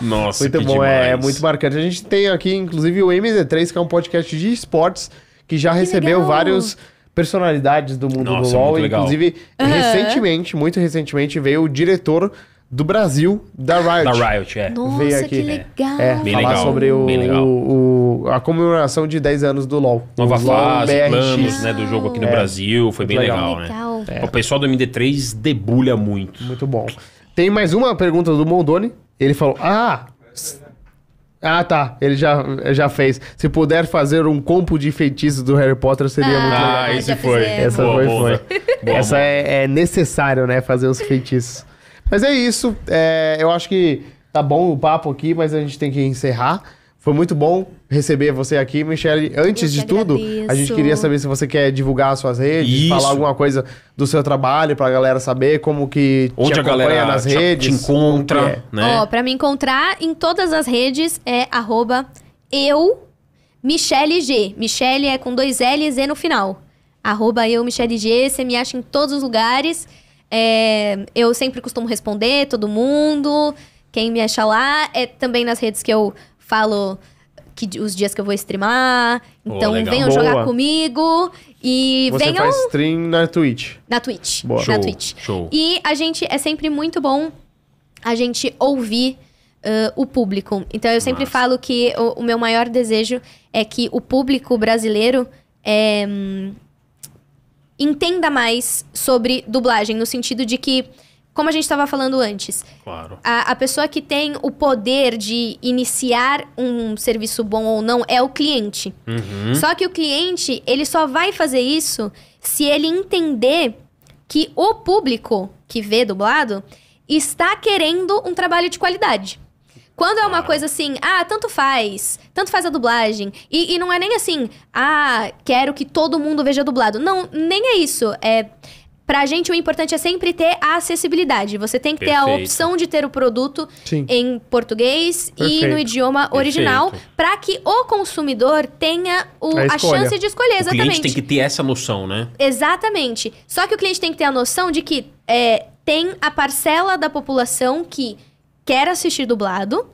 S2: Nossa,
S1: Muito
S2: que
S1: bom,
S2: demais.
S1: é, é muito marcante. A gente tem aqui, inclusive, o MZ3, que é um podcast de esportes, que já recebeu
S3: legal.
S1: vários personalidades do mundo
S2: Nossa,
S1: do LoL.
S2: muito legal.
S1: Inclusive, recentemente, muito recentemente, veio o diretor do Brasil da Riot.
S2: Da Riot, é.
S1: Veio
S3: Nossa,
S1: aqui.
S3: que legal.
S1: É,
S2: Bem
S1: falar
S2: legal,
S1: sobre o,
S2: bem legal.
S1: o- o- a comemoração de 10 anos do LoL.
S2: Nova
S1: O LoL
S2: fase,
S1: BRX.
S2: planos, né, do jogo aqui no
S1: É.
S2: Brasil. Foi bem
S1: Muito
S2: legal,
S3: legal.
S1: É,
S2: né? O pessoal do MD3 debulha muito.
S1: Muito bom. Tem mais uma pergunta do Mondoni. Ele falou: Ah! s- Ah, tá. Ele já, já fez. Se puder fazer um compo de feitiços do Harry Potter, seria muito legal.
S2: Ah, esse
S3: já
S2: foi.
S3: fizemos.
S1: Essa
S2: Boa,
S1: foi,
S2: boa.
S1: foi.
S2: Boa,
S1: Essa é, é necessário, né? Fazer os feitiços. Mas é isso. É, eu acho que tá bom o papo aqui, mas a gente tem que encerrar. Foi muito bom receber você aqui, Michele. Antes
S3: Eu
S1: de
S3: que
S1: tudo, a gente
S3: agradeço.
S1: queria saber se você quer divulgar as suas redes,
S2: Isso.
S1: falar alguma coisa do seu trabalho pra galera saber como que te
S2: Onde a
S1: acompanha
S2: galera
S1: nas
S2: te,
S1: redes.
S2: te encontra,
S1: como que é.
S2: né?
S3: Ó, pra me encontrar em todas as redes é arroba eu Michele G. Michele é com dois L e Z no final. Arroba eu Michele G. Você me acha em todos os lugares. É, eu sempre costumo responder todo mundo. Quem me acha lá é também nas redes que eu falo que, di- os dias que eu vou streamar.
S2: Boa,
S3: Então
S2: legal.
S3: venham
S1: Boa.
S3: jogar comigo e
S1: Você
S3: venham
S1: faz stream na Twitch.
S3: na Twitch.
S1: Boa.
S3: Na
S2: Show,
S3: Twitch.
S2: show.
S3: E a gente é sempre muito bom a gente ouvir ãh, o público. Então eu sempre
S2: Massa.
S3: falo que o, o meu maior desejo é que o público brasileiro é, hum, entenda mais sobre dublagem, no sentido de que, como a gente estava falando antes,
S2: Claro.
S3: a, a pessoa que tem o poder de iniciar um serviço bom ou não é o cliente.
S2: Uhum.
S3: Só que o cliente, ele só vai fazer isso se ele entender que o público que vê dublado está querendo um trabalho de qualidade. Quando é uma
S2: Tá.
S3: coisa assim, ah, tanto faz, tanto faz a dublagem. E, e não é nem assim, ah, quero que todo mundo veja dublado. Não, nem é isso. É, pra gente o importante é sempre ter a acessibilidade. Você tem que ter a
S2: Perfeito.
S3: opção de ter o produto
S1: Sim.
S3: em português e
S1: Perfeito.
S3: no idioma original
S2: Perfeito.
S3: para que o consumidor tenha o-
S1: A
S3: a,
S1: escolha.
S3: chance de escolher
S2: O cliente
S3: exatamente.
S2: tem que ter essa noção, né?
S3: Exatamente. Só que o cliente tem que ter a noção de que é, tem a parcela da população que quer assistir dublado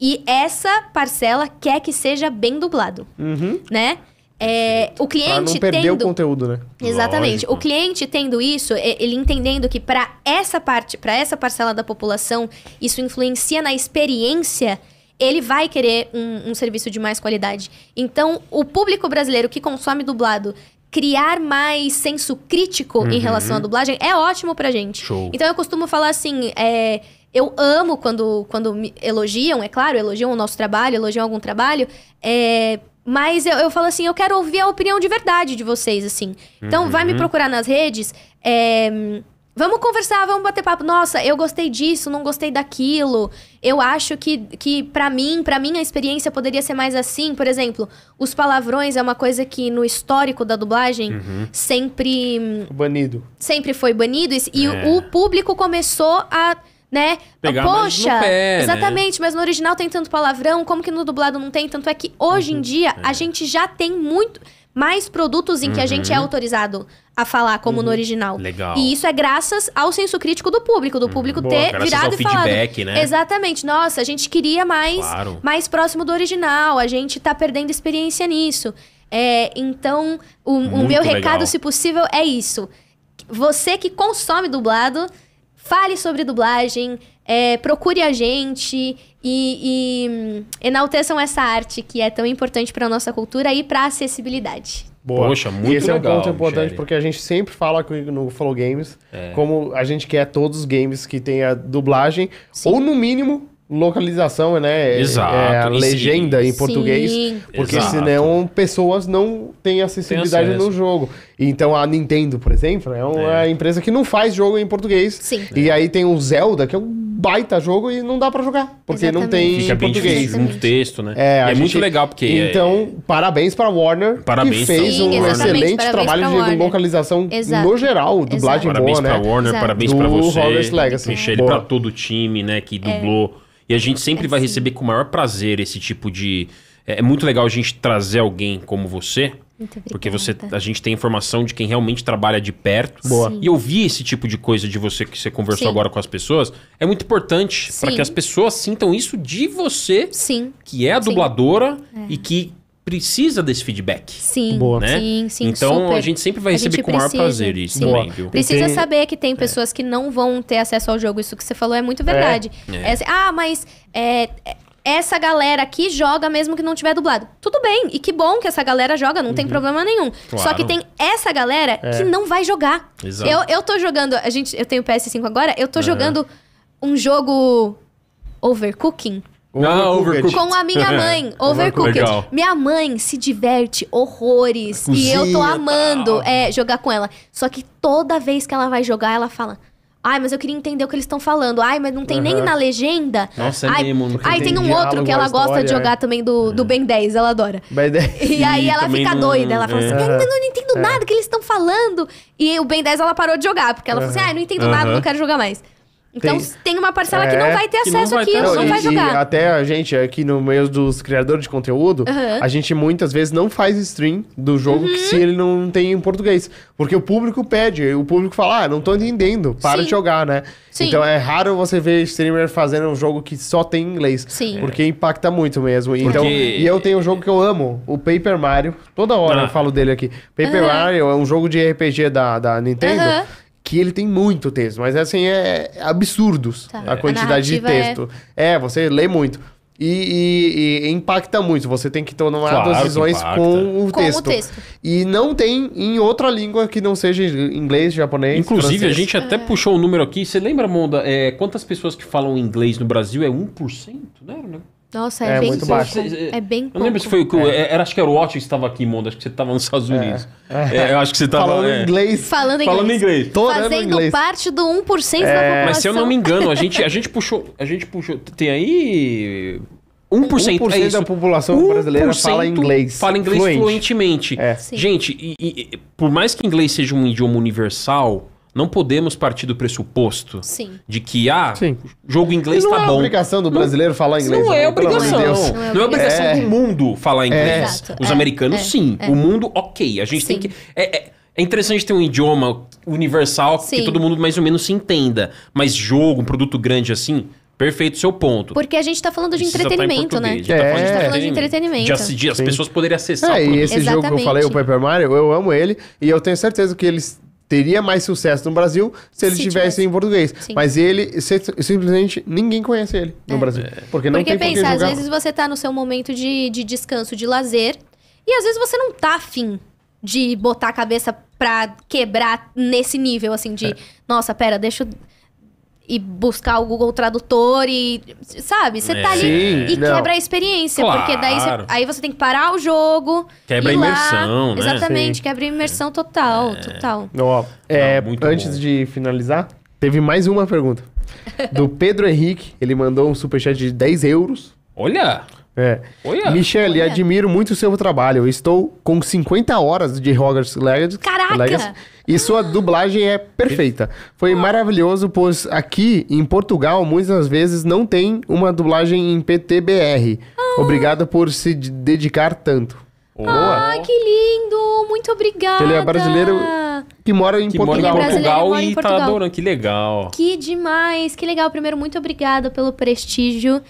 S3: e essa parcela quer que seja bem dublado,
S1: Uhum.
S3: né? É, o
S1: Pra não
S3: cliente
S1: perder o
S3: tendo
S1: conteúdo, né?
S3: Exatamente.
S2: Lógico.
S3: O cliente tendo isso, e- ele entendendo que para essa parte, para essa parcela da população, isso influencia na experiência, ele vai querer um, um serviço de mais qualidade. Então, o público brasileiro que consome dublado criar mais senso crítico em relação à dublagem é ótimo pra gente.
S2: Uhum. Show.
S3: Então eu costumo falar assim, é, eu amo quando, quando me elogiam, é claro, elogiam o nosso trabalho, elogiam algum trabalho, é, mas eu, eu falo assim, eu quero ouvir a opinião de verdade de vocês, assim. Então vai me procurar nas redes, é, vamos conversar, vamos bater papo. Nossa, eu gostei disso, não gostei daquilo. Eu acho que, que para mim, para minha experiência poderia ser mais assim. Por exemplo, os palavrões é uma coisa que no histórico da dublagem sempre
S1: Banido.
S3: sempre foi banido e, e
S2: É.
S3: o público começou a, né?
S2: Pegar mais
S3: Poxa,
S2: no pé, né?
S3: exatamente, mas no original tem tanto palavrão, como que no dublado não tem? Tanto é que hoje
S2: Uhum.
S3: em dia
S2: É.
S3: a gente já tem muito mais produtos em que a gente é autorizado a falar como no original.
S2: Uhum. Legal. Uhum.
S3: E isso é graças ao senso crítico do público, do público
S1: Boa,
S3: ter
S2: Graças ao
S3: virado e falado.
S2: feedback, né?
S3: Exatamente. Nossa, a gente queria mais
S2: Claro.
S3: mais próximo do original. A gente tá perdendo experiência nisso. É, então, o, o
S2: Muito
S3: meu
S2: legal.
S3: recado, se possível, é isso. Você que consome dublado, fale sobre dublagem, é, procure a gente e, e, hum, enalteçam essa arte que é tão importante para nossa cultura e para acessibilidade.
S1: Boa.
S2: Poxa, muito
S1: Esse é
S2: legal,
S1: um ponto importante
S2: Michele.
S1: porque a gente sempre fala aqui no Follow Games
S2: É.
S1: como a gente quer todos os games que tenha dublagem ou no mínimo localização, né? É-
S2: Exato.
S1: É a
S2: E se-
S1: legenda em português.
S3: Sim.
S1: Porque
S2: Exato.
S1: senão pessoas não têm acessibilidade
S2: Tem acesso. É.
S1: no jogo. Então a Nintendo, por exemplo, é uma empresa que não faz jogo em português.
S3: Sim.
S1: E aí tem o Zelda, que é um baita jogo e não dá pra jogar, porque não tem
S2: Fica bem
S1: português.
S2: difícil, muito
S3: Exatamente.
S2: texto, né?
S1: É,
S2: E
S1: a gente-
S2: muito legal, porque... é-
S1: Então, parabéns pra Warner,
S2: Parabéns
S1: que fez
S2: pra
S1: um
S2: Warner.
S1: excelente
S3: Parabéns
S1: trabalho
S3: pra
S1: de
S3: Warner.
S1: localização
S3: Exato.
S1: no geral, dublagem
S2: Parabéns
S1: boa, né?
S2: pra Warner,
S3: Exato.
S2: parabéns
S1: Do
S2: pra né, você.
S1: Hogwarts Legacy.
S2: Michele,
S1: Boa.
S2: pra todo o time, né, que dublou. E a gente sempre vai receber com o maior prazer esse tipo de. É é muito legal a gente trazer alguém como você.
S3: Muito obrigada.
S2: Porque você, a gente tem informação de quem realmente trabalha de perto.
S1: Boa.
S2: E ouvir esse tipo de coisa de você que você conversou
S3: Sim.
S2: agora com as pessoas é muito importante para
S3: Sim.
S2: que as pessoas sintam isso de você,
S3: Sim,
S2: que é a
S3: Sim.
S2: dubladora e que precisa desse feedback.
S3: sim.
S1: Boa.
S2: Né?
S3: Sim, sim,
S2: então
S3: super.
S2: a gente sempre vai
S3: A
S2: receber
S3: gente
S2: com o maior
S3: precisa,
S2: prazer isso
S3: sim.
S2: também,
S1: Boa.
S2: viu? É.
S3: Precisa
S1: Tem-
S3: saber que tem pessoas que não vão ter acesso ao jogo. Isso que você falou é muito verdade.
S2: É.
S3: É assim, ah, mas é, é, essa galera aqui joga mesmo que não tiver dublado. Tudo bem, e que bom que essa galera joga, não tem problema nenhum. Só
S2: Uhum. Claro.
S3: que tem essa galera que não vai jogar.
S2: Exato.
S3: Eu, eu tô jogando, a gente, eu tenho PS5 agora, eu tô jogando um jogo Overcooking
S2: Ah, Overcooked.
S3: com a minha mãe, Overcooked.
S2: Legal.
S3: Minha mãe se diverte horrores
S2: Cozinha,
S3: e eu tô amando
S2: tal.
S3: é, jogar com ela. Só que toda vez que ela vai jogar, ela fala: Ai, mas eu queria entender o que eles estão falando. Ai, mas não tem nem
S1: Aham.
S3: na legenda.
S2: Nossa, é
S3: Ai,
S2: mesmo, não
S3: Ai,
S1: tem
S3: tem um outro
S1: diálogo,
S3: que ela
S1: a
S3: gosta de
S1: história,
S3: jogar
S1: é.
S3: também do, do Ben 10, ela adora.
S1: Mas é- daí-
S3: E aí
S2: E
S3: ela
S2: também
S3: fica
S2: não-
S3: doida. Ela fala assim:
S2: é.
S3: "Ah, mas eu não entendo nada que eles estão falando. E o Ben 10 ela parou de jogar, porque ela falou assim: Ah, eu não entendo nada,
S2: Aham.
S3: não quero jogar mais. Então
S1: Tem-
S3: tem, uma parcela que
S1: É,
S3: não vai ter
S2: que não
S3: acesso
S2: vai ter
S3: aqui, não,
S2: acesso.
S1: e,
S3: vai
S1: e
S3: jogar.
S1: até a gente aqui no meio dos criadores de conteúdo,
S3: Aham. Uhum.
S1: a gente muitas vezes não faz stream do jogo que se ele não tem em português. Porque o público pede, o público fala, ah, não tô entendendo, para
S3: Sim.
S1: de jogar, né?
S3: Sim.
S1: Então é raro você ver streamer fazendo um jogo que só tem inglês.
S3: Sim.
S1: Porque impacta muito mesmo. Então,
S2: Porque-
S1: e eu tenho um jogo que eu amo, o Paper Mario. Toda hora
S2: Ah.
S1: eu falo dele aqui. Paper
S3: Aham.
S1: Mario é um jogo de RPG da, da Nintendo.
S3: Aham.
S1: Que ele tem muito texto, mas assim, é absurdos
S3: Tá.
S1: a
S3: É.
S1: quantidade de
S3: A narrativa é-
S1: texto. É, você lê muito. E, e- e impacta muito. Você tem que tomar
S2: Claro que
S1: decisões
S2: impacta.
S1: com o
S3: Com o
S1: texto.
S3: texto.
S1: E não tem em outra língua que não seja inglês, japonês.
S2: Inclusive,
S1: francês.
S2: a gente
S3: É.
S2: até puxou um número aqui. Você lembra, Monda, é, quantas pessoas que falam inglês no Brasil é 1%? Né? Né?
S3: Nossa, é,
S1: É
S3: bem
S1: muito
S3: pouco.
S1: baixo.
S3: É bem pouco.
S2: Eu não lembro se foi o que. eu- Era, acho que era o Otto que estava aqui, Monda. Acho que você estava nos Estados Unidos. É, eu acho que você estava.
S1: Falando
S2: é,
S1: inglês.
S3: Falando inglês.
S2: Falando inglês. É,
S1: Todo ano
S3: Fazendo
S1: inglês.
S3: parte do 1% da população.
S2: Mas se eu não me engano, a gente, a gente puxou. A gente puxou. Tem aí. 1%,
S1: 1%
S2: é isso.
S1: da população brasileira um fala
S2: 1%
S1: inglês.
S2: Fala inglês
S1: fluente.
S2: fluentemente.
S1: É.
S3: Sim.
S2: Gente, e- e- e por mais que inglês seja um idioma universal, não podemos partir do pressuposto
S3: Sim.
S2: de que, ah,
S1: Sim.
S2: jogo
S1: E
S2: inglês
S1: não
S2: tá
S1: é
S2: bom.
S1: obrigação do
S2: Não-
S1: brasileiro falar inglês.
S2: Não é
S1: né? Pelo amor de
S2: obrigação.
S1: Deus.
S3: Não é
S2: Não é obrigação
S1: obrigação.
S2: do mundo falar inglês.
S3: Exato,
S2: Os
S3: é,
S2: americanos,
S3: é,
S2: sim.
S3: é.
S2: O mundo, ok. A gente tem
S3: Sim.
S2: que. É, é- é interessante ter um idioma universal que
S3: Sim.
S2: todo mundo mais ou menos se entenda. Mas jogo, um produto grande assim, perfeito seu ponto.
S3: Porque a gente tá falando de
S2: Precisa tá em
S3: entretenimento, né?
S2: português, já tá
S1: É.
S2: falando de
S1: A gente tá
S3: falando de entretenimento.
S2: De assi- de as
S1: Sim.
S2: pessoas poderem acessar
S1: É,
S2: o
S1: e
S2: produto.
S1: esse jogo que eu falei, o
S3: Exatamente.
S1: Paper Mario, eu amo ele e eu tenho certeza que ele teria mais sucesso no Brasil se ele
S3: Se
S1: tivesse,
S3: tivesse.
S1: em português.
S3: Sim. É.
S1: Mas ele, se- simplesmente, ninguém conhece ele no Brasil. Porque não
S3: Porque
S1: tem
S3: pensa,
S1: por
S3: às
S1: que jogar.
S3: vezes você tá no seu momento de, de descanso, de lazer, e às vezes você não tá afim de botar a cabeça pra quebrar nesse nível, assim,
S1: É.
S3: de, nossa, pera, deixa eu ir buscar o Google Tradutor e, sabe? Você tá
S2: É.
S3: ali
S1: Sim,
S3: e
S1: não.
S3: quebra a experiência,
S2: Claro.
S3: porque daí você, aí você tem que parar o jogo.
S2: Quebra
S3: ir
S2: a
S3: lá.
S2: imersão, né?
S3: Exatamente, quebra a imersão total, total.
S1: Ó, é,
S2: muito
S1: antes
S2: bom.
S1: de finalizar, teve mais uma pergunta. Do Pedro Henrique, ele mandou um superchat de 10 euros.
S2: Olha!
S1: É.
S2: Olha!
S1: Michele,
S3: Olha.
S1: admiro muito o seu trabalho. Estou com 50 horas de Hogwarts Legacy.
S3: Caraca!
S1: Legacy, E sua dublagem é perfeita. Foi maravilhoso, pois aqui em Portugal, muitas vezes, não tem uma dublagem em PTBR.
S3: Ah!
S1: Obrigado por se de- dedicar tanto.
S2: Boa!
S3: Ai, que lindo! Muito obrigada!
S1: Ele é brasileiro que mora em
S2: Que mora
S1: Portugal.
S2: em
S3: Ele é brasileiro,
S2: Portugal
S3: mora em
S2: e tá
S3: Portugal.
S2: adorando. Que legal.
S3: Que demais! Que legal! Primeiro, muito obrigada pelo prestígio.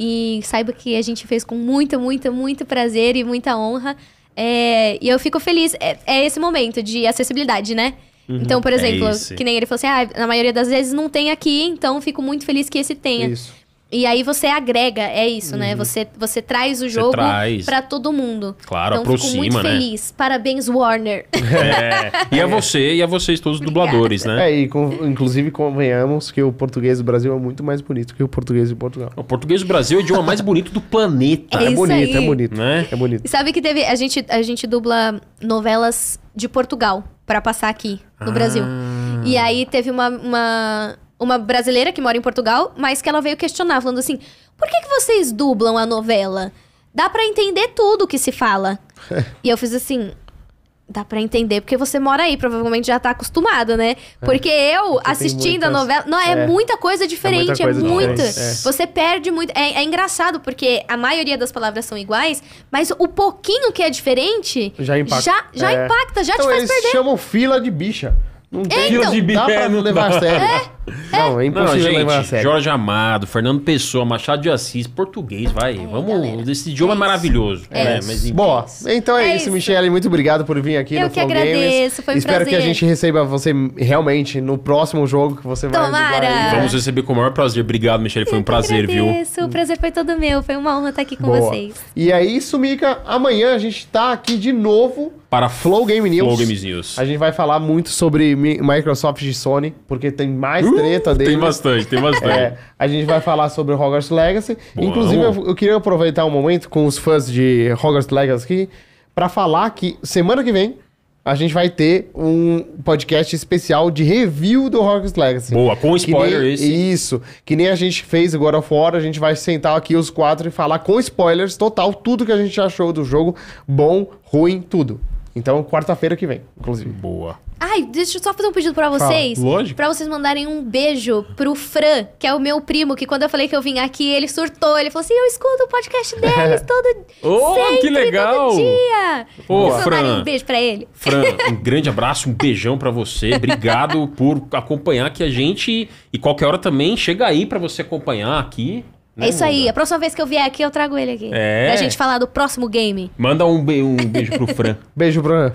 S3: E saiba que a gente fez com muito, muito, muito prazer e muita honra. É, e eu fico feliz. É, é esse momento de acessibilidade, né? Então, por
S2: É
S3: exemplo,
S2: esse.
S3: que nem ele falou assim: ah, na maioria das vezes não tem aqui, então fico muito feliz que esse tenha.
S1: Isso.
S3: E aí você agrega, é isso, né? Você, você traz o jogo
S2: Uhum. traz.
S3: pra todo mundo.
S2: Claro,
S3: então, fico
S2: aproxima,
S3: muito
S2: né?
S3: feliz. Parabéns, Warner.
S2: É. E a você e a vocês todos os
S3: Obrigada.
S2: dubladores, né?
S1: É, e com- inclusive convenhamos que o português do Brasil é muito mais bonito que o português de Portugal.
S2: O português do Brasil é o idioma mais bonito do planeta.
S3: É isso
S1: bonito,
S3: aí.
S1: é bonito,
S2: Né?
S1: É bonito.
S3: E sabe que teve. A gente, a gente dubla
S2: Ah,
S3: novelas de Portugal pra passar aqui no Brasil. E aí teve uma, uma, uma brasileira que mora em Portugal, mas que ela veio questionar, falando assim: por que, que vocês dublam a novela? Dá pra entender tudo que se fala.
S1: É.
S3: e eu fiz assim. Dá pra entender, porque você mora aí, provavelmente já tá acostumada, né? Porque eu,
S1: É. tem
S3: assistindo a
S1: muitas-
S3: novela. Não, é,
S1: É.
S3: muita coisa diferente, é,
S1: coisa
S3: muito.
S1: diferente, é.
S3: Você perde muito. É, é engraçado, porque a maioria das palavras são iguais, mas o pouquinho que é diferente.
S1: Já impacta.
S3: Já, já
S1: É.
S3: impacta, já
S1: então
S3: te faz
S1: eles
S3: perder.
S1: chamam fila de bicha. Não tem
S3: então.
S1: não
S2: Fila de
S1: dá
S2: bicha,
S1: pra
S2: não
S1: levar
S2: dá.
S1: a sério. Não, é
S2: Não,
S1: impossível levar a
S2: gente,
S1: sério.
S2: Jorge Amado, Fernando Pessoa, Machado de Assis, português, vai. vamos,
S3: galera.
S2: esse idioma é,
S3: É
S2: maravilhoso.
S3: É
S2: né?
S3: isso.
S2: Mas, enfim.
S1: Bom, então é,
S3: É
S1: isso,
S3: isso.
S1: Michele. Muito obrigado por vir aqui
S3: Eu
S1: no
S3: que
S1: Flow Games.
S3: agradeço, foi um
S1: Espero que a
S3: prazer.
S1: gente receba você realmente no próximo jogo que você vai
S3: Tomara.
S1: vai-
S2: Vamos receber com o maior prazer. Obrigado, Michele. Foi um prazer, viu?
S3: Isso, o prazer foi todo meu. Foi uma honra estar aqui com
S1: Boa.
S3: vocês.
S1: E é isso, Mica. Amanhã a gente tá aqui de novo.
S2: Para
S1: Flow Game News.
S2: Flow Games News.
S1: A gente vai falar muito sobre Mi- Microsoft e Sony, porque tem mais treta dele.
S2: Uh, Tem bastante, tem bastante.
S1: É, a gente vai falar sobre o Hogwarts Legacy.
S2: Boa,
S1: Inclusive,
S2: vamos.
S1: eu, eu queria aproveitar um momento com os fãs de Hogwarts Legacy aqui pra falar que semana que vem a gente vai ter um podcast especial de review do Hogwarts Legacy.
S2: Boa, com
S1: Que nem-
S2: spoiler esse.
S1: Isso. Que nem a gente fez agora fora, a gente vai sentar aqui os quatro e falar com spoilers total tudo que a gente achou do jogo, bom, ruim, tudo. Então, quarta-feira que vem, inclusive.
S2: Boa.
S3: Ai, deixa eu só fazer um pedido pra vocês.
S2: lógico.
S3: Pra vocês mandarem um beijo pro Fran, que é o meu primo, que quando eu falei que eu vim aqui, ele surtou. Ele falou assim: eu escuto o podcast deles todo,
S2: Oh,
S3: sempre,
S2: que legal!
S3: todo dia.
S2: Ô,
S3: Vocês mandarem
S2: Fran.
S3: um beijo pra ele.
S2: Fran, um grande abraço, um beijão pra você. Obrigado por acompanhar que a gente. E qualquer hora também, chega aí pra você acompanhar aqui. né,
S3: é isso aí.
S2: Amanda?
S3: A próxima vez que eu vier aqui, eu trago ele aqui.
S2: É.
S3: Pra gente falar do próximo game.
S2: Manda um, be- um beijo pro Fran.
S1: Beijo, Bruno.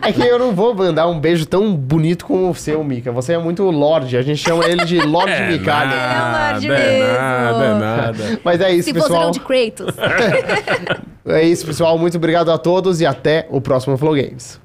S1: É que eu não vou mandar um beijo tão bonito como o seu, Mika. Você é muito Lorde. A gente chama ele de Lorde Micalha.
S3: Leonardo
S2: é
S3: mesmo.
S2: nada, é nada.
S1: Mas é isso,
S3: Se fosse
S1: pessoal.
S3: não de Kratos.
S1: É isso, pessoal. Muito obrigado a todos e até o próximo Flow Games.